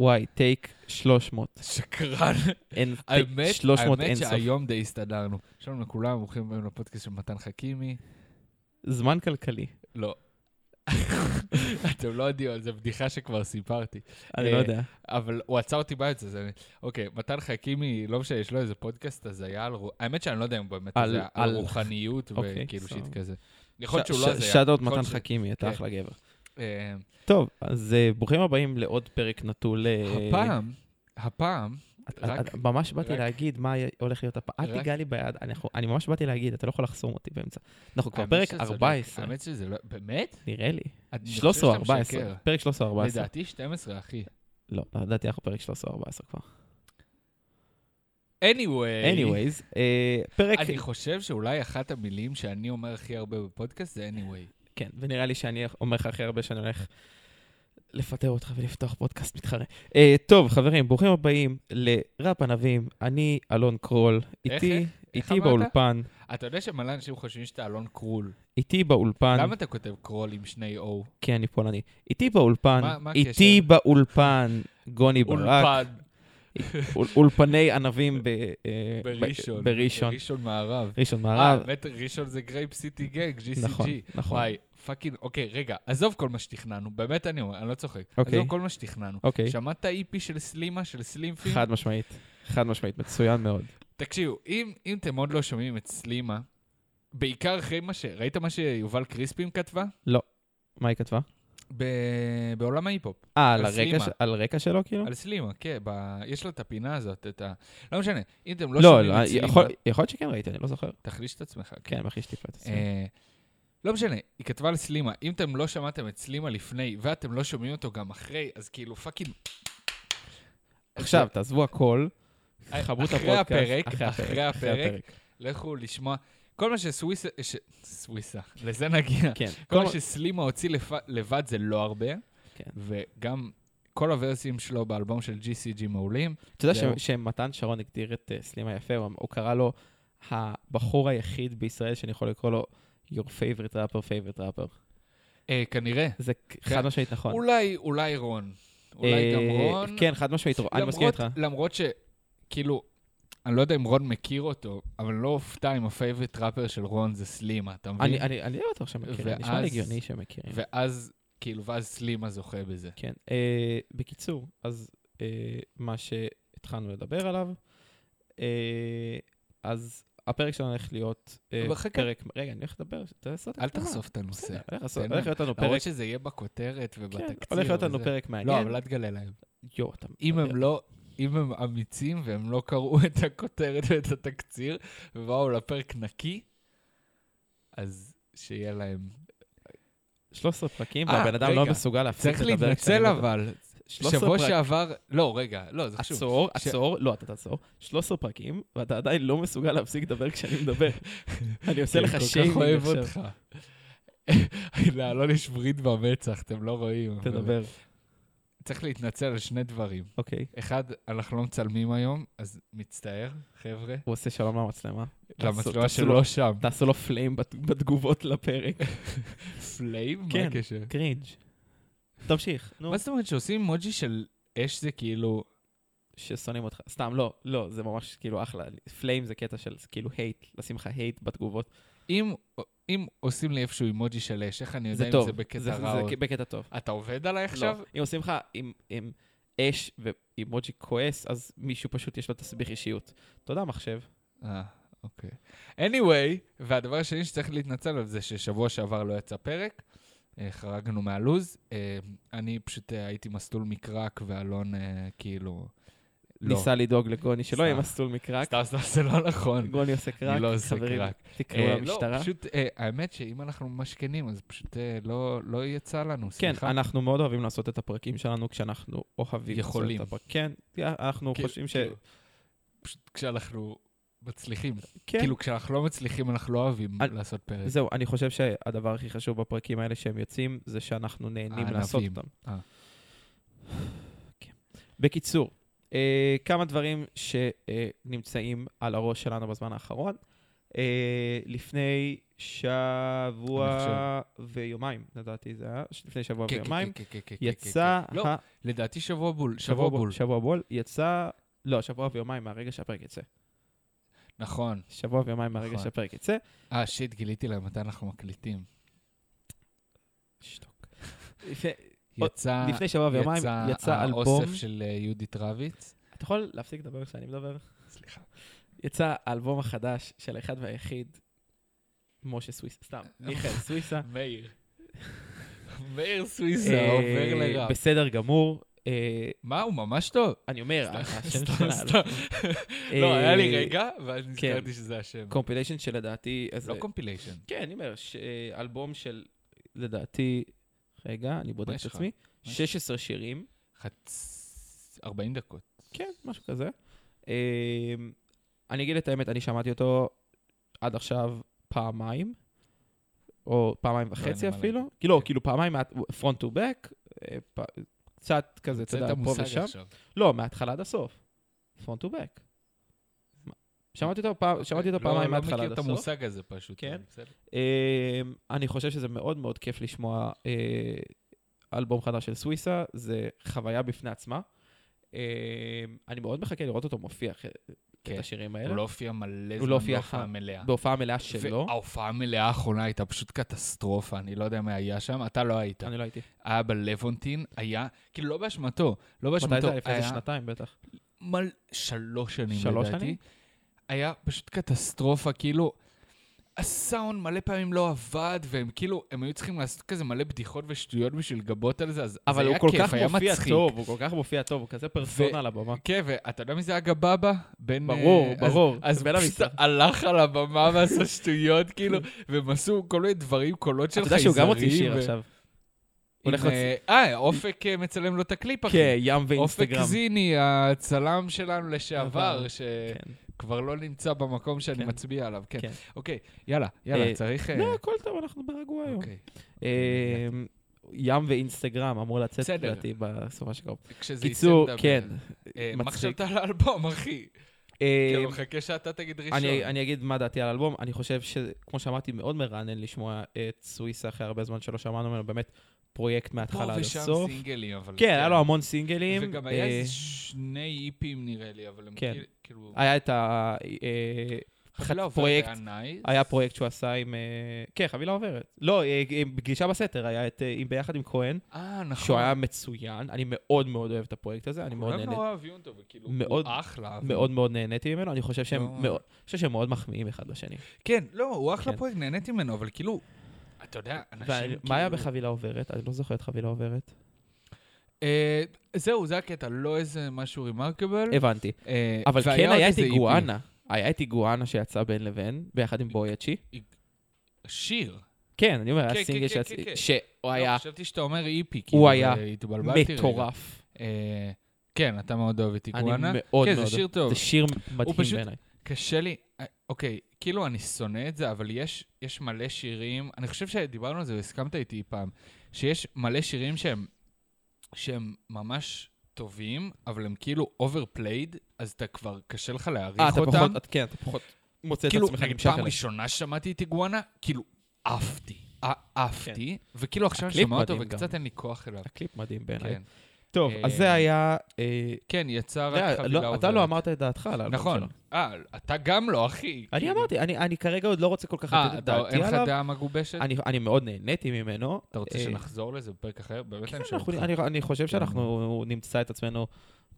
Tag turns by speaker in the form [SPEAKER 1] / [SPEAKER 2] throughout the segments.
[SPEAKER 1] וואי, טייק 300.
[SPEAKER 2] שקרן.
[SPEAKER 1] אין, טייק
[SPEAKER 2] האמת,
[SPEAKER 1] 300 אין
[SPEAKER 2] האמת
[SPEAKER 1] סוף.
[SPEAKER 2] שהיום די הסתדרנו. שלום לכולם, ברוכים הבאים לפודקאסט של מתן חכימי.
[SPEAKER 1] זמן כלכלי.
[SPEAKER 2] לא. אתם לא יודעים, אבל זו בדיחה שכבר סיפרתי.
[SPEAKER 1] אני
[SPEAKER 2] אה,
[SPEAKER 1] לא יודע.
[SPEAKER 2] אבל הוא עצר אותי באמצע, זה... אוקיי, מתן חכימי, לא משנה, יש לו איזה פודקאסט הזיה על... רו- האמת שאני לא יודע אם הוא באמת
[SPEAKER 1] על-
[SPEAKER 2] הזיה, על
[SPEAKER 1] על-
[SPEAKER 2] רוחניות
[SPEAKER 1] אוקיי,
[SPEAKER 2] וכאילו
[SPEAKER 1] סבבה.
[SPEAKER 2] שיט כזה. יכול להיות שהוא
[SPEAKER 1] ש-
[SPEAKER 2] לא
[SPEAKER 1] ש-
[SPEAKER 2] הזיה.
[SPEAKER 1] שאט אאוט
[SPEAKER 2] יכול
[SPEAKER 1] מתן
[SPEAKER 2] ש-
[SPEAKER 1] חכימי, אתה
[SPEAKER 2] כן.
[SPEAKER 1] אחלה גבר.
[SPEAKER 2] אה,
[SPEAKER 1] טוב, אז אה, ברוכים הבאים לעוד פרק נטול... אה,
[SPEAKER 2] הפעם, הפעם,
[SPEAKER 1] את- את-
[SPEAKER 2] רק-
[SPEAKER 1] את- ממש באתי
[SPEAKER 2] רק-
[SPEAKER 1] להגיד מה היה- הולך להיות הפעם. אל
[SPEAKER 2] רק-
[SPEAKER 1] תיגע לי ביד, אני יכול- אני ממש באתי להגיד, אתה לא יכול לחסום אותי באמצע. אנחנו כבר
[SPEAKER 2] האמת
[SPEAKER 1] פרק
[SPEAKER 2] שאתה צודק.
[SPEAKER 1] 14,
[SPEAKER 2] האמת שזה לא... באמת?
[SPEAKER 1] נראה לי.
[SPEAKER 2] אני חושב
[SPEAKER 1] 13 או
[SPEAKER 2] שאתה
[SPEAKER 1] 14,
[SPEAKER 2] משקר.
[SPEAKER 1] פרק 13 או 14.
[SPEAKER 2] לדעתי 12, אחי.
[SPEAKER 1] לא, לדעתי אנחנו פרק 13 או 14 כבר.
[SPEAKER 2] anyway.
[SPEAKER 1] anyways, אה, פרק...
[SPEAKER 2] אני חושב שאולי אחת המילים שאני אומר הכי הרבה בפודקאסט זה anyway.
[SPEAKER 1] כן, ונראה לי שאני אומר לך הכי הרבה שאני הולך לפטר אותך ולפתוח פודקאסט מתחרה. Uh, טוב, חברים, ברוכים הבאים לראפ ענבים, אני אלון קרול.
[SPEAKER 2] איך-
[SPEAKER 1] איתי,
[SPEAKER 2] איך
[SPEAKER 1] איתי
[SPEAKER 2] אמרת?
[SPEAKER 1] באולפן,
[SPEAKER 2] אתה יודע שמלא אנשים חושבים שאתה אלון קרול.
[SPEAKER 1] איתי באולפן,
[SPEAKER 2] למה אתה כותב קרול עם שני O?
[SPEAKER 1] כי אני פולני. איתי באולפן,
[SPEAKER 2] מה- מה הקשר?
[SPEAKER 1] איתי באולפן, גוני ברק,
[SPEAKER 2] אולפן,
[SPEAKER 1] אול- אולפני ענבים ב, אה, ב-
[SPEAKER 2] בראשון.
[SPEAKER 1] בראשון,
[SPEAKER 2] בראשון מערב.
[SPEAKER 1] ראשון
[SPEAKER 2] אה,
[SPEAKER 1] מערב.
[SPEAKER 2] באמת, ראשון זה גרייפ סיטי גג, GCG.
[SPEAKER 1] נכון, נכון.
[SPEAKER 2] וואי, פאקינג, אוקיי, רגע, עזוב כל מה שתכננו, באמת אני אומר, אני לא צוחק.
[SPEAKER 1] אוקיי.
[SPEAKER 2] עזוב כל מה שתכננו.
[SPEAKER 1] אוקיי,
[SPEAKER 2] שמעת איפי של סלימה, של סלימפים?
[SPEAKER 1] חד משמעית, חד משמעית, מצוין מאוד.
[SPEAKER 2] תקשיבו, אם, אם אתם עוד לא שומעים את סלימה, בעיקר אחרי מה ש... ראית מה שיובל קריספין כתבה?
[SPEAKER 1] מה היא כתבה?
[SPEAKER 2] ב... בעולם ההיפ-הופ,
[SPEAKER 1] אה, על
[SPEAKER 2] על
[SPEAKER 1] הרקע
[SPEAKER 2] סלימה.
[SPEAKER 1] ש- על רקע שלו, כאילו?
[SPEAKER 2] על סלימה, כן, ב... יש לו את הפינה הזאת, את ה... לא משנה, אם אתם לא,
[SPEAKER 1] לא,
[SPEAKER 2] שומעים
[SPEAKER 1] לא,
[SPEAKER 2] את סלימה,
[SPEAKER 1] יכול יכול להיות שכן ראיתי, אני לא זוכר.
[SPEAKER 2] תחליש את עצמך.
[SPEAKER 1] כן, אני מכחיש טיפה את עצמי.
[SPEAKER 2] אה, לא משנה, היא כתבה על סלימה, אם אתם לא שמעתם את סלימה לפני, ואתם לא שומעים אותו גם אחרי, אז כאילו פאקינג...
[SPEAKER 1] עכשיו, תעזבו הכל,
[SPEAKER 2] אה,
[SPEAKER 1] חברו את
[SPEAKER 2] אחרי
[SPEAKER 1] הפודקאסט.
[SPEAKER 2] הפרק, אחרי
[SPEAKER 1] אחרי
[SPEAKER 2] הפרק,
[SPEAKER 1] הפרק.
[SPEAKER 2] לכו לשמוע. כל מה שסוויסה, ש... סוויסה, לזה נגיע.
[SPEAKER 1] כן.
[SPEAKER 2] כל מה שסלימה הוציא לפ... לבד זה לא הרבה,
[SPEAKER 1] כן.
[SPEAKER 2] וגם כל הוורסים שלו באלבום של GCG מעולים.
[SPEAKER 1] אתה יודע
[SPEAKER 2] זהו.
[SPEAKER 1] ש- שמתן שרון הגדיר את אה, סלימה יפה, הוא הוא קרא לו הבחור היחיד בישראל שאני יכול לקרוא לו your favorite rapper, favorite rapper.
[SPEAKER 2] אה, כנראה.
[SPEAKER 1] זה חד משמעית נכון.
[SPEAKER 2] אולי, אולי רון. כן. אולי
[SPEAKER 1] אה,
[SPEAKER 2] גם רון.
[SPEAKER 1] כן, חד משמעית, רון, אני מסכים
[SPEAKER 2] למרות-
[SPEAKER 1] איתך.
[SPEAKER 2] למרות שכאילו, אני לא יודע אם רון מכיר אותו, אבל לא אופתע אם הפייבוריט ראפר של רון זה סלימה, אתה מבין?
[SPEAKER 1] אני- כן. אני אני לא בטוח שהם מכירים, נשמע לי
[SPEAKER 2] ואז-
[SPEAKER 1] הגיוני שהם מכירים.
[SPEAKER 2] ואז, כאילו, ואז סלימה זוכה בזה.
[SPEAKER 1] כן. אה, בקיצור, אז אה, מה שהתחלנו לדבר עליו, אה, אז הפרק שלנו הולך להיות אה,
[SPEAKER 2] אבל חכה.
[SPEAKER 1] פרק... רגע, אני הולך לדבר, תעשה אותה
[SPEAKER 2] אל
[SPEAKER 1] קטנה.
[SPEAKER 2] תחשוף את הנושא.
[SPEAKER 1] בסדר, הולך לעשות-
[SPEAKER 2] תהנה.
[SPEAKER 1] הולך להיות לנו פרק...
[SPEAKER 2] למרות שזה יהיה בכותרת ובתקציר.
[SPEAKER 1] כן, הולך להיות לנו
[SPEAKER 2] וזה.
[SPEAKER 1] פרק כן. אוקיי. מעניין.
[SPEAKER 2] לא, אבל אל תגלה להם.
[SPEAKER 1] יואו, אתה...
[SPEAKER 2] אם
[SPEAKER 1] מדבר.
[SPEAKER 2] הם לא... אם הם אמיצים והם לא קראו את הכותרת ואת התקציר ובאו לפרק נקי, אז שיהיה להם...
[SPEAKER 1] 13 פרקים,
[SPEAKER 2] אה,
[SPEAKER 1] והבן אדם לא
[SPEAKER 2] רגע.
[SPEAKER 1] מסוגל להפסיק
[SPEAKER 2] צריך
[SPEAKER 1] לדבר. כשאני
[SPEAKER 2] להתנצל
[SPEAKER 1] מדבר.
[SPEAKER 2] אבל.
[SPEAKER 1] 13
[SPEAKER 2] שבוע
[SPEAKER 1] פרק-
[SPEAKER 2] שעבר... לא, רגע, לא, זה חשוב.
[SPEAKER 1] עצור,
[SPEAKER 2] ש-
[SPEAKER 1] עצור, לא, אתה תעצור. 13 פרקים, ואתה עדיין לא מסוגל להפסיק לדבר כשאני מדבר. אני עושה לך שיימינג
[SPEAKER 2] אני כן, כל כך אוהב
[SPEAKER 1] עכשיו.
[SPEAKER 2] אותך. לאלון יש ברית במצח, אתם לא רואים. אבל-
[SPEAKER 1] תדבר.
[SPEAKER 2] צריך להתנצל על שני דברים.
[SPEAKER 1] אוקיי.
[SPEAKER 2] אחד, אנחנו לא מצלמים היום, אז מצטער, חבר'ה.
[SPEAKER 1] הוא עושה שלום למצלמה.
[SPEAKER 2] למצלמה
[SPEAKER 1] תעשו לו-
[SPEAKER 2] שלא שם.
[SPEAKER 1] תעשו לו פליים בת- בתגובות לפרק.
[SPEAKER 2] פליים? מה
[SPEAKER 1] כן.
[SPEAKER 2] הקשר?
[SPEAKER 1] קרינג'. תמשיך, נו.
[SPEAKER 2] מה זאת אומרת שעושים מוג'י של אש זה כאילו...
[SPEAKER 1] ששונאים אותך. סתם, לא, לא, זה ממש כאילו אחלה. פליים זה קטע של כאילו הייט, לשים לך הייט בתגובות.
[SPEAKER 2] אם... אם עושים לי איפשהו אימוג'י של אש, איך אני יודע
[SPEAKER 1] זה
[SPEAKER 2] אם
[SPEAKER 1] טוב.
[SPEAKER 2] זה בקטע
[SPEAKER 1] זה-
[SPEAKER 2] רע? או-
[SPEAKER 1] זה בקטע טוב.
[SPEAKER 2] אתה עובד עליי עכשיו?
[SPEAKER 1] לא. אם עושים לך עם- עם אש ואימוג'י כועס, אז מישהו פשוט יש לו תסביך אישיות. תודה, מחשב.
[SPEAKER 2] אה, אוקיי. anyway, והדבר השני שצריך להתנצל עליו זה ששבוע שעבר לא יצא פרק, אה, חרגנו מהלוז. אה, אני פשוט אה, הייתי מסלול מקרק, ואלון אה, כאילו... לא.
[SPEAKER 1] ניסה לדאוג לגוני שלא יהיה
[SPEAKER 2] סתם.
[SPEAKER 1] מסלול מקרק.
[SPEAKER 2] סתם, סתם, זה לא נכון.
[SPEAKER 1] גוני עושה קרק.
[SPEAKER 2] אני לא עושה
[SPEAKER 1] חברים, כאילו,
[SPEAKER 2] קרק.
[SPEAKER 1] תקראו
[SPEAKER 2] אה,
[SPEAKER 1] למשטרה.
[SPEAKER 2] לא, פשוט, אה, האמת שאם אנחנו משכנים, אז פשוט אה, לא, לא יצא לנו,
[SPEAKER 1] כן,
[SPEAKER 2] סליחה.
[SPEAKER 1] אנחנו מאוד אוהבים לעשות את הפרקים שלנו כשאנחנו אוהבים לעשות
[SPEAKER 2] יכולים.
[SPEAKER 1] את הפרק. כן, אנחנו
[SPEAKER 2] כאילו-
[SPEAKER 1] חושבים ש...
[SPEAKER 2] כאילו, פשוט כשאנחנו מצליחים.
[SPEAKER 1] כן.
[SPEAKER 2] כאילו, כשאנחנו לא מצליחים, אנחנו לא אוהבים
[SPEAKER 1] אני-
[SPEAKER 2] לעשות פרק.
[SPEAKER 1] זהו, אני חושב שהדבר הכי חשוב בפרקים האלה שהם יוצאים, זה שאנחנו נהנים
[SPEAKER 2] הענבים.
[SPEAKER 1] לעשות אותם.
[SPEAKER 2] אה.
[SPEAKER 1] כן. בקיצור, אה, כמה דברים שנמצאים על הראש שלנו בזמן האחרון. אה, לפני
[SPEAKER 2] אני
[SPEAKER 1] שבוע ויומיים, לדעתי זה היה, ש- לפני שבוע
[SPEAKER 2] כן, כן,
[SPEAKER 1] ויומיים,
[SPEAKER 2] כן, כן, כן, כן,
[SPEAKER 1] יצא...
[SPEAKER 2] כן, כן. לא,
[SPEAKER 1] ה-
[SPEAKER 2] לדעתי שבוע בול, שבוע בול.
[SPEAKER 1] שבוע בול, יצא... לא, שבוע ויומיים מהרגע שהפרק יצא.
[SPEAKER 2] נכון.
[SPEAKER 1] שבוע ויומיים מהרגע
[SPEAKER 2] נכון.
[SPEAKER 1] שהפרק יצא.
[SPEAKER 2] אה, שיט, גיליתי להם מתי אנחנו מקליטים.
[SPEAKER 1] שתוק. לפני-
[SPEAKER 2] יצא...
[SPEAKER 1] לפני שבוע ויומיים יצא אלבום...
[SPEAKER 2] האוסף של אה, יהודית רביץ.
[SPEAKER 1] אתה יכול להפסיק לדבר כשאני מדבר?
[SPEAKER 2] סליחה.
[SPEAKER 1] יצא האלבום החדש של האחד והיחיד, משה סוויסה, סתם, מיכאל סוויסה.
[SPEAKER 2] מאיר. מאיר סוויסה
[SPEAKER 1] אה,
[SPEAKER 2] עובר לראפ.
[SPEAKER 1] בסדר גמור. אה,
[SPEAKER 2] מה, הוא ממש טוב.
[SPEAKER 1] אני אומר, השם אה,
[SPEAKER 2] סתם,
[SPEAKER 1] שלה...
[SPEAKER 2] סתם. לא, היה לי רגע,
[SPEAKER 1] כן.
[SPEAKER 2] ואז נזכרתי שזה השם.
[SPEAKER 1] קומפיליישן שלדעתי... אז-
[SPEAKER 2] לא קומפיליישן.
[SPEAKER 1] כן, אני אומר, ש- אה, אלבום של, לדעתי, רגע, אני בודק
[SPEAKER 2] מה
[SPEAKER 1] את
[SPEAKER 2] יש לך?
[SPEAKER 1] עצמי,
[SPEAKER 2] יש לך?
[SPEAKER 1] 16 שירים,
[SPEAKER 2] חצ... 40 דקות.
[SPEAKER 1] כן, משהו כזה. אה, אני אגיד את האמת, אני שמעתי אותו עד עכשיו פעמיים, או פעמיים
[SPEAKER 2] לא, אין
[SPEAKER 1] וחצי
[SPEAKER 2] לי מה
[SPEAKER 1] אפילו.
[SPEAKER 2] להגיד.
[SPEAKER 1] כאילו,
[SPEAKER 2] כן.
[SPEAKER 1] כאילו פעמיים פרונט טו בק, אה, קצת כזה, אתה
[SPEAKER 2] הוצאת
[SPEAKER 1] יודע, פה
[SPEAKER 2] מושג
[SPEAKER 1] ושם.
[SPEAKER 2] עכשיו.
[SPEAKER 1] לא, מההתחלה עד הסוף. פרונט טו בק. שמעתי אותו פעם- אה, שמעתי אותו
[SPEAKER 2] לא-
[SPEAKER 1] פעמיים מההתחלה
[SPEAKER 2] לא
[SPEAKER 1] עד
[SPEAKER 2] מכיר את
[SPEAKER 1] הסוף.
[SPEAKER 2] המושג הזה פשוט.
[SPEAKER 1] כן.
[SPEAKER 2] אבל בסדר.
[SPEAKER 1] אה, אני חושב שזה מאוד מאוד כיף לשמוע אה, אלבום חדש של סוויסה, זה חוויה בפני עצמה. אה, אני מאוד מחכה לראות אותו מופיע אחרי- את
[SPEAKER 2] כן.
[SPEAKER 1] השירים
[SPEAKER 2] הוא
[SPEAKER 1] האלה.
[SPEAKER 2] לא הופיע מלא
[SPEAKER 1] הוא
[SPEAKER 2] זמן
[SPEAKER 1] לא הופיע
[SPEAKER 2] בהופעה
[SPEAKER 1] אחת.
[SPEAKER 2] מלאה.
[SPEAKER 1] בהופעה מלאה שלו.
[SPEAKER 2] וההופעה המלאה האחרונה הייתה פשוט קטסטרופה, אני לא יודע מה היה שם, אתה לא היית.
[SPEAKER 1] אני לא הייתי.
[SPEAKER 2] היה בלוונטין, היה, כאילו לא באשמתו, לא
[SPEAKER 1] מתי
[SPEAKER 2] באשמתו,
[SPEAKER 1] זה? לפני איזה
[SPEAKER 2] היה
[SPEAKER 1] שנתיים בטח.
[SPEAKER 2] מל... שלוש שנים
[SPEAKER 1] שלוש
[SPEAKER 2] לדעתי.
[SPEAKER 1] שנים?
[SPEAKER 2] היה פשוט קטסטרופה, כאילו, הסאונד מלא פעמים לא עבד, והם כאילו, הם היו צריכים לעשות כזה מלא בדיחות ושטויות בשביל לגבות על זה, אז אז
[SPEAKER 1] אבל
[SPEAKER 2] היה
[SPEAKER 1] הוא כל
[SPEAKER 2] כיף,
[SPEAKER 1] כך
[SPEAKER 2] היה
[SPEAKER 1] מופיע
[SPEAKER 2] מצחיק.
[SPEAKER 1] טוב, הוא כל כך מופיע טוב, הוא כזה פרסונה על הבמה.
[SPEAKER 2] כן, ואתה יודע מי זה אגה בבא? בין...
[SPEAKER 1] ברור,
[SPEAKER 2] אה, אז-
[SPEAKER 1] ברור.
[SPEAKER 2] אז
[SPEAKER 1] בין
[SPEAKER 2] הוא פשוט
[SPEAKER 1] המסעד.
[SPEAKER 2] הלך על הבמה ועשה שטויות, כאילו, והם עשו כל מיני דברים, קולות
[SPEAKER 1] אתה
[SPEAKER 2] של
[SPEAKER 1] יודע
[SPEAKER 2] חייזרים.
[SPEAKER 1] שהוא גם הוציא שיר
[SPEAKER 2] ו-
[SPEAKER 1] עכשיו. הוא
[SPEAKER 2] עם,
[SPEAKER 1] הולך להוציא-
[SPEAKER 2] אה, אה, אופק אה, מצלם לו את הקליפ, אחי.
[SPEAKER 1] כן, ים
[SPEAKER 2] אופק
[SPEAKER 1] ואינסטגרם.
[SPEAKER 2] זיני, הצלם שלנו לשעבר,
[SPEAKER 1] עבר,
[SPEAKER 2] שכבר
[SPEAKER 1] כן.
[SPEAKER 2] לא נמצא במקום שאני
[SPEAKER 1] כן.
[SPEAKER 2] מצביע עליו, כן.
[SPEAKER 1] כן.
[SPEAKER 2] אוקיי, יאללה, יאללה,
[SPEAKER 1] אה,
[SPEAKER 2] צריך... אה,
[SPEAKER 1] לא, הכל טוב, אנחנו ברגוע היום.
[SPEAKER 2] אוקיי.
[SPEAKER 1] אה, ים ואינסטגרם אמור לצאת,
[SPEAKER 2] בסדר.
[SPEAKER 1] לדעתי, בסופה של הקרוב.
[SPEAKER 2] כשזה יצא
[SPEAKER 1] קיצור,
[SPEAKER 2] נדבר.
[SPEAKER 1] כן.
[SPEAKER 2] אה, מה
[SPEAKER 1] מצחיק.
[SPEAKER 2] חשבת על האלבום, אחי?
[SPEAKER 1] אה,
[SPEAKER 2] כאילו, מחכה שאתה תגיד ראשון.
[SPEAKER 1] אני, אני אגיד מה דעתי על האלבום, אני חושב שכמו שאמרתי, מאוד מרענן לשמוע את סוויסה אחרי הרבה זמן שלא שמענו ממנו, באמת פרויקט מההתחלה
[SPEAKER 2] פה
[SPEAKER 1] עד
[SPEAKER 2] ושם
[SPEAKER 1] הסוף.
[SPEAKER 2] סינגלים, אבל...
[SPEAKER 1] כן, היה לו המון סינגלים.
[SPEAKER 2] וגם היה
[SPEAKER 1] אה,
[SPEAKER 2] איזה שני איפים נראה לי, אבל הם
[SPEAKER 1] כן.
[SPEAKER 2] כאילו- כאילו...
[SPEAKER 1] היה את ה... אה,
[SPEAKER 2] חבילה
[SPEAKER 1] חת-
[SPEAKER 2] עוברת
[SPEAKER 1] פרויקט,
[SPEAKER 2] היה נייס.
[SPEAKER 1] היה פרויקט שהוא עשה עם... אה, כן, חבילה עוברת. לא, אה, אה, גלישה בסתר, היה את... אה, עם- ביחד עם כהן,
[SPEAKER 2] אה, נכון.
[SPEAKER 1] שהוא היה מצוין. אני מאוד מאוד אוהב את הפרויקט הזה, אני מאוד
[SPEAKER 2] כולם
[SPEAKER 1] נהנה
[SPEAKER 2] נורא אוהבים לא אותו, וכאילו, הוא
[SPEAKER 1] מאוד-
[SPEAKER 2] אחלה. אבל-
[SPEAKER 1] מאוד מאוד נהניתי ממנו, אני חושב שהם
[SPEAKER 2] לא.
[SPEAKER 1] מאוד, אני חושב שהם מאוד מחמיאים אחד לשני.
[SPEAKER 2] כן, לא, הוא אחלה
[SPEAKER 1] כן.
[SPEAKER 2] פרויקט, נהניתי ממנו, אבל כאילו, אתה יודע, אנשים
[SPEAKER 1] ומה
[SPEAKER 2] כאילו...
[SPEAKER 1] היה בחבילה עוברת? אני לא זוכר את חבילה עוברת.
[SPEAKER 2] אה, זהו, זה הקטע, לא איזה משהו אה, רימרקבל.
[SPEAKER 1] הבנתי. אה, אבל כן היה את איגואנה. היה את איגואנה שיצא בין לבין, ביחד עם בויאצ'י.
[SPEAKER 2] שיר.
[SPEAKER 1] כן, אני אומר,
[SPEAKER 2] כן, כן,
[SPEAKER 1] היה סינגל
[SPEAKER 2] כן,
[SPEAKER 1] שיצא,
[SPEAKER 2] כן, כן.
[SPEAKER 1] שהוא
[SPEAKER 2] לא,
[SPEAKER 1] היה
[SPEAKER 2] חשבתי שאתה אומר איפי,
[SPEAKER 1] הוא היה
[SPEAKER 2] אה, התבלבלתי רגע.
[SPEAKER 1] מטורף.
[SPEAKER 2] אה, כן, אתה מאוד אוהב את
[SPEAKER 1] אני
[SPEAKER 2] איגואנה.
[SPEAKER 1] מאוד
[SPEAKER 2] כן,
[SPEAKER 1] מאוד...
[SPEAKER 2] זה שיר טוב.
[SPEAKER 1] זה שיר מדהים
[SPEAKER 2] פשוט-
[SPEAKER 1] בעיניי.
[SPEAKER 2] קשה לי, אה, אוקיי, כאילו אני שונא את זה, אבל יש, יש מלא שירים, אני חושב שדיברנו על זה והסכמת איתי פעם, שיש מלא שירים שהם, שהם ממש טובים, אבל הם כאילו overplayed, אז אתה כבר קשה לך להעריך
[SPEAKER 1] אה, אתה
[SPEAKER 2] אותם.
[SPEAKER 1] פחות, את- כן, אתה פחות מוצא את
[SPEAKER 2] כאילו,
[SPEAKER 1] עצמך
[SPEAKER 2] נגיד
[SPEAKER 1] נמשך
[SPEAKER 2] פעם
[SPEAKER 1] אליהם.
[SPEAKER 2] ראשונה ששמעתי את איגואנה, כאילו עפתי, אה, עפתי, וכאילו עכשיו אני
[SPEAKER 1] כן. הקליפ
[SPEAKER 2] שומע אותו
[SPEAKER 1] מדהים גם. אה,
[SPEAKER 2] וקצת אין לי כוח אליו.
[SPEAKER 1] הקליפ מדהים בעיניי.
[SPEAKER 2] כן,
[SPEAKER 1] טוב, אז
[SPEAKER 2] אה,
[SPEAKER 1] זה היה... אה,
[SPEAKER 2] כן, יצא
[SPEAKER 1] אתה יודע,
[SPEAKER 2] רק חבילה
[SPEAKER 1] לא-
[SPEAKER 2] עוברת.
[SPEAKER 1] אתה לא אמרת את דעתך על האלבום
[SPEAKER 2] נכון.
[SPEAKER 1] שלו.
[SPEAKER 2] אה, אתה גם לא, אחי.
[SPEAKER 1] אני
[SPEAKER 2] כאילו.
[SPEAKER 1] אמרתי, אני אני כרגע עוד לא רוצה כל כך לתת
[SPEAKER 2] אה,
[SPEAKER 1] את
[SPEAKER 2] אתה- אין
[SPEAKER 1] דעתי
[SPEAKER 2] לך
[SPEAKER 1] עליו.
[SPEAKER 2] דעה מגובשת?
[SPEAKER 1] אני, אני מאוד נהניתי ממנו.
[SPEAKER 2] אתה רוצה
[SPEAKER 1] אה,
[SPEAKER 2] שנחזור לזה בפרק אחר? באמת
[SPEAKER 1] כן,
[SPEAKER 2] אני שואל
[SPEAKER 1] אנחנו,
[SPEAKER 2] אותך.
[SPEAKER 1] אני, אני
[SPEAKER 2] כן.
[SPEAKER 1] חושב שאנחנו נמצא את עצמנו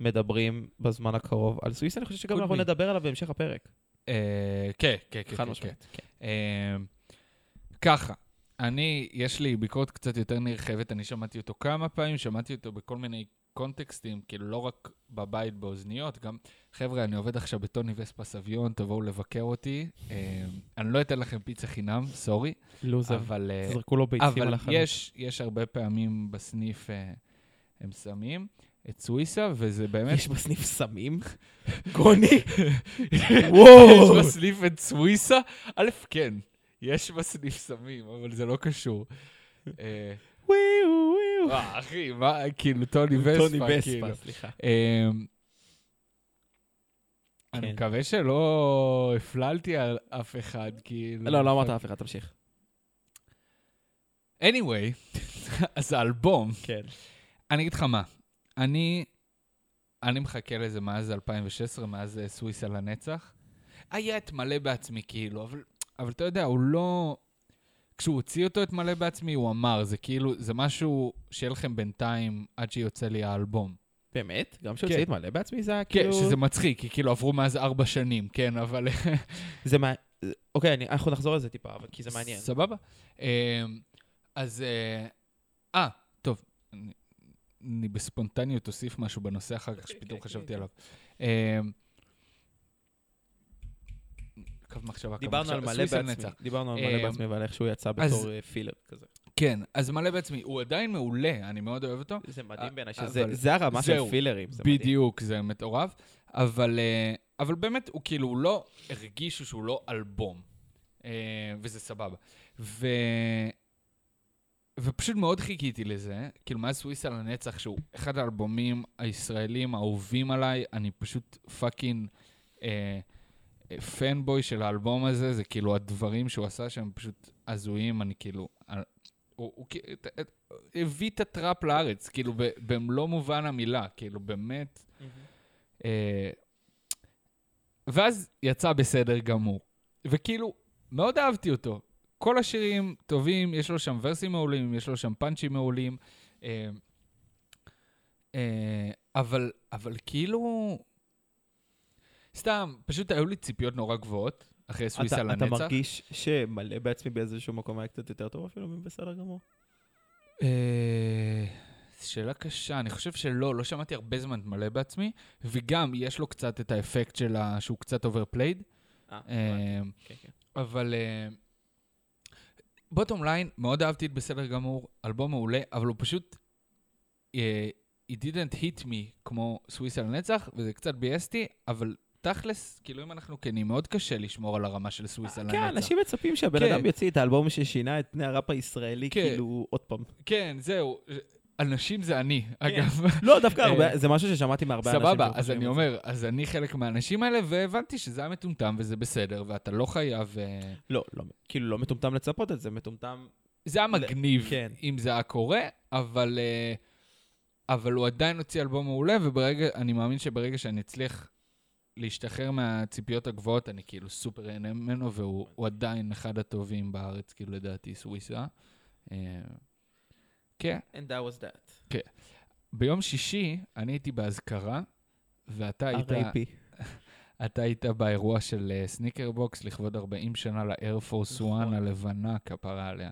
[SPEAKER 1] מדברים בזמן הקרוב על סוויסה, אני חושב שגם
[SPEAKER 2] Could
[SPEAKER 1] אנחנו
[SPEAKER 2] be.
[SPEAKER 1] נדבר עליו בהמשך הפרק.
[SPEAKER 2] אה, כן, כן,
[SPEAKER 1] חד
[SPEAKER 2] כן, כן, כן.
[SPEAKER 1] משמעית. כן.
[SPEAKER 2] אה, ככה, אני, יש לי ביקורת קצת יותר נרחבת, אני שמעתי אותו כמה פעמים, שמעתי אותו בכל מיני קונטקסטים, כאילו לא רק בבית באוזניות, גם, חבר'ה, אני עובד עכשיו בטוני וספה סביון, תבואו לבקר אותי. אה, אני לא אתן לכם פיצה חינם, סורי,
[SPEAKER 1] לוזר,
[SPEAKER 2] אבל... אה,
[SPEAKER 1] זרקו לו ביצים
[SPEAKER 2] אבל
[SPEAKER 1] על החנות.
[SPEAKER 2] יש, יש הרבה פעמים בסניף אה, הם שמים את סוויסה, וזה באמת...
[SPEAKER 1] יש בסניף סמים? גוני?
[SPEAKER 2] יש
[SPEAKER 1] וואו!
[SPEAKER 2] בסניף את סוויסה? א', כן, יש בסניף סמים, אבל זה לא קשור. אה,
[SPEAKER 1] וואו, וואו.
[SPEAKER 2] וואה, אחי, מה, כאילו, טוני וספה,
[SPEAKER 1] טוני
[SPEAKER 2] כאילו.
[SPEAKER 1] וספה, סליחה.
[SPEAKER 2] אה, אני
[SPEAKER 1] כן.
[SPEAKER 2] מקווה שלא הפללתי על אף אחד, כאילו...
[SPEAKER 1] לא, לא אמרת אף אחד, תמשיך.
[SPEAKER 2] anyway, אז האלבום,
[SPEAKER 1] כן.
[SPEAKER 2] אני אגיד לך מה, אני, אני מחכה לזה מאז 2016, מאז אה, סוויסה לנצח. היה את מלא בעצמי, כאילו, אבל, אבל אתה יודע, הוא לא... כשהוא הוציא אותו את מלא בעצמי, הוא אמר, זה כאילו, זה משהו שיהיה לכם בינתיים עד שיוצא לי האלבום.
[SPEAKER 1] באמת? גם כשהוצאית מלא בעצמי זה היה
[SPEAKER 2] כן,
[SPEAKER 1] כאילו...
[SPEAKER 2] שזה מצחיק, כי כאילו עברו מאז ארבע שנים, כן, אבל...
[SPEAKER 1] זה מה... אוקיי, אני- אנחנו נחזור על זה טיפה, אבל כי זה מעניין.
[SPEAKER 2] סבבה. אמ, אז... אה, אה, טוב, אני- אני בספונטניות אוסיף משהו בנושא אחר כך, שפתאום
[SPEAKER 1] כן,
[SPEAKER 2] חשבתי
[SPEAKER 1] כן.
[SPEAKER 2] עליו. אמ, קו מחשבה, קו
[SPEAKER 1] דיברנו
[SPEAKER 2] מחשבה,
[SPEAKER 1] על מלא
[SPEAKER 2] סוויסה
[SPEAKER 1] בעצמי, אמ,
[SPEAKER 2] לנצח.
[SPEAKER 1] דיברנו על מלא
[SPEAKER 2] אה,
[SPEAKER 1] בעצמי ועל איך שהוא יצא
[SPEAKER 2] אז-
[SPEAKER 1] בתור אה, פילר כזה.
[SPEAKER 2] כן, אז מלא בעצמי. הוא עדיין מעולה, אני מאוד אוהב אותו.
[SPEAKER 1] זה מדהים בעיניי,
[SPEAKER 2] אבל-
[SPEAKER 1] שזה אה, זה הרמה של
[SPEAKER 2] זהו,
[SPEAKER 1] פילרים. זה מדהים.
[SPEAKER 2] בדיוק, זה מטורף. אבל, אה, אבל באמת, הוא כאילו, הוא לא הרגיש שהוא לא אלבום. אה, וזה סבבה. ו... ופשוט מאוד חיכיתי לזה, כאילו מאז סוויסה לנצח, שהוא אחד האלבומים הישראלים האהובים עליי, אני פשוט פאקינג אה, אה, פנבוי של האלבום הזה, זה כאילו הדברים שהוא עשה שם פשוט הזויים, אני כאילו... אה, הוא, הוא, כא- את- את- הביא את הטראפ לארץ, כאילו ב- במלוא מובן המילה, כאילו באמת... אה, ואז יצא בסדר גמור. וכאילו, מאוד אהבתי אותו. כל השירים טובים, יש לו שם ורסים מעולים, יש לו שם פאנצ'ים מעולים. אה, אה, אבל, אבל כאילו... סתם, פשוט היו לי ציפיות נורא גבוהות, אחרי סוויסה
[SPEAKER 1] אתה-
[SPEAKER 2] לנצח.
[SPEAKER 1] אתה מרגיש שמלא בעצמי באיזשהו מקום היה קצת יותר טוב אפילו מבסדר גמור?
[SPEAKER 2] אה, זו שאלה קשה, אני חושב שלא, לא שמעתי הרבה זמן מלא בעצמי, וגם יש לו קצת את האפקט של ה... שהוא קצת אוברפלייד.
[SPEAKER 1] אה, כן, כן.
[SPEAKER 2] אבל... בוטום ליין, מאוד אהבתי את בסדר גמור, אלבום מעולה, אבל הוא פשוט... אה, It didn't hit me כמו סוויסה לנצח, וזה קצת ביאס אותי, אבל תכלס, כאילו אם אנחנו כנים, מאוד קשה לשמור על הרמה של סוויסה לנצח.
[SPEAKER 1] כן, אנשים מצפים שהבן
[SPEAKER 2] כן.
[SPEAKER 1] אדם יוציא את האלבום ששינה את פני הראפ הישראלי,
[SPEAKER 2] כן.
[SPEAKER 1] כאילו, עוד פעם.
[SPEAKER 2] כן, זהו. אנשים זה אני, אגב.
[SPEAKER 1] לא, דווקא
[SPEAKER 2] אה,
[SPEAKER 1] הרבה, זה משהו ששמעתי מהרבה אנשים.
[SPEAKER 2] סבבה, אז
[SPEAKER 1] שחושבים
[SPEAKER 2] אני
[SPEAKER 1] על זה.
[SPEAKER 2] אומר, אז אני חלק מהאנשים האלה, והבנתי שזה היה מטומטם וזה בסדר, ואתה לא חייב... אה,
[SPEAKER 1] לא, לא, כאילו, לא מטומטם לצפות את זה, מטומטם...
[SPEAKER 2] זה היה מגניב,
[SPEAKER 1] כן.
[SPEAKER 2] אם זה היה קורה, אבל, אה, אבל הוא עדיין הוציא אלבום מעולה, ואני מאמין שברגע שאני אצליח להשתחרר מהציפיות הגבוהות, אני כאילו סופר אהנה ממנו, והוא הוא עדיין אחד הטובים בארץ, כאילו לדעתי, סוויסה. אה, כן.
[SPEAKER 1] And that was that.
[SPEAKER 2] ביום שישי אני הייתי באזכרה, ואתה היית...
[SPEAKER 1] R.A.P.
[SPEAKER 2] אתה היית באירוע של אה, סניקר בוקס לכבוד 40 שנה לאיירפורס 1
[SPEAKER 1] נכון.
[SPEAKER 2] הלבנה, כפרה עליה.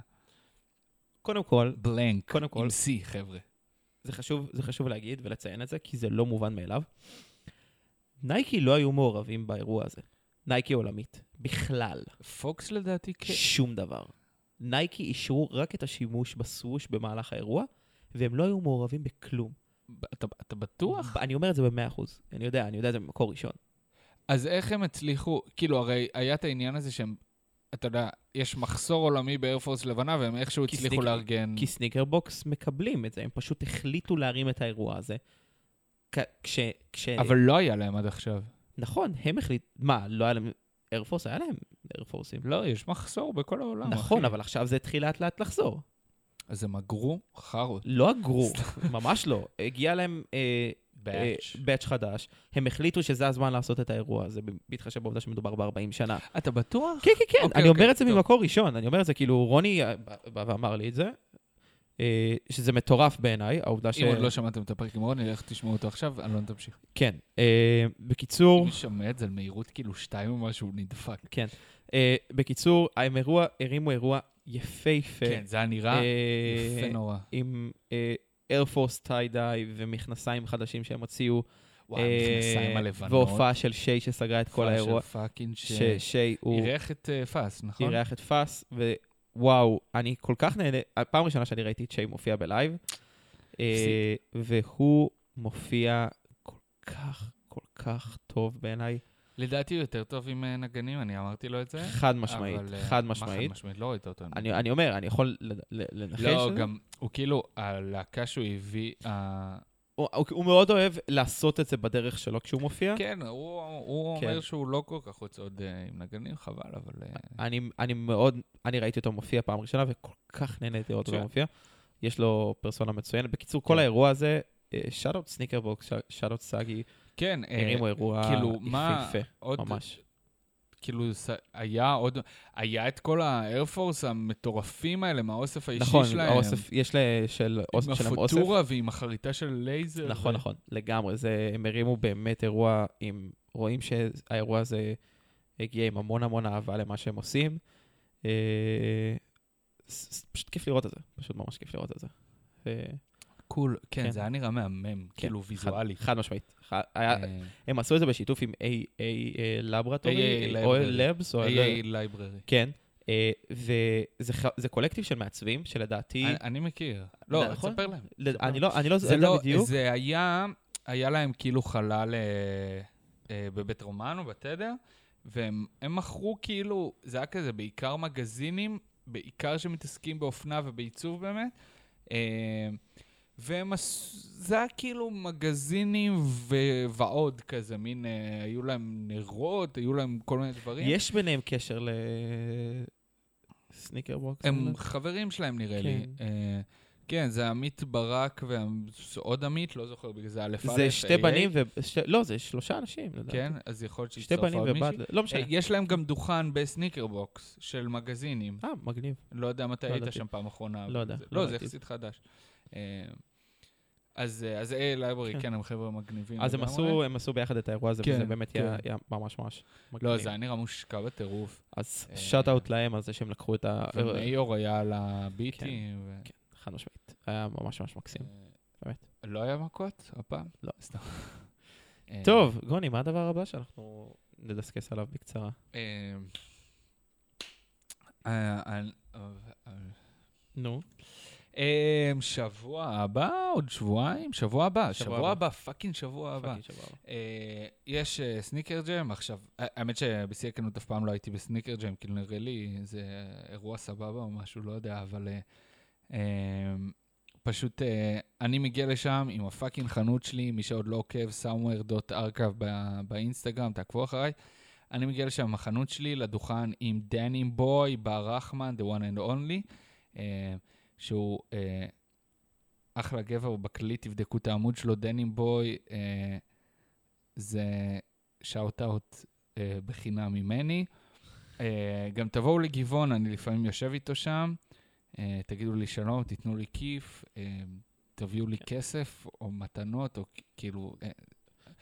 [SPEAKER 1] קודם כל,
[SPEAKER 2] בלנק,
[SPEAKER 1] קודם כל.
[SPEAKER 2] עם C, חבר'ה.
[SPEAKER 1] זה חשוב, זה חשוב להגיד ולציין את זה, כי זה לא מובן מאליו. נייקי לא היו מעורבים באירוע הזה. נייקי עולמית, בכלל,
[SPEAKER 2] פוקס לדעתי כן.
[SPEAKER 1] שום דבר. נייקי אישרו רק את השימוש בסווש במהלך האירוע, והם לא היו מעורבים בכלום.
[SPEAKER 2] אתה, אתה בטוח? Mm.
[SPEAKER 1] אני אומר את זה במאה אחוז. אני יודע, אני יודע את זה ממקור ראשון.
[SPEAKER 2] אז איך הם הצליחו, כאילו הרי היה את העניין הזה שהם, אתה יודע, יש מחסור עולמי באיירפורס לבנה, והם איכשהו
[SPEAKER 1] כי
[SPEAKER 2] הצליחו
[SPEAKER 1] סניק-
[SPEAKER 2] לארגן...
[SPEAKER 1] כי סניקר בוקס מקבלים את זה, הם פשוט החליטו להרים את האירוע הזה. כ- כש... כש...
[SPEAKER 2] אבל לא היה להם עד עכשיו.
[SPEAKER 1] נכון, הם החליטו... מה, לא היה להם... איירפורס היה להם איירפורסים.
[SPEAKER 2] לא, יש מחסור בכל העולם.
[SPEAKER 1] נכון,
[SPEAKER 2] אחי.
[SPEAKER 1] אבל עכשיו זה התחיל לאט לאט לחזור.
[SPEAKER 2] אז הם אגרו חארות.
[SPEAKER 1] לא אגרו, ממש לא. הגיע להם אה, אה,
[SPEAKER 2] באץ'.
[SPEAKER 1] באץ' חדש, הם החליטו שזה הזמן לעשות את האירוע הזה, בהתחשב בעובדה שמדובר ב-40 שנה.
[SPEAKER 2] אתה בטוח?
[SPEAKER 1] כן, כן, כן,
[SPEAKER 2] אוקיי,
[SPEAKER 1] אני אומר
[SPEAKER 2] אוקיי,
[SPEAKER 1] את זה
[SPEAKER 2] טוב.
[SPEAKER 1] ממקור ראשון, אני אומר את זה, כאילו, רוני אה, בא ואמר לי את זה, אה, שזה מטורף בעיניי, העובדה ש...
[SPEAKER 2] אם עוד לא שמעתם את הפרק עם רוני, לך תשמעו אותו עכשיו, לא, אלון תמשיך.
[SPEAKER 1] כן. אה, בקיצור...
[SPEAKER 2] מי שומע את זה על מהירות כאילו שתיים או משהו, הוא נדפק.
[SPEAKER 1] כן. אה, בקיצור, הם אירוע, הרימו אירוע יפהפה.
[SPEAKER 2] כן, זה היה נראה
[SPEAKER 1] אה,
[SPEAKER 2] יפה נורא.
[SPEAKER 1] עם אה, איירפורס טיידיי ומכנסיים חדשים שהם הוציאו.
[SPEAKER 2] וואי,
[SPEAKER 1] אה,
[SPEAKER 2] המכנסיים הלבנות.
[SPEAKER 1] והופעה של שיי שסגרה את כל
[SPEAKER 2] הופעה
[SPEAKER 1] האירוע.
[SPEAKER 2] של פאקינג ש...
[SPEAKER 1] ששיי הוא
[SPEAKER 2] אירח את אה, פאס, נכון?
[SPEAKER 1] אירח את פאס, ווואו, אני כל כך נהנה, הפעם הראשונה שאני ראיתי את שיי מופיע בלייב, אה, והוא מופיע כל כך, כל כך טוב בעיניי,
[SPEAKER 2] לדעתי הוא יותר טוב עם אה, נגנים, אני אמרתי לו את זה.
[SPEAKER 1] חד משמעית,
[SPEAKER 2] כן? אבל, אה,
[SPEAKER 1] חד
[SPEAKER 2] מה
[SPEAKER 1] משמעית.
[SPEAKER 2] חד משמעית? לא ראית אותו. אני-
[SPEAKER 1] אני אני אומר, אני יכול ל- ל- לנחש?
[SPEAKER 2] לא,
[SPEAKER 1] את זה?
[SPEAKER 2] גם, הוא כאילו, הלהקה שהוא הביא, ה-
[SPEAKER 1] הוא- הוא- הוא מאוד אוהב לעשות את זה בדרך שלו כשהוא מופיע.
[SPEAKER 2] כן, הוא- הוא
[SPEAKER 1] כן.
[SPEAKER 2] אומר שהוא לא כל כך רוצה עוד אה, עם נגנים, חבל, אבל... אה,
[SPEAKER 1] אני, אני מאוד, אני ראיתי אותו מופיע פעם ראשונה, וכל כך נהניתי לראות אותו
[SPEAKER 2] מצוין.
[SPEAKER 1] מופיע. יש לו פרסונה מצוינת. בקיצור,
[SPEAKER 2] כן.
[SPEAKER 1] כל האירוע הזה, אה, שאט-אוט סניקרבוקס, שאט-אוט סאגי,
[SPEAKER 2] כן, אה,
[SPEAKER 1] הרימו אירוע
[SPEAKER 2] כאילו, מה
[SPEAKER 1] יפהפה,
[SPEAKER 2] עוד... אה,
[SPEAKER 1] ממש.
[SPEAKER 2] כאילו, ס- היה עוד... היה את כל האיירפורס המטורפים האלה, מהאוסף האישי
[SPEAKER 1] נכון,
[SPEAKER 2] שלהם.
[SPEAKER 1] האוסף, יש ל- של אוס- שלהם
[SPEAKER 2] עם
[SPEAKER 1] אוסף.
[SPEAKER 2] הפוטורה ועם החריטה של לייזר.
[SPEAKER 1] נכון,
[SPEAKER 2] ו-
[SPEAKER 1] נכון, לגמרי. זה, הם הרימו באמת אירוע עם... רואים שהאירוע הזה הגיע עם המון המון אהבה למה שהם עושים. אה, ס- ס- פשוט כיף לראות את זה, פשוט ממש כיף לראות את זה. אה,
[SPEAKER 2] קול, כן,
[SPEAKER 1] כן.
[SPEAKER 2] זה היה נראה מהמם, כאילו
[SPEAKER 1] חד-
[SPEAKER 2] ויזואלי. אה.
[SPEAKER 1] חד משמעית. ח- היה- הם עשו את זה בשיתוף עם AA
[SPEAKER 2] AA
[SPEAKER 1] Laboratory, או
[SPEAKER 2] Laboratory.
[SPEAKER 1] Labs, או... לא
[SPEAKER 2] איי לייבררי.
[SPEAKER 1] כן. אה, וזה ח- זה קולקטיב של מעצבים, שלדעתי...
[SPEAKER 2] אני אני מכיר. לא,
[SPEAKER 1] נכון?
[SPEAKER 2] תספר להם.
[SPEAKER 1] לד- אני לא אני לא
[SPEAKER 2] אה, זה
[SPEAKER 1] יודע
[SPEAKER 2] לא,
[SPEAKER 1] בדיוק.
[SPEAKER 2] זה היה, היה להם כאילו חלל אה, אה, בבית רומן או בתדר, והם הם מכרו כאילו, זה היה כזה בעיקר מגזינים, בעיקר שמתעסקים באופנה ובעיצוב באמת. אה, והם, עש- זה היה כאילו מגזינים ו... ועוד כזה, מין, אה, היו להם נרות, היו להם כל מיני דברים.
[SPEAKER 1] יש ביניהם קשר ל... סניקר בוקס?
[SPEAKER 2] הם חברים שלהם נראה לי.
[SPEAKER 1] כן.
[SPEAKER 2] אה, כן, זה עמית ברק ועוד עמית, לא זוכר, בגלל זה אה, א' א',
[SPEAKER 1] זה שתי
[SPEAKER 2] AA.
[SPEAKER 1] בנים ו... שתי- לא, זה שלושה אנשים, לדעתי.
[SPEAKER 2] כן, אז יכול להיות
[SPEAKER 1] שתי
[SPEAKER 2] שהצטרפה
[SPEAKER 1] בנים
[SPEAKER 2] עוד
[SPEAKER 1] ובת,
[SPEAKER 2] מישהי.
[SPEAKER 1] לא
[SPEAKER 2] אה,
[SPEAKER 1] משנה.
[SPEAKER 2] יש להם גם דוכן בסניקר בוקס של מגזינים.
[SPEAKER 1] אה, מגניב.
[SPEAKER 2] לא יודע מתי
[SPEAKER 1] לא
[SPEAKER 2] היית
[SPEAKER 1] ידעתי.
[SPEAKER 2] שם פעם אחרונה.
[SPEAKER 1] לא יודע,
[SPEAKER 2] זה-
[SPEAKER 1] לא
[SPEAKER 2] לא, זה
[SPEAKER 1] ראיתי.
[SPEAKER 2] יחסית חדש. אה, אז אה, אז איי לייברי,
[SPEAKER 1] כן.
[SPEAKER 2] כן, הם חבר'ה מגניבים.
[SPEAKER 1] אז הם
[SPEAKER 2] לגמרי.
[SPEAKER 1] עשו, הם עשו ביחד את האירוע הזה,
[SPEAKER 2] כן,
[SPEAKER 1] וזה באמת היה
[SPEAKER 2] כן.
[SPEAKER 1] היה ממש ממש
[SPEAKER 2] לא,
[SPEAKER 1] מגניב.
[SPEAKER 2] זה היה נראה מושקע בטירוף.
[SPEAKER 1] אז
[SPEAKER 2] אה,
[SPEAKER 1] שאט אאוט להם על זה שהם לקחו את ה...
[SPEAKER 2] ומיור היה על הביטים. ו-
[SPEAKER 1] חד משמעית. היה ממש ממש מקסים.
[SPEAKER 2] אה,
[SPEAKER 1] באמת.
[SPEAKER 2] לא היה מכות הפעם?
[SPEAKER 1] לא.
[SPEAKER 2] סתם. אה,
[SPEAKER 1] טוב, גוני, מה הדבר הבא שאנחנו נדסקס עליו בקצרה?
[SPEAKER 2] אה, אה, אני- אה,
[SPEAKER 1] נו.
[SPEAKER 2] אמ, שבוע הבא, עוד שבועיים? שבוע הבא,
[SPEAKER 1] שבוע
[SPEAKER 2] שבוע
[SPEAKER 1] הבא.
[SPEAKER 2] הבא, פאקינג שבוע הבא.
[SPEAKER 1] פאקינג שבוע הבא.
[SPEAKER 2] אה, יש אה, סניקר ג'ם עכשיו, אה, האמת שבשיא הכנות אף פעם לא הייתי בסניקר ג'ם, כאילו נראה לי זה אירוע סבבה או משהו, לא יודע, אבל אה, אמ, פשוט אה, אני מגיע לשם עם הפאקינג חנות שלי, מי שעוד לא עוקב, somewhere.archive ב- באינסטגרם, תעקבו אחריי. אני מגיע לשם עם החנות שלי, לדוכן עם דנים בוי, בר רחמן, the one and only, אה, שהוא אה, אחלה גבר, הוא בכלי, תבדקו את העמוד שלו, דנים בוי, אה, זה שאוט-אאוט אה, בחינם ממני. אה, גם תבואו לגבעון, אני לפעמים יושב איתו שם, אה, תגידו לי שלום, תיתנו לי כיף, אה, תביאו לי כסף או מתנות, או כ- כאילו... אה,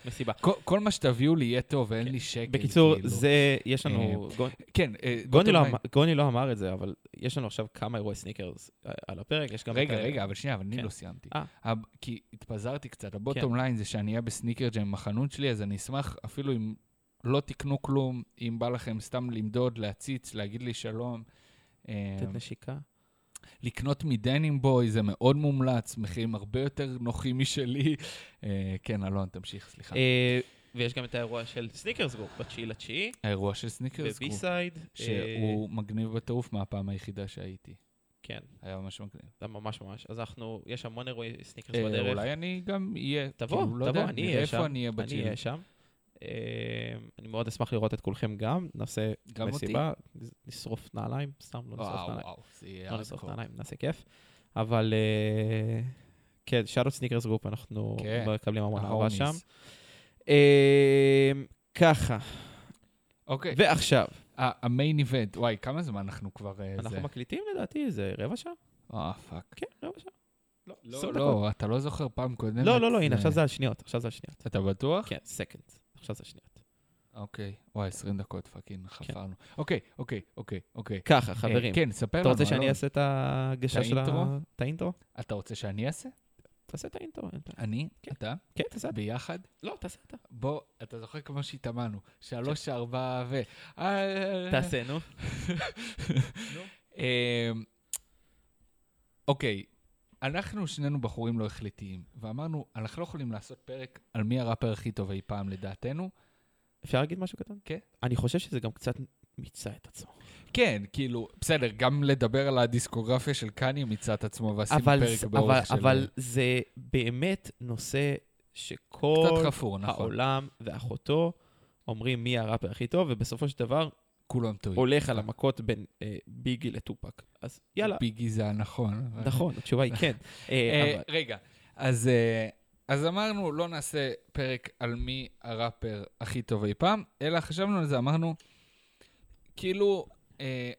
[SPEAKER 1] מסיבה.
[SPEAKER 2] כל, כל מה שתביאו לי יהיה טוב, ואין
[SPEAKER 1] כן.
[SPEAKER 2] לי שקל.
[SPEAKER 1] בקיצור,
[SPEAKER 2] כאילו.
[SPEAKER 1] זה, יש לנו... גוני-
[SPEAKER 2] כן, אה,
[SPEAKER 1] גוני
[SPEAKER 2] bottom
[SPEAKER 1] לא
[SPEAKER 2] line.
[SPEAKER 1] אמר- גוני לא אמר את זה, אבל יש לנו עכשיו כמה אירועי סניקרס אה, על הפרק, יש גם...
[SPEAKER 2] רגע,
[SPEAKER 1] כאלה-
[SPEAKER 2] רגע, אבל שנייה, אבל אני
[SPEAKER 1] כן.
[SPEAKER 2] לא סיימתי.
[SPEAKER 1] אה. כן.
[SPEAKER 2] הב- כי התפזרתי קצת. הבוטום ליין זה שאני אהיה בסניקר ג'ם עם החנות שלי, אז אני אשמח אפילו אם לא תקנו כלום, אם בא לכם סתם למדוד, להציץ, להגיד לי שלום. אה,
[SPEAKER 1] לתת נשיקה.
[SPEAKER 2] לקנות מדנים בוי זה מאוד מומלץ, מחירים הרבה יותר נוחים משלי. אה, כן, אלון, תמשיך, סליחה.
[SPEAKER 1] אה, ויש גם את האירוע של סניקרס גרופ בתשיעי לתשיעי,
[SPEAKER 2] האירוע של סניקרס, הוא-
[SPEAKER 1] בבי-סייד. אה,
[SPEAKER 2] שהוא מגניב בטירוף מהפעם היחידה שהייתי.
[SPEAKER 1] כן,
[SPEAKER 2] היה ממש מגניב.
[SPEAKER 1] זה ממש ממש. אז אנחנו, יש המון אירועי סניקרס
[SPEAKER 2] אה,
[SPEAKER 1] בדרך.
[SPEAKER 2] אולי אני גם אהיה.
[SPEAKER 1] תבוא,
[SPEAKER 2] כאילו, לא
[SPEAKER 1] תבוא,
[SPEAKER 2] יודע,
[SPEAKER 1] אני
[SPEAKER 2] נראה
[SPEAKER 1] אהיה שם.
[SPEAKER 2] איפה אני אהיה
[SPEAKER 1] אני
[SPEAKER 2] בג'יל?
[SPEAKER 1] אהיה שם. אה, אני מאוד אשמח לראות את כולכם גם, נעשה
[SPEAKER 2] גם אותי.
[SPEAKER 1] מסיבה, נ- נשרוף נעליים, סתם לא נשרוף
[SPEAKER 2] וואו,
[SPEAKER 1] נעליים,
[SPEAKER 2] וואו, זה יהיה
[SPEAKER 1] לא נשרוף
[SPEAKER 2] hardcore.
[SPEAKER 1] נעליים, נעשה כיף. אבל אה, כן, שאלות סניקרס גרופ, אנחנו לא
[SPEAKER 2] כן,
[SPEAKER 1] מקבלים המון אהבה
[SPEAKER 2] ההומיז.
[SPEAKER 1] שם. אה, ככה,
[SPEAKER 2] אוקיי,
[SPEAKER 1] ועכשיו,
[SPEAKER 2] ה- המיין איבנט, וואי, כמה זמן אנחנו כבר... אה, זה?
[SPEAKER 1] אנחנו מקליטים לדעתי איזה רבע שעה?
[SPEAKER 2] אה, פאק.
[SPEAKER 1] כן, רבע שעה. לא,
[SPEAKER 2] לא, לא, אתה לא זוכר פעם קודמת.
[SPEAKER 1] לא, לא, לא, הנה, עכשיו זה על שניות, עכשיו זה על שניות.
[SPEAKER 2] אתה בטוח?
[SPEAKER 1] כן, סקנד, עכשיו זה על שניות.
[SPEAKER 2] אוקיי. וואי, 20 דקות, פאקינג, חפרנו. אוקיי, אוקיי, אוקיי, אוקיי.
[SPEAKER 1] ככה,
[SPEAKER 2] אה,
[SPEAKER 1] חברים,
[SPEAKER 2] כן, ספר לנו.
[SPEAKER 1] אתה רוצה שאני
[SPEAKER 2] אלון.
[SPEAKER 1] אעשה את ההגשה
[SPEAKER 2] את
[SPEAKER 1] של ה...
[SPEAKER 2] האינטרו?
[SPEAKER 1] את האינטרו?
[SPEAKER 2] אתה רוצה שאני אעשה?
[SPEAKER 1] תעשה את האינטרו, אין בעיה.
[SPEAKER 2] אני?
[SPEAKER 1] כן.
[SPEAKER 2] אתה?
[SPEAKER 1] כן, תעשה אתה.
[SPEAKER 2] ביחד?
[SPEAKER 1] לא, תעשה אתה.
[SPEAKER 2] בוא, אתה זוכר כמו שהתאמנו. שלוש, ארבע ו... אה,
[SPEAKER 1] תעשה, נו.
[SPEAKER 2] אמ, אוקיי, אנחנו שנינו בחורים לא החלטיים, ואמרנו, אנחנו לא יכולים לעשות פרק על מי הראפר הכי טוב אי פעם לדעתנו.
[SPEAKER 1] אפשר להגיד משהו קטן?
[SPEAKER 2] כן.
[SPEAKER 1] אני חושב שזה גם קצת מיצה את עצמו.
[SPEAKER 2] כן, כאילו, בסדר, גם לדבר על הדיסקוגרפיה של קניה מצד עצמו, ועשינו
[SPEAKER 1] אבל,
[SPEAKER 2] פרק
[SPEAKER 1] זה- אבל,
[SPEAKER 2] באורך של...
[SPEAKER 1] אבל זה באמת נושא שכל
[SPEAKER 2] קצת חפור, נכון.
[SPEAKER 1] העולם ואחותו אומרים מי הראפר הכי טוב, ובסופו של דבר
[SPEAKER 2] כולם טועים.
[SPEAKER 1] הולך על המכות בין אה, ביגי לטופק. אז יאללה,
[SPEAKER 2] ביגי זה הנכון. אבל-
[SPEAKER 1] נכון, התשובה היא כן. אה,
[SPEAKER 2] אה,
[SPEAKER 1] אבל-
[SPEAKER 2] רגע, אז, אה, אז אמרנו, לא נעשה פרק על מי הראפר הכי טוב אי פעם, אלא חשבנו על זה, אמרנו, כאילו, אה,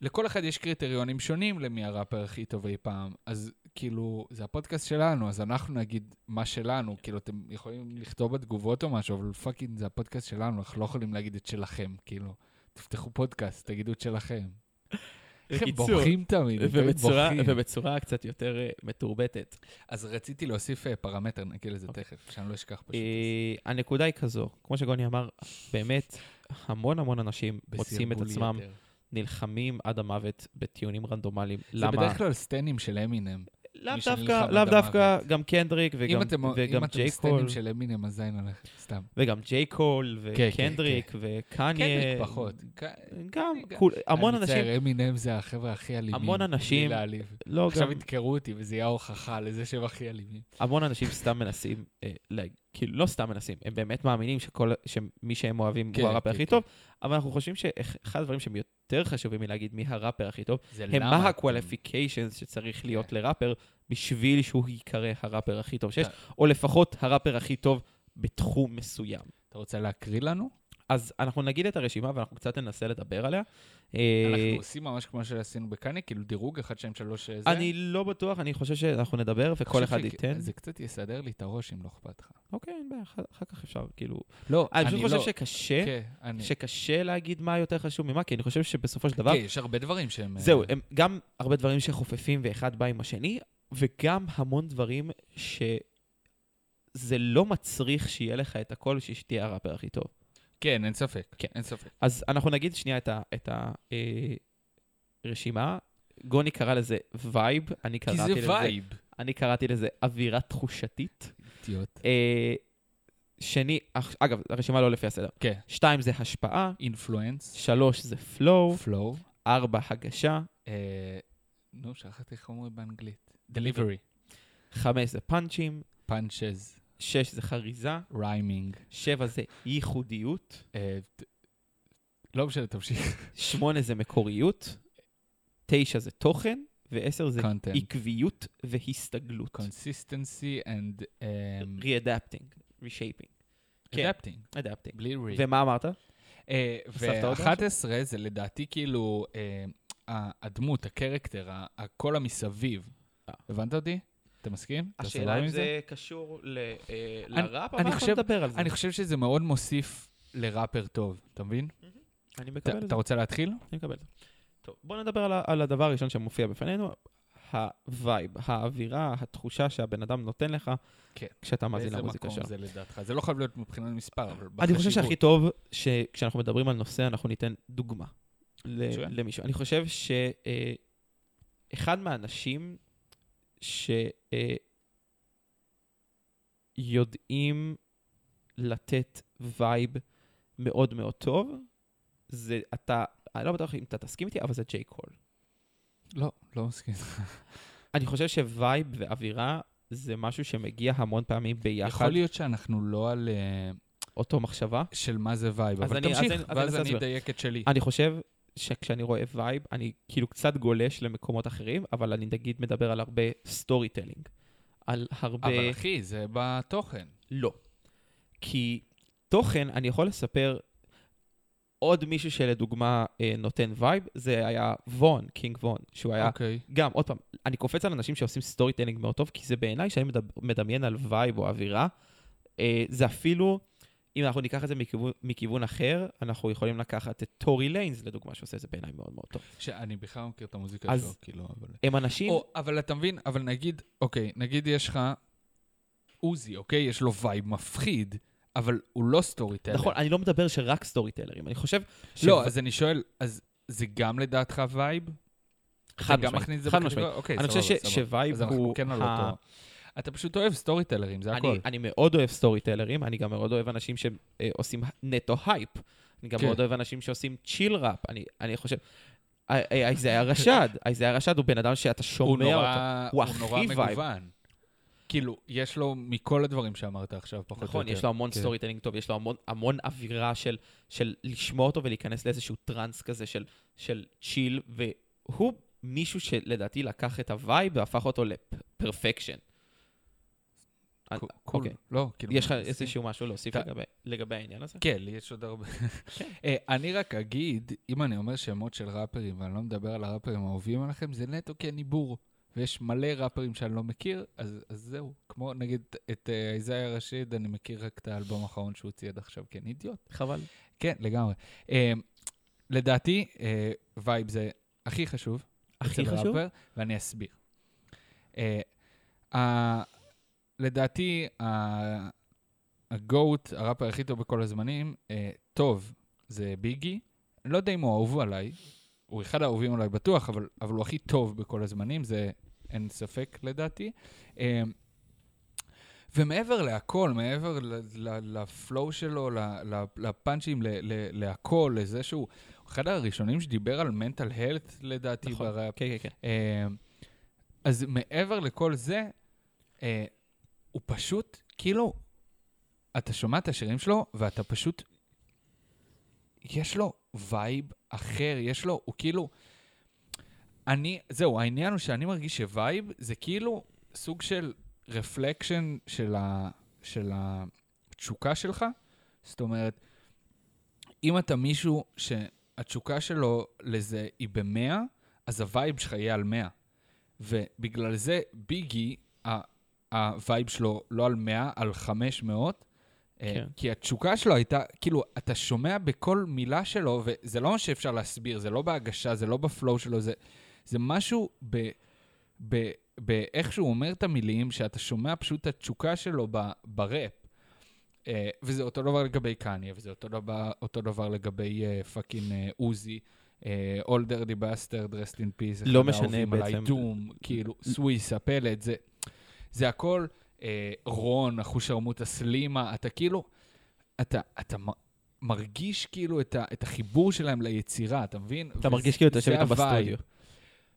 [SPEAKER 2] לכל אחד יש קריטריונים שונים למי הראפר הכי טוב אי פעם, אז כאילו, זה הפודקאסט שלנו, אז אנחנו נגיד מה שלנו, כאילו, אתם יכולים לכתוב בתגובות או משהו, אבל פאקינג, זה הפודקאסט שלנו, אנחנו לא יכולים להגיד את שלכם, כאילו. תפתחו פודקאסט, תגידו את שלכם. איך הם
[SPEAKER 1] בקיצור,
[SPEAKER 2] בוכים תמיד, הם תמיד
[SPEAKER 1] ובצורה-
[SPEAKER 2] בוכים.
[SPEAKER 1] ובצורה קצת יותר אה, מתורבתת.
[SPEAKER 2] אז רציתי להוסיף אה, פרמטר, נגיע לזה תכף, שאני לא אשכח פשוט.
[SPEAKER 1] אוקיי. אה, הנקודה היא כזו, כמו שגוני אמר, באמת, המון המון אנשים מוצאים את
[SPEAKER 2] בסרבול
[SPEAKER 1] עצמם
[SPEAKER 2] יתר.
[SPEAKER 1] נלחמים עד המוות בטיעונים רנדומליים.
[SPEAKER 2] זה
[SPEAKER 1] למה?
[SPEAKER 2] בדרך כלל סטנים של אמינם.
[SPEAKER 1] לאו
[SPEAKER 2] מי
[SPEAKER 1] דווקא,
[SPEAKER 2] שנלחם עד
[SPEAKER 1] לאו דווקא,
[SPEAKER 2] המוות.
[SPEAKER 1] גם קנדריק וגם-
[SPEAKER 2] אם אתם-
[SPEAKER 1] וגם
[SPEAKER 2] אם אתם
[SPEAKER 1] ג'יי קול,
[SPEAKER 2] סטנים של אמינם, אז זין הולכת, סתם.
[SPEAKER 1] וגם ג'יי קול,
[SPEAKER 2] כן,
[SPEAKER 1] וקנדריק, וקניה.
[SPEAKER 2] קנדריק פחות. ק-
[SPEAKER 1] גם,
[SPEAKER 2] גם.
[SPEAKER 1] כול- אה, המון
[SPEAKER 2] אני
[SPEAKER 1] אנשים,
[SPEAKER 2] מצטער, אמינם זה החבר'ה הכי אלימים.
[SPEAKER 1] המון
[SPEAKER 2] בלי
[SPEAKER 1] אנשים-
[SPEAKER 2] להעליב.
[SPEAKER 1] לא, גם,
[SPEAKER 2] עכשיו ידקרו אותי, וזה יהיה ההוכחה לזה שהם הכי אלימים.
[SPEAKER 1] המון אנשים סתם מנסים, אה, לה- כאילו, לא סתם מנסים, הם באמת מאמינים שכל, שמי שהם אוהבים
[SPEAKER 2] כן,
[SPEAKER 1] הוא הראפר
[SPEAKER 2] כן,
[SPEAKER 1] הכי
[SPEAKER 2] כן.
[SPEAKER 1] טוב, אבל אנחנו חושבים שאחד הדברים שהם יותר חשובים מלהגיד מי הראפר הכי טוב,
[SPEAKER 2] זה
[SPEAKER 1] הם
[SPEAKER 2] למה
[SPEAKER 1] מה
[SPEAKER 2] אתם-
[SPEAKER 1] ה-qualifications שצריך להיות לראפר בשביל שהוא ייקרא הראפר הכי טוב שיש,
[SPEAKER 2] אתה-
[SPEAKER 1] או לפחות הראפר הכי טוב בתחום מסוים.
[SPEAKER 2] אתה רוצה להקריא לנו?
[SPEAKER 1] אז אנחנו נגיד את הרשימה ואנחנו קצת ננסה לדבר עליה.
[SPEAKER 2] אנחנו
[SPEAKER 1] אה,
[SPEAKER 2] עושים ממש כמו שעשינו בקאני, כאילו דירוג 1, 2, 3, אה, זה.
[SPEAKER 1] אני לא בטוח, אני חושב שאנחנו נדבר וכל
[SPEAKER 2] חושב
[SPEAKER 1] אחד
[SPEAKER 2] ש-
[SPEAKER 1] ייתן.
[SPEAKER 2] זה קצת יסדר לי את הראש, אם לא אכפת לך.
[SPEAKER 1] אוקיי, אין בעיה, אחר אחר כך אפשר, כאילו...
[SPEAKER 2] לא,
[SPEAKER 1] אני פשוט חושב שקשה,
[SPEAKER 2] כן, אני...
[SPEAKER 1] שקשה להגיד מה יותר חשוב ממה, כי אני חושב שבסופו של דבר...
[SPEAKER 2] כן, יש הרבה דברים שהם...
[SPEAKER 1] זהו,
[SPEAKER 2] אה,
[SPEAKER 1] הם גם הרבה דברים שחופפים ואחד בא עם השני, וגם המון דברים שזה לא מצריך שיהיה לך את הכל בשביל שתהיה הראפר הכי טוב.
[SPEAKER 2] כן, אין ספק.
[SPEAKER 1] כן.
[SPEAKER 2] אין ספק.
[SPEAKER 1] אז אנחנו נגיד שנייה את ה- את הרשימה. גוני קרא לזה וייב, אני
[SPEAKER 2] כי
[SPEAKER 1] קראתי
[SPEAKER 2] זה
[SPEAKER 1] לזה...
[SPEAKER 2] וייב.
[SPEAKER 1] אני קראתי לזה אווירה תחושתית.
[SPEAKER 2] אידיוט.
[SPEAKER 1] אה, שני, אך- אגב, הרשימה לא לפי הסדר.
[SPEAKER 2] כן.
[SPEAKER 1] שתיים זה השפעה,
[SPEAKER 2] אינפלואנס.
[SPEAKER 1] שלוש זה flow,
[SPEAKER 2] פלואו.
[SPEAKER 1] ארבע הגשה,
[SPEAKER 2] אה, נו, שכחתי איך אומרים באנגלית. דליברי.
[SPEAKER 1] חמש זה פאנצ'ים,
[SPEAKER 2] פאנצ'ז.
[SPEAKER 1] שש זה חריזה,
[SPEAKER 2] ריימינג.
[SPEAKER 1] שבע זה ייחודיות,
[SPEAKER 2] אה, לא משנה, תמשיך.
[SPEAKER 1] שמונה זה מקוריות, תשע זה תוכן, ועשר זה
[SPEAKER 2] קונטנט.
[SPEAKER 1] עקביות והסתגלות.
[SPEAKER 2] קונסיסטנסי and um,
[SPEAKER 1] re-adapting, reshaping, כן.
[SPEAKER 2] אדפטינג.
[SPEAKER 1] adapting.
[SPEAKER 2] בלי רי.
[SPEAKER 1] ומה אמרת? הוספת עוד
[SPEAKER 2] ו-11 אה, זה לדעתי כאילו אה, ה- הדמות, הקרקטר, ה- ה- כל המסביב.
[SPEAKER 1] אה.
[SPEAKER 2] הבנת אותי? אתה מסכים? אתה סבבה
[SPEAKER 1] השאלה
[SPEAKER 2] עם
[SPEAKER 1] אם זה קשור ל- אה, לראפ, אבל
[SPEAKER 2] אני
[SPEAKER 1] אנחנו
[SPEAKER 2] חושב-
[SPEAKER 1] נדבר על זה.
[SPEAKER 2] אני חושב שזה מאוד מוסיף לראפר טוב, אתה מבין?
[SPEAKER 1] אני
[SPEAKER 2] אתה-
[SPEAKER 1] מקבל את
[SPEAKER 2] אתה
[SPEAKER 1] זה.
[SPEAKER 2] רוצה להתחיל?
[SPEAKER 1] אני מקבל את זה. טוב, בואו נדבר על, ה- על הדבר הראשון שמופיע בפנינו, הווייב, האווירה, התחושה שהבן אדם נותן לך
[SPEAKER 2] כן.
[SPEAKER 1] כשאתה מאזין למוזיקה
[SPEAKER 2] באיזה
[SPEAKER 1] שלו.
[SPEAKER 2] מקום זה לדעתך? זה לא חייב להיות מבחינת מספר, אבל בחשיבות.
[SPEAKER 1] אני חושב שהכי טוב שכשאנחנו מדברים על נושא, אנחנו ניתן דוגמה
[SPEAKER 2] מצוין.
[SPEAKER 1] ל- למישהו. אני חושב שאחד מהאנשים אה, שיודעים לתת וייב מאוד מאוד טוב, זה אתה, אני לא בטוח אם אתה תסכים איתי, אבל זה ג'יי קול.
[SPEAKER 2] לא, לא מסכים.
[SPEAKER 1] אני חושב שווייב ואווירה זה משהו שמגיע המון פעמים ביחד,
[SPEAKER 2] יכול להיות שאנחנו לא על... אה,
[SPEAKER 1] אותו מחשבה.
[SPEAKER 2] של מה זה וייב,
[SPEAKER 1] אז
[SPEAKER 2] אבל
[SPEAKER 1] אני- אז אני-
[SPEAKER 2] תמשיך,
[SPEAKER 1] אז אני
[SPEAKER 2] ואז
[SPEAKER 1] אנסה
[SPEAKER 2] אני
[SPEAKER 1] להסביר.
[SPEAKER 2] אדייק את שלי.
[SPEAKER 1] אני חושב שכשאני רואה וייב, אני כאילו קצת גולש למקומות אחרים, אבל אני נגיד מדבר על הרבה סטורי טלינג. על הרבה...
[SPEAKER 2] אבל אחי, זה בתוכן.
[SPEAKER 1] לא. כי תוכן, אני יכול לספר עוד מישהו שלדוגמה אה, נותן וייב, זה היה וון, קינג וון, שהוא היה...
[SPEAKER 2] אוקיי.
[SPEAKER 1] גם, עוד פעם, אני קופץ על אנשים שעושים סטורי טלינג מאוד טוב, כי זה בעיניי, כשאני מדב- מדמיין על וייב או אווירה, אה, זה אפילו, אם אנחנו ניקח את זה מכיוון, מכיוון אחר, אנחנו יכולים לקחת את טורי ליינס, לדוגמה, שעושה את זה בעיניי מאוד מאוד טוב.
[SPEAKER 2] שאני בכלל לא מכיר את המוזיקה
[SPEAKER 1] אז-
[SPEAKER 2] שלו, כאילו, אבל...
[SPEAKER 1] הם אנשים,
[SPEAKER 2] או, אבל אתה מבין, אבל נגיד, אוקיי, נגיד יש לך עוזי, אוקיי? יש לו וייב מפחיד, אבל הוא לא סטורי טלר.
[SPEAKER 1] נכון, אני לא מדבר שרק סטורי טלרים, אני חושב... ש-
[SPEAKER 2] לא, אז אני שואל, אז זה גם לדעתך וייב?
[SPEAKER 1] חד
[SPEAKER 2] אתה גם
[SPEAKER 1] משמעית,
[SPEAKER 2] מכניס את זה
[SPEAKER 1] חד
[SPEAKER 2] בקטגוריה?
[SPEAKER 1] משמעית.
[SPEAKER 2] אוקיי,
[SPEAKER 1] אני חושב
[SPEAKER 2] סבבה,
[SPEAKER 1] ש-
[SPEAKER 2] סבבה.
[SPEAKER 1] שווייב
[SPEAKER 2] אז אנחנו
[SPEAKER 1] הוא...
[SPEAKER 2] כן על
[SPEAKER 1] ה-
[SPEAKER 2] אותו. אתה פשוט אוהב סטורי טלרים, זה
[SPEAKER 1] אני-
[SPEAKER 2] הכל.
[SPEAKER 1] אני מאוד אוהב סטורי טלרים, אני גם מאוד אוהב אנשים שעושים אה, נטו הייפ. אני גם
[SPEAKER 2] כן.
[SPEAKER 1] מאוד אוהב אנשים שעושים צ'יל ראפ. אני- אני חושב... איי, איי, איי, זה היה רשד. איי, זה היה רשד, הוא בן אדם שאתה
[SPEAKER 2] הוא
[SPEAKER 1] שומע אותו.
[SPEAKER 2] נורא,
[SPEAKER 1] הוא
[SPEAKER 2] הוא
[SPEAKER 1] הכי
[SPEAKER 2] נורא
[SPEAKER 1] וייב.
[SPEAKER 2] מגוון. כאילו, יש לו מכל הדברים שאמרת עכשיו, פחות או יותר.
[SPEAKER 1] נכון, יש לו המון
[SPEAKER 2] כן.
[SPEAKER 1] סטורי טלינג טוב, יש לו המון, המון אווירה של, של לשמוע אותו ולהיכנס לאיזשהו טראנס כזה של, של צ'יל, והוא מישהו שלדעתי לקח את הווייב והפך אותו לפרפקשן. אה,
[SPEAKER 2] קו- קול.
[SPEAKER 1] אוקיי.
[SPEAKER 2] לא, כאילו...
[SPEAKER 1] יש לך
[SPEAKER 2] מנסים.
[SPEAKER 1] איזשהו משהו להוסיף
[SPEAKER 2] אתה-
[SPEAKER 1] לגבי, לגבי העניין הזה?
[SPEAKER 2] כן, לי יש עוד הרבה.
[SPEAKER 1] כן.
[SPEAKER 2] אה, אני רק אגיד, אם אני אומר שמות של ראפרים, ואני לא מדבר על הראפרים האהובים עליכם, זה נטו כי אני בור. ויש מלא ראפרים שאני לא מכיר, אז, אז זהו. כמו, נגיד, את אה, איזאיה רשיד, אני מכיר רק את האלבום האחרון שהוא הוציא עד עכשיו, כי אני אידיוט.
[SPEAKER 1] חבל.
[SPEAKER 2] כן, לגמרי. אה, לדעתי, אה, וייב זה הכי חשוב.
[SPEAKER 1] הכי
[SPEAKER 2] אצל
[SPEAKER 1] חשוב? נכון.
[SPEAKER 2] ראפר, ואני אסביר. אה, ה- לדעתי, ה- הגוט, הראפר הכי טוב בכל הזמנים, אה, טוב, זה ביגי. אני לא יודע אם הוא אהוב עליי, הוא אחד האהובים עליי בטוח, אבל, אבל הוא הכי טוב בכל הזמנים, זה אין ספק לדעתי. אה, ומעבר להכל, מעבר ל- ל- לפלואו שלו, ל- ל- לפאנצ'ים, ל- ל- להכל, לזה שהוא אחד הראשונים שדיבר על מנטל הלט, לדעתי,
[SPEAKER 1] נכון.
[SPEAKER 2] בראפ.
[SPEAKER 1] כן, כן, כן.
[SPEAKER 2] אה, אז מעבר לכל זה, אה, הוא פשוט, כאילו, אתה שומע את השירים שלו, ואתה פשוט... יש לו וייב אחר, יש לו, הוא כאילו... אני, זהו, העניין הוא שאני מרגיש שווייב זה כאילו סוג של רפלקשן של, ה, של התשוקה שלך. זאת אומרת, אם אתה מישהו שהתשוקה שלו לזה היא במאה, אז הווייב שלך יהיה על 100. ובגלל זה ביגי, ה- הווייב שלו לא על 100, על 500. אה,
[SPEAKER 1] כן.
[SPEAKER 2] כי התשוקה שלו הייתה, כאילו, אתה שומע בכל מילה שלו, וזה לא מה שאפשר להסביר, זה לא בהגשה, זה לא בפלואו שלו, זה, זה משהו ב, ב, באיך שהוא אומר את המילים, שאתה שומע פשוט את התשוקה שלו ב, בראפ. אה, וזה אותו דבר לגבי קניה, וזה אותו דבר, אותו דבר לגבי פאקינג אה, עוזי. אה, אולדר די בסטרד, רסט אין פיס,
[SPEAKER 1] לא משנה
[SPEAKER 2] על
[SPEAKER 1] בעצם.
[SPEAKER 2] האידום, כאילו, סוויסה, פלט, זה, זה הכל אה, רון, אחושרמוטה, סלימה, אתה כאילו, אתה, אתה מ- מרגיש כאילו את, ה, את החיבור שלהם ליצירה, אתה מבין?
[SPEAKER 1] אתה
[SPEAKER 2] וזה-
[SPEAKER 1] מרגיש כאילו אתה
[SPEAKER 2] זה
[SPEAKER 1] יושב איתם
[SPEAKER 2] הווייב.
[SPEAKER 1] בסטודיו.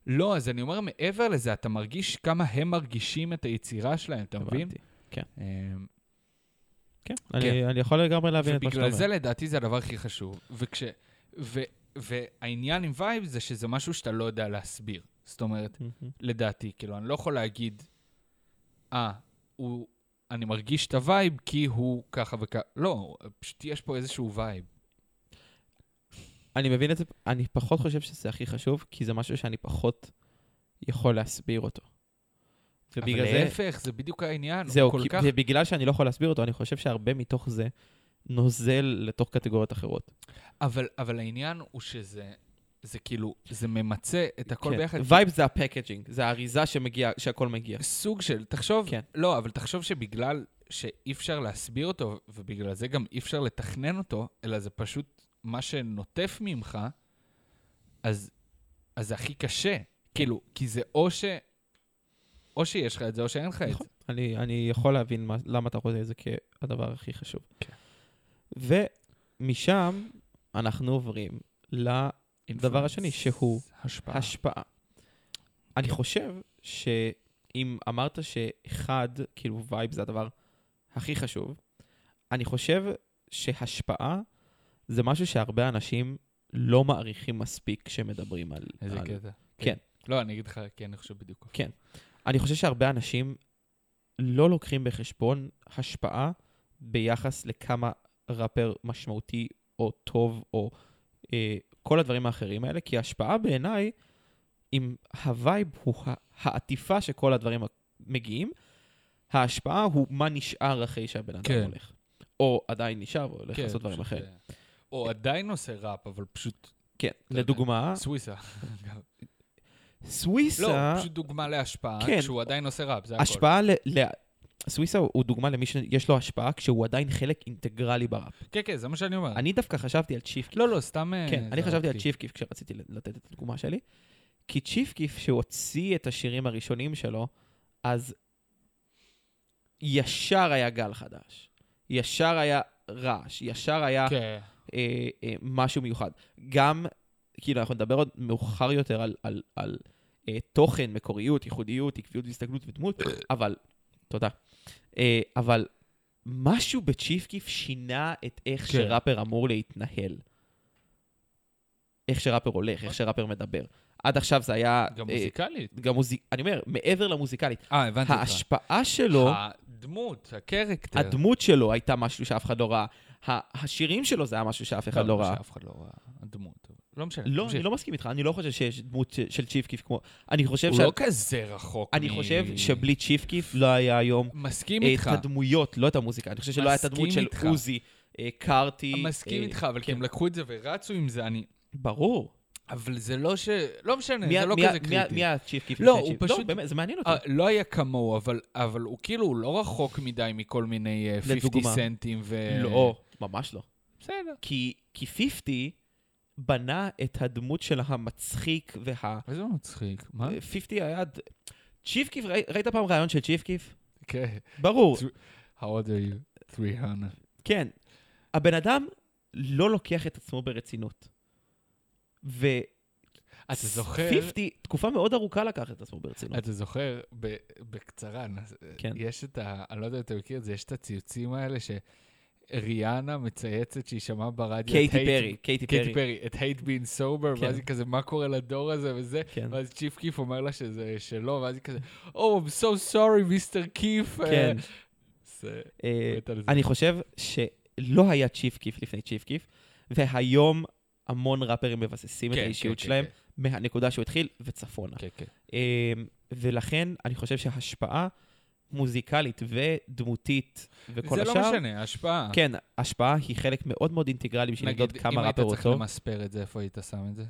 [SPEAKER 2] לא, אז אני אומר מעבר לזה, אתה מרגיש כמה הם מרגישים את היצירה שלהם, אתה מבין?
[SPEAKER 1] הבנתי.
[SPEAKER 2] אה,
[SPEAKER 1] כן, אני- אני יכול לגמרי להבין את מה שאתה
[SPEAKER 2] ובגלל
[SPEAKER 1] אומר.
[SPEAKER 2] זה לדעתי זה הדבר הכי חשוב. וכש... ו... והעניין עם וייב זה שזה משהו שאתה לא יודע להסביר. זאת אומרת,
[SPEAKER 1] מהמם.
[SPEAKER 2] לדעתי, כאילו, אני לא יכול להגיד, אה, הוא... אני מרגיש את הווייב כי הוא ככה וככה. לא, פשוט יש פה איזשהו וייב.
[SPEAKER 1] אני מבין את זה, אני פחות חושב שזה הכי חשוב, כי זה משהו שאני פחות יכול להסביר אותו.
[SPEAKER 2] אבל
[SPEAKER 1] ובגלל זה,
[SPEAKER 2] להפך, זה בדיוק העניין.
[SPEAKER 1] זהו,
[SPEAKER 2] הוא כל
[SPEAKER 1] כי-
[SPEAKER 2] כך...
[SPEAKER 1] ובגלל שאני לא יכול להסביר אותו, אני חושב שהרבה מתוך זה נוזל לתוך קטגוריות אחרות.
[SPEAKER 2] אבל, אבל העניין הוא שזה... זה כאילו, זה ממצה את הכל
[SPEAKER 1] כן.
[SPEAKER 2] ביחד.
[SPEAKER 1] וייב זה הפקג'ינג, זה האריזה שמגיע, שהכל מגיע.
[SPEAKER 2] סוג של, תחשוב,
[SPEAKER 1] כן.
[SPEAKER 2] כן. לא, אבל תחשוב שבגלל שאי אפשר להסביר אותו, ובגלל זה גם אי אפשר לתכנן אותו, אלא זה פשוט מה שנוטף ממך, אז, אז זה הכי
[SPEAKER 1] כן.
[SPEAKER 2] קשה. כאילו, כי זה או ש... או שיש לך את זה, או שאין לך את
[SPEAKER 1] נכון.
[SPEAKER 2] זה.
[SPEAKER 1] אני, אני יכול להבין מה, למה אתה רואה את זה כהדבר הכי חשוב. ומשם אנחנו עוברים לדבר
[SPEAKER 2] Influence,
[SPEAKER 1] השני, שהוא
[SPEAKER 2] השפעה.
[SPEAKER 1] השפעה. אני חושב שאם אמרת שאחד, כאילו וייב זה הדבר הכי חשוב, אני חושב שהשפעה זה משהו שהרבה אנשים לא מעריכים מספיק כשמדברים על...
[SPEAKER 2] איזה
[SPEAKER 1] על...
[SPEAKER 2] קטע.
[SPEAKER 1] כן.
[SPEAKER 2] לא, אני אגיד לך, כי אני חושב בדיוק.
[SPEAKER 1] כן. אני חושב שהרבה אנשים לא לוקחים בחשבון השפעה ביחס לכמה ראפר משמעותי או טוב או אה, כל הדברים האחרים האלה, כי ההשפעה בעיניי, אם הווייב הוא ה- העטיפה שכל הדברים ה- מגיעים, ההשפעה הוא מה נשאר אחרי שהבן אדם
[SPEAKER 2] כן.
[SPEAKER 1] הולך. או עדיין נשאר, או הולך
[SPEAKER 2] כן,
[SPEAKER 1] לעשות דברים
[SPEAKER 2] פשוט,
[SPEAKER 1] אחרים.
[SPEAKER 2] אה, או עדיין עושה ראפ, אבל פשוט
[SPEAKER 1] כן,
[SPEAKER 2] יודע.
[SPEAKER 1] לדוגמה,
[SPEAKER 2] סוויסה. לא,
[SPEAKER 1] סוויסה...
[SPEAKER 2] פשוט דוגמה להשפעה,
[SPEAKER 1] כן.
[SPEAKER 2] כשהוא עדיין עושה ראפ, זה הכול.
[SPEAKER 1] השפעה ל... ל... סוויסה הוא דוגמה למי שיש לו השפעה כשהוא עדיין חלק אינטגרלי בראפ.
[SPEAKER 2] כן, כן, זה מה שאני אומר.
[SPEAKER 1] אני דווקא חשבתי על צ'יפ קיף.
[SPEAKER 2] לא, לא, סתם... אה,
[SPEAKER 1] כן, אני
[SPEAKER 2] זרקתי.
[SPEAKER 1] חשבתי על צ'יפ קיף כשרציתי לתת את הדוגמה שלי. כי צ'יפ קיף, שהוציא את השירים הראשונים שלו, אז ישר היה גל חדש. ישר היה רעש, ישר היה
[SPEAKER 2] כן.
[SPEAKER 1] אה, אה, משהו מיוחד. גם, כאילו, אנחנו נדבר עוד מאוחר יותר על, על, על אה, תוכן, מקוריות, ייחודיות, עקביות והסתגלות ודמות, אבל, תודה. אה, אבל משהו בצ'יפ קיף שינה את איך
[SPEAKER 2] כן.
[SPEAKER 1] שראפר אמור להתנהל. איך שראפר הולך, איך שראפר מדבר. עד עכשיו זה היה...
[SPEAKER 2] גם
[SPEAKER 1] אה,
[SPEAKER 2] מוזיקלית.
[SPEAKER 1] גם מוזיק... אני אומר, מעבר למוזיקלית,
[SPEAKER 2] אה, הבנתי אותך. אה,
[SPEAKER 1] ההשפעה שלו...
[SPEAKER 2] הדמות, הקרקטר.
[SPEAKER 1] הדמות שלו הייתה משהו שאף אחד לא ראה. ה- השירים שלו זה היה משהו שאף אחד לא ראה.
[SPEAKER 2] שאף אחד לא ראה. הדמות. לא משנה.
[SPEAKER 1] לא,
[SPEAKER 2] תמשיך.
[SPEAKER 1] אני לא מסכים איתך, אני לא חושב שיש דמות ש- של צ'יף קיף כמו... אני חושב
[SPEAKER 2] הוא
[SPEAKER 1] שה-
[SPEAKER 2] לא כזה רחוק.
[SPEAKER 1] אני
[SPEAKER 2] מ-
[SPEAKER 1] חושב שבלי צ'יף קיף לא היה היום
[SPEAKER 2] מסכים
[SPEAKER 1] אה,
[SPEAKER 2] איתך.
[SPEAKER 1] את הדמויות, לא את המוזיקה. אני חושב שלא הייתה
[SPEAKER 2] מסכים
[SPEAKER 1] דמות של
[SPEAKER 2] איתך.
[SPEAKER 1] עוזי, אה, קארטי.
[SPEAKER 2] מסכים
[SPEAKER 1] אה,
[SPEAKER 2] איתך, אבל כי
[SPEAKER 1] כן.
[SPEAKER 2] הם לקחו את זה ורצו עם זה, אני...
[SPEAKER 1] ברור.
[SPEAKER 2] אבל זה לא ש... לא משנה,
[SPEAKER 1] מי ה-
[SPEAKER 2] זה לא
[SPEAKER 1] מי ה-
[SPEAKER 2] כזה
[SPEAKER 1] מי ה-
[SPEAKER 2] קריטי.
[SPEAKER 1] מי הצ'יף קיף?
[SPEAKER 2] לא,
[SPEAKER 1] לפני
[SPEAKER 2] הוא
[SPEAKER 1] צ'יף? לא,
[SPEAKER 2] פשוט-
[SPEAKER 1] באמת, זה מעניין אותי.
[SPEAKER 2] אה, לא היה כמוהו, אבל, אבל הוא כאילו הוא לא רחוק מדי מכל מיני אה, 50
[SPEAKER 1] לדוגמה.
[SPEAKER 2] סנטים ו...
[SPEAKER 1] לא, ממש לא.
[SPEAKER 2] בסדר.
[SPEAKER 1] כי כי 50 בנה את הדמות של המצחיק וה...
[SPEAKER 2] איזה מצחיק. מה?
[SPEAKER 1] 50 היה... ד- צ'יף קיף, ראי- ראית פעם רעיון של צ'יף קיף?
[SPEAKER 2] כן.
[SPEAKER 1] ברור,
[SPEAKER 2] How old are you? 300.
[SPEAKER 1] כן. הבן אדם לא לוקח את עצמו ברצינות. ו...
[SPEAKER 2] אתה זוכר,
[SPEAKER 1] 50, תקופה מאוד ארוכה לקח את עצמו ברצינות.
[SPEAKER 2] אתה זוכר, ב- בקצרה, נס-
[SPEAKER 1] כן.
[SPEAKER 2] יש את ה... אני לא יודע אם אתה מכיר את זה, יש את הציוצים האלה שריאנה מצייצת שהיא שמעה ברדיו... את
[SPEAKER 1] קייטי
[SPEAKER 2] Hate-
[SPEAKER 1] פרי, קייטי פרי.
[SPEAKER 2] קייטי פרי, את hate being sober,
[SPEAKER 1] כן.
[SPEAKER 2] ואז היא כזה, מה קורה לדור הזה וזה,
[SPEAKER 1] כן.
[SPEAKER 2] ואז צ'יף קיף אומר לה שזה שלו, ואז היא כזה, Oh, I'm so sorry, מיסטר קיף. אה,
[SPEAKER 1] כן.
[SPEAKER 2] זה-
[SPEAKER 1] אה,
[SPEAKER 2] מת על זה.
[SPEAKER 1] אני חושב שלא היה צ'יף קיף לפני צ'יף קיף, והיום המון ראפרים מבססים את
[SPEAKER 2] כן,
[SPEAKER 1] האישיות
[SPEAKER 2] כן, כן,
[SPEAKER 1] שלהם
[SPEAKER 2] כן.
[SPEAKER 1] מהנקודה שהוא התחיל וצפונה.
[SPEAKER 2] כן, כן.
[SPEAKER 1] אה, ולכן אני חושב שהשפעה מוזיקלית ודמותית וכל
[SPEAKER 2] זה
[SPEAKER 1] השאר...
[SPEAKER 2] לא משנה, ההשפעה.
[SPEAKER 1] כן, השפעה היא חלק מאוד מאוד אינטגרלי בשביל
[SPEAKER 2] נגיד,
[SPEAKER 1] למדוד
[SPEAKER 2] אם
[SPEAKER 1] כמה
[SPEAKER 2] היית
[SPEAKER 1] ראפר הוא
[SPEAKER 2] צריך
[SPEAKER 1] טוב.
[SPEAKER 2] למספר את זה, איפה היית שם את זה?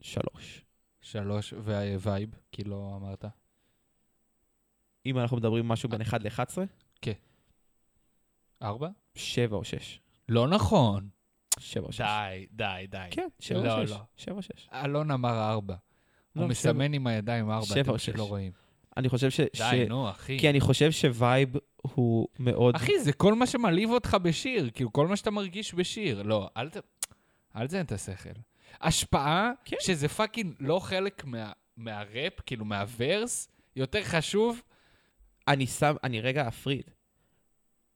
[SPEAKER 1] שלוש.
[SPEAKER 2] שלוש, והווייב, כי לא אמרת.
[SPEAKER 1] אם אנחנו מדברים משהו
[SPEAKER 2] אה.
[SPEAKER 1] בין 1 ל-11,
[SPEAKER 2] ארבע?
[SPEAKER 1] 7 או 6.
[SPEAKER 2] לא נכון.
[SPEAKER 1] 7 או 6.
[SPEAKER 2] די, די, די.
[SPEAKER 1] כן, 7
[SPEAKER 2] לא,
[SPEAKER 1] או 6.
[SPEAKER 2] לא.
[SPEAKER 1] 7 או 6.
[SPEAKER 2] אלון אמר ארבע. הוא
[SPEAKER 1] לא,
[SPEAKER 2] מסמן עם הידיים ארבע,
[SPEAKER 1] שבע
[SPEAKER 2] אתם
[SPEAKER 1] או
[SPEAKER 2] פשוט
[SPEAKER 1] שש.
[SPEAKER 2] לא רואים.
[SPEAKER 1] אני חושב ש... ש-
[SPEAKER 2] די, נו, אחי.
[SPEAKER 1] כי אני חושב שווייב הוא מאוד...
[SPEAKER 2] אחי, זה כל מה שמלהיב אותך בשיר, כאילו, כל מה שאתה מרגיש בשיר. לא, אל ת... אל תזיין את השכל. השפעה,
[SPEAKER 1] כן.
[SPEAKER 2] שזה פאקינג לא חלק מה- מהראפ, כאילו, מהוורס, יותר חשוב.
[SPEAKER 1] אני שם, אני רגע אפריד.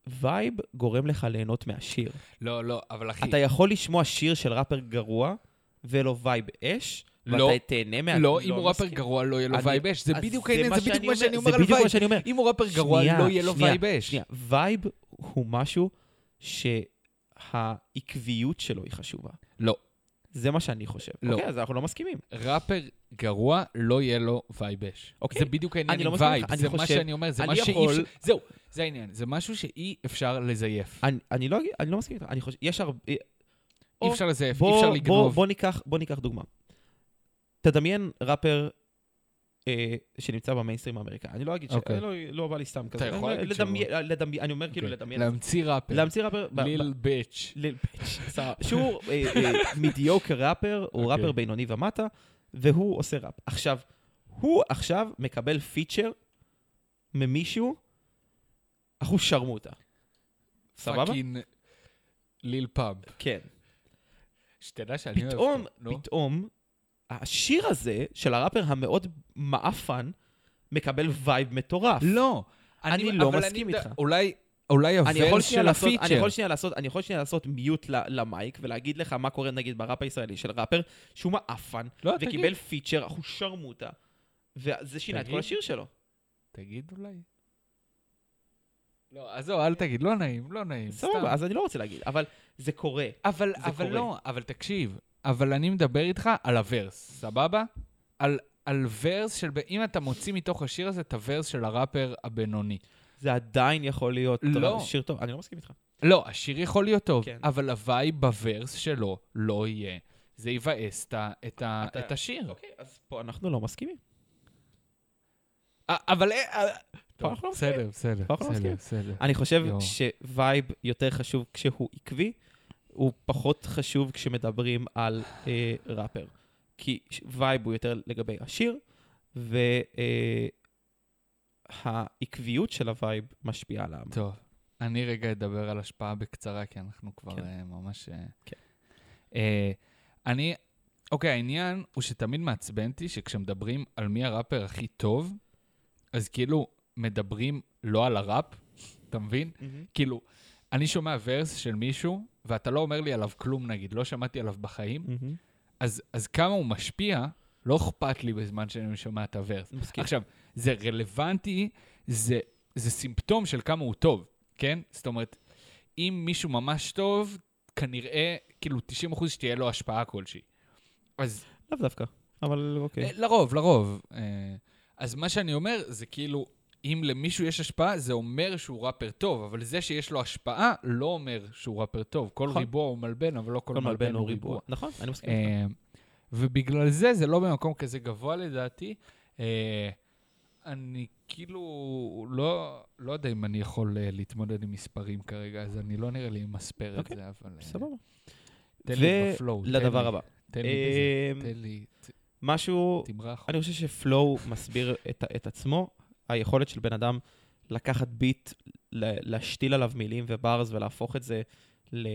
[SPEAKER 1] וייב גורם לך ליהנות מהשיר.
[SPEAKER 2] לא, לא, אבל אחי,
[SPEAKER 1] אתה יכול לשמוע שיר של ראפר גרוע, ולא וייב אש,
[SPEAKER 2] לא.
[SPEAKER 1] ואתה תהנה מה...
[SPEAKER 2] לא, אם הוא ראפר
[SPEAKER 1] מסכים.
[SPEAKER 2] גרוע, לא יהיה לו
[SPEAKER 1] אני-
[SPEAKER 2] וייב אש. זה
[SPEAKER 1] אז
[SPEAKER 2] בדיוק העניין, זה בדיוק מה שאני אומר
[SPEAKER 1] זה
[SPEAKER 2] על
[SPEAKER 1] בדיוק
[SPEAKER 2] וייב.
[SPEAKER 1] מה שאני אומר.
[SPEAKER 2] אם הוא ראפר גרוע,
[SPEAKER 1] שנייה,
[SPEAKER 2] לא יהיה לו
[SPEAKER 1] שנייה,
[SPEAKER 2] וייב אש.
[SPEAKER 1] שנייה, וייב הוא משהו שהעקביות שלו היא חשובה.
[SPEAKER 2] לא.
[SPEAKER 1] זה מה שאני חושב.
[SPEAKER 2] לא.
[SPEAKER 1] אוקיי, אז אנחנו לא מסכימים.
[SPEAKER 2] ראפר גרוע, לא יהיה לו וייב אש.
[SPEAKER 1] אוקיי.
[SPEAKER 2] זה בדיוק העניין
[SPEAKER 1] אני לא
[SPEAKER 2] עם
[SPEAKER 1] מסכים
[SPEAKER 2] וייב.
[SPEAKER 1] איתך, אני
[SPEAKER 2] זה מה
[SPEAKER 1] חושב-
[SPEAKER 2] שאני אומר, זה
[SPEAKER 1] אני
[SPEAKER 2] מה שאי
[SPEAKER 1] יכול-
[SPEAKER 2] אפשר... זהו, זה העניין. זה משהו שאי אפשר לזייף.
[SPEAKER 1] אני, אני, לא, אגיד- אני לא מסכים איתך, אני חושב, יש הרבה...
[SPEAKER 2] אי אפשר לזייף, אי
[SPEAKER 1] בוא,
[SPEAKER 2] אפשר
[SPEAKER 1] בוא,
[SPEAKER 2] לגנוב.
[SPEAKER 1] בוא, ניקח, בוא ניקח דוגמה. תדמיין ראפר אה, שנמצא במיינסטרים האמריקאי. אני לא אגיד ש...
[SPEAKER 2] אוקיי.
[SPEAKER 1] אני לא, לא בא לי סתם כזה.
[SPEAKER 2] יכול
[SPEAKER 1] אני-
[SPEAKER 2] להגיד
[SPEAKER 1] לדמי- לדמי- אני אומר כאילו
[SPEAKER 2] אוקיי.
[SPEAKER 1] לדמיין.
[SPEAKER 2] להמציא ראפר.
[SPEAKER 1] להמציא ראפר... ב- ב-
[SPEAKER 2] ליל ביץ'.
[SPEAKER 1] ליל פיץ', סבבה. שהוא אה, אה, מדיוקר ראפר, הוא
[SPEAKER 2] אוקיי.
[SPEAKER 1] ראפר בינוני ומטה, והוא עושה ראפ. עכשיו, הוא עכשיו מקבל פיצ'ר ממישהו, אחושרמוטה. סבבה?
[SPEAKER 2] פאקינג ליל פאב.
[SPEAKER 1] כן.
[SPEAKER 2] שתדע שאני אוהב
[SPEAKER 1] פתאום,
[SPEAKER 2] אותו. לא? נו.
[SPEAKER 1] פתאום, השיר הזה של הראפר המאוד מעפן, מקבל וייב מטורף.
[SPEAKER 2] לא.
[SPEAKER 1] אני לא
[SPEAKER 2] אבל
[SPEAKER 1] מסכים
[SPEAKER 2] אני-
[SPEAKER 1] איתך.
[SPEAKER 2] אולי... אולי
[SPEAKER 1] אני יכול
[SPEAKER 2] הוורס
[SPEAKER 1] שנייה
[SPEAKER 2] של
[SPEAKER 1] לעשות, אני
[SPEAKER 2] הפיצ'ר.
[SPEAKER 1] יכול שנייה לעשות, אני יכול שנייה לעשות מיוט ל- למייק ולהגיד לך מה קורה נגיד בראפ הישראלי של ראפר שהוא מעפן,
[SPEAKER 2] לא, תגיד.
[SPEAKER 1] וקיבל פיצ'ר, אחוז שרמוטה, וזה שינה את
[SPEAKER 2] תגיד.
[SPEAKER 1] כל השיר שלו.
[SPEAKER 2] תגיד אולי. לא, אז זהו, אל תגיד, לא נעים, לא נעים. סתם.
[SPEAKER 1] סבבה, אז אני לא רוצה להגיד, אבל זה קורה.
[SPEAKER 2] אבל,
[SPEAKER 1] זה
[SPEAKER 2] אבל
[SPEAKER 1] קורה.
[SPEAKER 2] לא, אבל תקשיב, אבל אני מדבר איתך על הוורס, סבבה? על, על ורס של... אם אתה מוציא מתוך השיר הזה את הוורס של הראפר הבינוני.
[SPEAKER 1] זה עדיין יכול להיות
[SPEAKER 2] לא.
[SPEAKER 1] טוב, שיר טוב, אני לא מסכים איתך.
[SPEAKER 2] לא, השיר יכול להיות טוב,
[SPEAKER 1] כן.
[SPEAKER 2] כן. אבל הווייב בוורס שלו לא יהיה. זה יבאס את, ה- את, ה-
[SPEAKER 1] אתה-
[SPEAKER 2] את השיר.
[SPEAKER 1] אוקיי, אז פה אנחנו לא מסכימים.
[SPEAKER 2] א- אבל... אה, אה, טוב,
[SPEAKER 1] אנחנו לא
[SPEAKER 2] בסדר, בסדר,
[SPEAKER 1] פה אנחנו לא
[SPEAKER 2] בסדר,
[SPEAKER 1] מסכימים.
[SPEAKER 2] בסדר.
[SPEAKER 1] אני חושב
[SPEAKER 2] יואו.
[SPEAKER 1] שווייב יותר חשוב כשהוא עקבי, הוא פחות חשוב כשמדברים על אה, ראפר. כי ש- וייב הוא יותר לגבי השיר, והעקביות של הווייב משפיעה על העם.
[SPEAKER 2] טוב. אני רגע אדבר על השפעה בקצרה, כי אנחנו כבר
[SPEAKER 1] כן.
[SPEAKER 2] אה, ממש... אה,
[SPEAKER 1] כן.
[SPEAKER 2] אה, אני... אוקיי, העניין הוא שתמיד מעצבן אותי שכשמדברים על מי הראפר הכי טוב, אז כאילו מדברים לא על הראפ, אתה מבין? כאילו, אני שומע ורס של מישהו, ואתה לא אומר לי עליו כלום, נגיד, לא שמעתי עליו בחיים,
[SPEAKER 1] מהמם.
[SPEAKER 2] אז, אז כמה הוא משפיע, לא אכפת לי בזמן שאני שומע את הוורס.
[SPEAKER 1] מסכים.
[SPEAKER 2] עכשיו, זה רלוונטי, זה, זה סימפטום של כמה הוא טוב, כן? זאת אומרת, אם מישהו ממש טוב, כנראה, כאילו, 90% שתהיה לו השפעה כלשהי. אז
[SPEAKER 1] לאו דווקא, אבל אוקיי.
[SPEAKER 2] אה, לרוב, לרוב. אה, אז מה שאני אומר, זה כאילו, אם למישהו יש השפעה, זה אומר שהוא ראפר טוב, אבל זה שיש לו השפעה, לא אומר שהוא ראפר טוב. כל
[SPEAKER 1] נכון.
[SPEAKER 2] ריבוע הוא מלבן, אבל לא כל
[SPEAKER 1] כל
[SPEAKER 2] מלבן הוא ריבוע.
[SPEAKER 1] נכון, אני מסכים. איתך.
[SPEAKER 2] אה, ובגלל זה, זה לא במקום כזה גבוה לדעתי. אה, אני כאילו לא, לא יודע אם אני יכול אה, להתמודד עם מספרים כרגע, אז אני לא נראה לי אמספר את
[SPEAKER 1] אוקיי,
[SPEAKER 2] זה, אבל... אה,
[SPEAKER 1] סבבה.
[SPEAKER 2] תן לי בפלואו. תן
[SPEAKER 1] לדבר
[SPEAKER 2] לי,
[SPEAKER 1] הבא. אה,
[SPEAKER 2] תן לי בזה,
[SPEAKER 1] אמ,
[SPEAKER 2] תן לי, ת-
[SPEAKER 1] משהו,
[SPEAKER 2] תמרח.
[SPEAKER 1] אני חושב שפלואו מסביר את, ה- את עצמו, היכולת של בן אדם לקחת ביט, ל- להשתיל עליו מילים וברז ולהפוך את זה ל...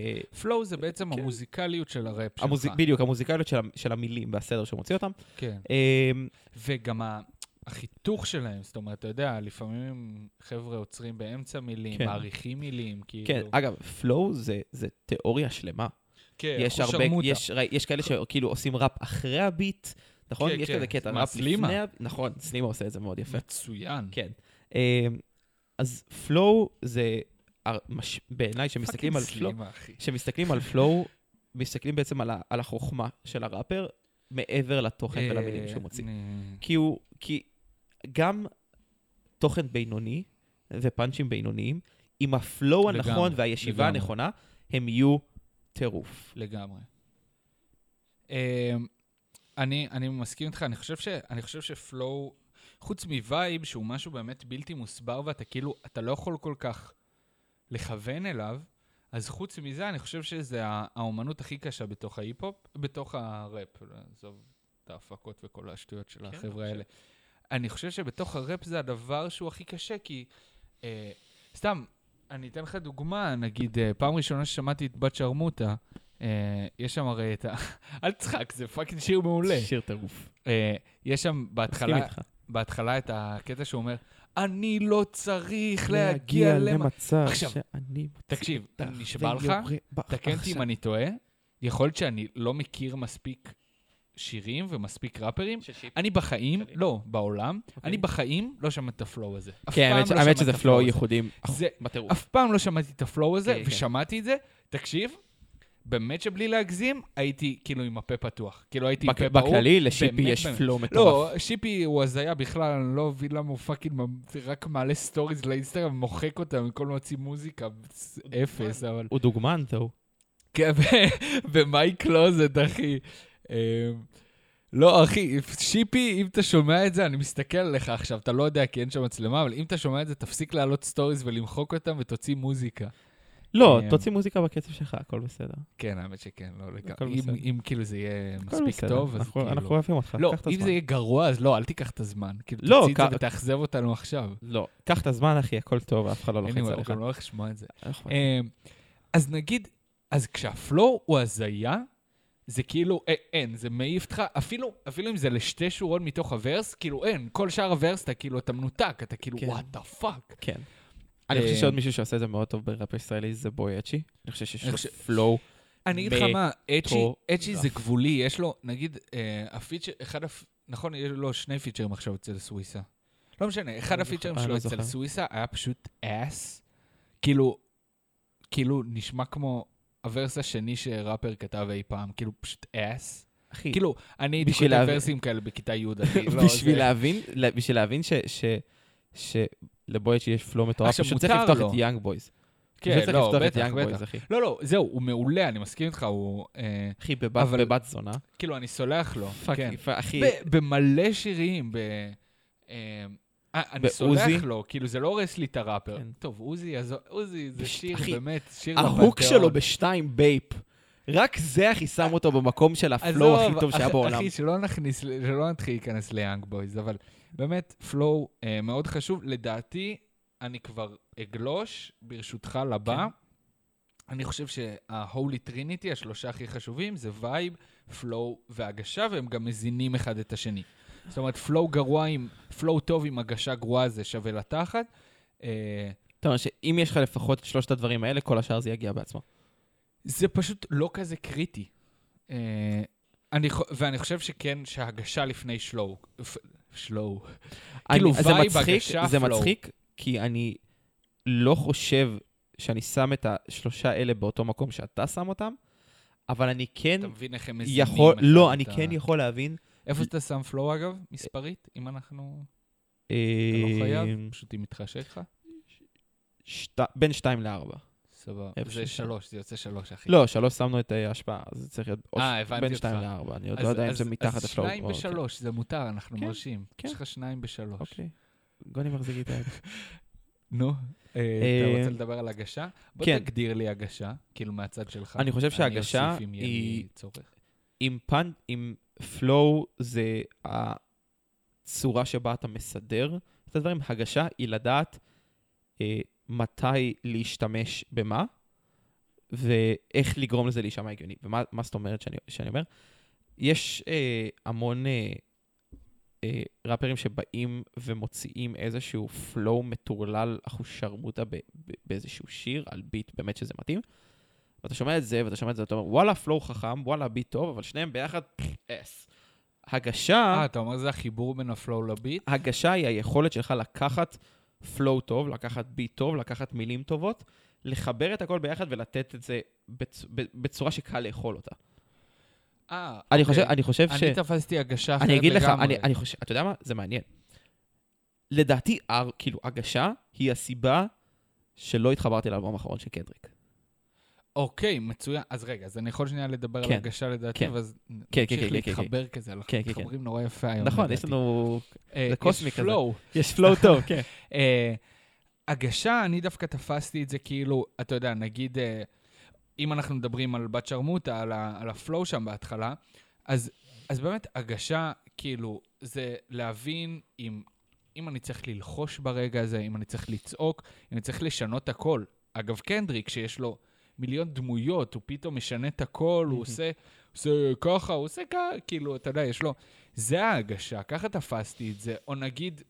[SPEAKER 2] פלואו זה בעצם
[SPEAKER 1] כן.
[SPEAKER 2] המוזיקליות של הראפ שלך.
[SPEAKER 1] המוזיק, בדיוק, המוזיקליות של, המ- של המילים והסדר שהוא מוציא אותם.
[SPEAKER 2] כן.
[SPEAKER 1] אמ,
[SPEAKER 2] וגם ה- החיתוך שלהם, זאת אומרת, אתה יודע, לפעמים חבר'ה עוצרים באמצע מילים,
[SPEAKER 1] כן.
[SPEAKER 2] מעריכים מילים, כאילו.
[SPEAKER 1] כן, אגב, פלואו זה, זה תיאוריה שלמה.
[SPEAKER 2] כן,
[SPEAKER 1] יש
[SPEAKER 2] אחוז
[SPEAKER 1] הרבה,
[SPEAKER 2] שרמוטה.
[SPEAKER 1] יש, ראי- יש כאלה שכאילו עושים ראפ אחרי הביט, נכון?
[SPEAKER 2] כן,
[SPEAKER 1] יש
[SPEAKER 2] כן.
[SPEAKER 1] כזה קטע,
[SPEAKER 2] מה,
[SPEAKER 1] ראפ
[SPEAKER 2] סלימה?
[SPEAKER 1] לפני... הב- נכון, סלימה עושה את זה מאוד יפה.
[SPEAKER 2] מצוין.
[SPEAKER 1] כן. אמ, אז flow זה, הר- מש- בעיניי, כשמסתכלים על flow,
[SPEAKER 2] פאקינג סלימה, אחי.
[SPEAKER 1] כשמסתכלים על flow, מסתכלים בעצם על ה- על החוכמה של הראפר, מעבר לתוכן ולמילים
[SPEAKER 2] אה,
[SPEAKER 1] שהוא מוציא.
[SPEAKER 2] אני-
[SPEAKER 1] כי הוא, כי גם תוכן בינוני ופאנצ'ים בינוניים, עם הפלואו
[SPEAKER 2] לגמרי,
[SPEAKER 1] הנכון והישיבה
[SPEAKER 2] לגמרי.
[SPEAKER 1] הנכונה, הם יהיו טירוף.
[SPEAKER 2] לגמרי. אמ, אני, אני מסכים איתך, אני חושב, ש, אני חושב שפלואו, חוץ מווייב, שהוא משהו באמת בלתי מוסבר, ואתה כאילו, אתה לא יכול כל כך לכוון אליו, אז חוץ מזה, אני חושב שזה ה- האומנות הכי קשה בתוך ההיפ-הופ, בתוך הראפ, עזוב את ההפקות וכל השטויות של
[SPEAKER 1] כן, אני
[SPEAKER 2] החבר'ה
[SPEAKER 1] חושב.
[SPEAKER 2] האלה. אני חושב שבתוך הראפ זה הדבר שהוא הכי קשה, כי... אה, סתם, אני אתן לך דוגמה, נגיד, אה, פעם ראשונה ששמעתי את בת שרמוטה, אה, יש שם הרי את ה... אל תצחק, זה פאקינג שיר מעולה.
[SPEAKER 1] שיר טירוף.
[SPEAKER 2] אה, יש שם
[SPEAKER 1] מסכים
[SPEAKER 2] בהתחלה,
[SPEAKER 1] איתך.
[SPEAKER 2] בהתחלה את הקטע שהוא אומר, אני לא צריך להגיע למה...
[SPEAKER 1] למצב
[SPEAKER 2] עכשיו,
[SPEAKER 1] שאני...
[SPEAKER 2] תקשיב, נשבע לך, תקן אותי אם אני טועה, יכול להיות שאני לא מכיר מספיק שירים ומספיק ראפרים. אני בחיים,
[SPEAKER 1] שלי.
[SPEAKER 2] לא, בעולם,
[SPEAKER 1] אוקיי.
[SPEAKER 2] אני בחיים לא שמעתי את הפלואו הזה. אף
[SPEAKER 1] כן,
[SPEAKER 2] פעם
[SPEAKER 1] האמת ש-
[SPEAKER 2] לא
[SPEAKER 1] האמת
[SPEAKER 2] שמעתי
[SPEAKER 1] שזה
[SPEAKER 2] את הפלואו
[SPEAKER 1] פלואו
[SPEAKER 2] הזה.
[SPEAKER 1] ייחודים
[SPEAKER 2] זה-
[SPEAKER 1] בטירוף.
[SPEAKER 2] אף פעם לא שמעתי את הפלואו הזה,
[SPEAKER 1] כן, כן.
[SPEAKER 2] ושמעתי את זה, תקשיב, באמת שבלי להגזים, הייתי כאילו עם הפה פתוח. כאילו הייתי עם
[SPEAKER 1] בק-
[SPEAKER 2] פה פעור.
[SPEAKER 1] בכללי, לשיפי
[SPEAKER 2] באמת,
[SPEAKER 1] יש
[SPEAKER 2] באמת.
[SPEAKER 1] פלואו מטורף.
[SPEAKER 2] לא, שיפי הוא הזיה בכלל, אני לא מבין למה הוא פאקינג ממ- רק מעלה סטוריז לאינסטגרם, מוחק אותם במקום להוציא מוזיקה, ס- אפס, אבל...
[SPEAKER 1] הוא דוגמן, זהו.
[SPEAKER 2] כן, ו- ומיי קלוזט, אחי. אמ, לא, אחי, שיפי, אם אתה שומע את זה, אני מסתכל עליך עכשיו, אתה לא יודע כי אין שם מצלמה, אבל אם אתה שומע את זה, תפסיק להעלות סטוריז ולמחוק אותם ותוציא מוזיקה.
[SPEAKER 1] לא,
[SPEAKER 2] אה,
[SPEAKER 1] תוציא מוזיקה בקצב שלך, הכל בסדר.
[SPEAKER 2] כן, האמת שכן, לא
[SPEAKER 1] הכל
[SPEAKER 2] לגמרי. אם-
[SPEAKER 1] בסדר.
[SPEAKER 2] אם כאילו זה יהיה
[SPEAKER 1] הכל
[SPEAKER 2] מספיק
[SPEAKER 1] בסדר,
[SPEAKER 2] טוב, אז
[SPEAKER 1] אנחנו-
[SPEAKER 2] כאילו...
[SPEAKER 1] אנחנו אוהבים אותך,
[SPEAKER 2] לא,
[SPEAKER 1] קח את
[SPEAKER 2] אם
[SPEAKER 1] הזמן.
[SPEAKER 2] זה יהיה גרוע, אז לא, אל תיקח את הזמן. כאילו,
[SPEAKER 1] לא,
[SPEAKER 2] תוציא את זה
[SPEAKER 1] כ-
[SPEAKER 2] ותאכזב אותנו עכשיו.
[SPEAKER 1] לא, קח את הזמן, אחי, הכל טוב, אף אחד לא לוחץ
[SPEAKER 2] anyway, הוא
[SPEAKER 1] עליך.
[SPEAKER 2] גם לא הולך לשמוע את זה.
[SPEAKER 1] נכון.
[SPEAKER 2] אמ, אז נגיד, אז כשהפלואו הוא הזיה, זה כאילו, אה, אין, זה מעיף אותך, אפילו, אפילו אם זה לשתי שורות מתוך הוורס, כאילו אין, כל שאר הוורס אתה כאילו, אתה מנותק, אתה כאילו,
[SPEAKER 1] כן.
[SPEAKER 2] וואט דה פאק.
[SPEAKER 1] כן. אני חושב
[SPEAKER 2] אה,
[SPEAKER 1] שעוד מישהו שעושה את זה מאוד טוב בראפ ישראלי זה בויאצ'י. אני חושב שיש
[SPEAKER 2] אני
[SPEAKER 1] לו
[SPEAKER 2] חושב-
[SPEAKER 1] פלואו.
[SPEAKER 2] אני אגיד לך מה, אצ'י,
[SPEAKER 1] מטורף.
[SPEAKER 2] אצ'י זה גבולי, יש לו, נגיד, אה, הפיצ'ר, אחד, הפ- נכון, יש לו שני פיצ'רים עכשיו אצל סוויסה. לא משנה, אחד
[SPEAKER 1] לא
[SPEAKER 2] הפיצ'רים
[SPEAKER 1] זוכר,
[SPEAKER 2] שלו
[SPEAKER 1] לא
[SPEAKER 2] אצל
[SPEAKER 1] זוכר.
[SPEAKER 2] סוויסה היה פשוט אס, כאילו, כאילו נשמע כמו הוורס השני שראפר כתב אי פעם, כאילו פשוט אס.
[SPEAKER 1] אחי,
[SPEAKER 2] כאילו, אני הייתי
[SPEAKER 1] בשביל
[SPEAKER 2] כותב
[SPEAKER 1] להבין-
[SPEAKER 2] ורסים כאלה בכיתה י', אני לא...
[SPEAKER 1] בשביל
[SPEAKER 2] זה-
[SPEAKER 1] להבין, ל- בשביל להבין ש- ש- שלבויאצ'י יש פלואו מטורף,
[SPEAKER 2] עכשיו,
[SPEAKER 1] פשוט צריך
[SPEAKER 2] מותר
[SPEAKER 1] לפתוח
[SPEAKER 2] לו.
[SPEAKER 1] את יאנג בויז.
[SPEAKER 2] כן,
[SPEAKER 1] פשוט צריך
[SPEAKER 2] לא,
[SPEAKER 1] לפתוח את
[SPEAKER 2] בטח,
[SPEAKER 1] יאנג
[SPEAKER 2] בטח.
[SPEAKER 1] בויז, אחי.
[SPEAKER 2] לא, לא, זהו, הוא מעולה, אני מסכים איתך, הוא... אה,
[SPEAKER 1] אחי, בבת-
[SPEAKER 2] אבל-
[SPEAKER 1] בבת זונה.
[SPEAKER 2] כאילו, אני סולח לו,
[SPEAKER 1] פאק,
[SPEAKER 2] כן.
[SPEAKER 1] פאק, אחי,
[SPEAKER 2] ב- במלא שירים, ב... אה, אה, אני
[SPEAKER 1] בעוזי?
[SPEAKER 2] סולח לו, כאילו, זה לא הורס לי את הראפר.
[SPEAKER 1] כן.
[SPEAKER 2] טוב, עוזי, אז- עוזי, זה
[SPEAKER 1] בש-
[SPEAKER 2] שיר,
[SPEAKER 1] אחי,
[SPEAKER 2] באמת, שיר...
[SPEAKER 1] ההוק
[SPEAKER 2] לפנתיאון.
[SPEAKER 1] שלו בשתיים בייפ. רק זה, אחי, שם אותו במקום של הפלואו
[SPEAKER 2] עזוב,
[SPEAKER 1] הכי טוב שהיה
[SPEAKER 2] אח-
[SPEAKER 1] בעולם.
[SPEAKER 2] אחי, שלא נכניס, שלא נתחיל להיכנס ליאנג בויז, אבל באמת, פלואו אה, מאוד חשוב. לדעתי, אני כבר אגלוש, ברשותך, לבא.
[SPEAKER 1] כן.
[SPEAKER 2] אני חושב שה-Holy Trinity, השלושה הכי חשובים, זה וייב, flow והגשה, והם גם מזינים אחד את השני. זאת אומרת, flow גרוע עם, flow טוב עם הגשה גרועה זה שווה לתחת. אה,
[SPEAKER 1] אתה אומר שאם יש לך לפחות את שלושת הדברים האלה, כל השאר זה יגיע בעצמו.
[SPEAKER 2] זה פשוט לא כזה קריטי. אה, אני, חו- ואני חושב שכן, שהגשה לפני שלואו. שלואו. כאילו,
[SPEAKER 1] אני- זה
[SPEAKER 2] וייב,
[SPEAKER 1] מצחיק-
[SPEAKER 2] הגשה,
[SPEAKER 1] זה
[SPEAKER 2] flow.
[SPEAKER 1] מצחיק, כי אני לא חושב שאני שם את השלושה האלה באותו מקום שאתה שם אותם, אבל אני כן
[SPEAKER 2] אתה מבין איך הם מזינים?
[SPEAKER 1] יכול,
[SPEAKER 2] אחד
[SPEAKER 1] לא,
[SPEAKER 2] את
[SPEAKER 1] אני
[SPEAKER 2] ה-
[SPEAKER 1] כן יכול להבין.
[SPEAKER 2] איפה שאתה שם flow, אגב, מספרית, אם אנחנו... אתה
[SPEAKER 1] אה,
[SPEAKER 2] לא חייב, פשוט אם מתחשק לך.
[SPEAKER 1] שת- בין שתיים לארבע.
[SPEAKER 2] סבבה.
[SPEAKER 1] איפה
[SPEAKER 2] זה
[SPEAKER 1] שאתה.
[SPEAKER 2] שלוש, זה יוצא שלוש, אחי.
[SPEAKER 1] לא, שלוש שמנו את אה, ההשפעה, אז זה צריך להיות או
[SPEAKER 2] כן. אה, הבנתי
[SPEAKER 1] בין
[SPEAKER 2] אותך.
[SPEAKER 1] שתיים לארבע. אני עוד
[SPEAKER 2] אז-
[SPEAKER 1] לא יודע אם
[SPEAKER 2] אז-
[SPEAKER 1] זה מתחת אוקיי.
[SPEAKER 2] אז
[SPEAKER 1] לפלואו.
[SPEAKER 2] שניים בשלוש, זה מותר, אנחנו
[SPEAKER 1] כן,
[SPEAKER 2] מרשים.
[SPEAKER 1] כן.
[SPEAKER 2] יש לך שניים בשלוש.
[SPEAKER 1] אוקיי. גוני מחזיק איתה.
[SPEAKER 2] נו, אה, אתה
[SPEAKER 1] אה,
[SPEAKER 2] רוצה לדבר על הגשה? בוא
[SPEAKER 1] כן.
[SPEAKER 2] תגדיר לי הגשה, כאילו מהצד שלך.
[SPEAKER 1] אני חושב שההגשה
[SPEAKER 2] אוסיף אם יהיה לי
[SPEAKER 1] היא-
[SPEAKER 2] צורך.
[SPEAKER 1] עם פן, עם flow זה הצורה שבה אתה מסדר את הדברים. הגשה היא לדעת אה, מתי להשתמש במה, ואיך לגרום לזה להישמע הגיוני. ומה מה זאת אומרת שאני, שאני אומר? יש אה, המון אה, אה, ראפרים שבאים ומוציאים איזשהו flow מטורלל אחושרמוטה ב- ב- באיזשהו שיר, על ביט באמת שזה מתאים. ואתה שומע את זה, ואתה שומע את זה, ואתה אומר, וואלה, flow חכם, וואלה, ביט טוב, אבל שניהם ביחד, פפפ, אס. הגשה...
[SPEAKER 2] אה, אתה אומר זה החיבור בין הפלואו לביט?
[SPEAKER 1] הגשה היא היכולת שלך לקחת flow טוב, לקחת ביט טוב, לקחת מילים טובות, לחבר את הכל ביחד ולתת את זה בצ... ב- בצורה שקל לאכול אותה.
[SPEAKER 2] אה,
[SPEAKER 1] אני
[SPEAKER 2] אוקיי.
[SPEAKER 1] חושב, אני חושב ש...
[SPEAKER 2] אני תפסתי הגשה אחרת
[SPEAKER 1] אני
[SPEAKER 2] לגמרי.
[SPEAKER 1] אגיד לך, אני, אני חושב, אתה יודע מה? זה מעניין. לדעתי, R, כאילו, הגשה היא הסיבה שלא התחברתי לאלבום האחרון של קדריק.
[SPEAKER 2] אוקיי, מצוין. אז רגע, אז אני יכול שנייה לדבר על
[SPEAKER 1] כן.
[SPEAKER 2] הגשה לדעתי,
[SPEAKER 1] כן.
[SPEAKER 2] ואז
[SPEAKER 1] כן,
[SPEAKER 2] נמשיך
[SPEAKER 1] כן, כן, כן,
[SPEAKER 2] להתחבר כזה, אנחנו
[SPEAKER 1] כן, כן,
[SPEAKER 2] מתחברים נורא יפה היום.
[SPEAKER 1] נכון,
[SPEAKER 2] לדעתי.
[SPEAKER 1] יש לנו...
[SPEAKER 2] אה,
[SPEAKER 1] זה
[SPEAKER 2] יש
[SPEAKER 1] קוסמי כזה.
[SPEAKER 2] flow.
[SPEAKER 1] יש flow טוב, כן.
[SPEAKER 2] אה, הגשה, אני דווקא תפסתי את זה כאילו, אתה יודע, נגיד, אה, אם אנחנו מדברים על בת שרמוטה, על, ה- על הפלואו שם בהתחלה, אז, אז באמת הגשה, כאילו, זה להבין אם, אם אני צריך ללחוש ברגע הזה, אם אני צריך לצעוק, אם אני צריך לשנות הכל. אגב, קנדריק, שיש לו מיליון דמויות, הוא פתאום משנה את הכל, הוא
[SPEAKER 1] Mhm.
[SPEAKER 2] עושה, עושה ככה, הוא עושה ככה, כאילו, אתה יודע, יש לו... זה ההגשה, ככה תפסתי את זה. או נגיד,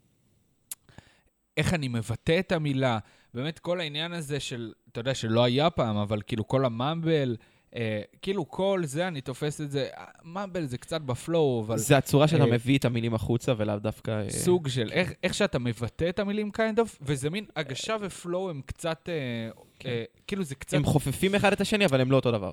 [SPEAKER 2] איך אני מבטא את המילה. באמת, כל העניין הזה של, אתה יודע, שלא היה פעם, אבל כאילו כל הממבל, אה, כאילו כל זה, אני תופס את זה, אה, ממבל זה קצת בפלואו, אבל...
[SPEAKER 1] זה הצורה שאתה
[SPEAKER 2] אה,
[SPEAKER 1] מביא את המילים החוצה ולאו דווקא... אה,
[SPEAKER 2] סוג של, איך, איך שאתה מבטא את המילים kind of, וזה מין הגשה ופלואו הם קצת, אה,
[SPEAKER 1] כן.
[SPEAKER 2] אה, כאילו זה קצת,
[SPEAKER 1] הם חופפים אחד את השני, אבל הם לא אותו דבר.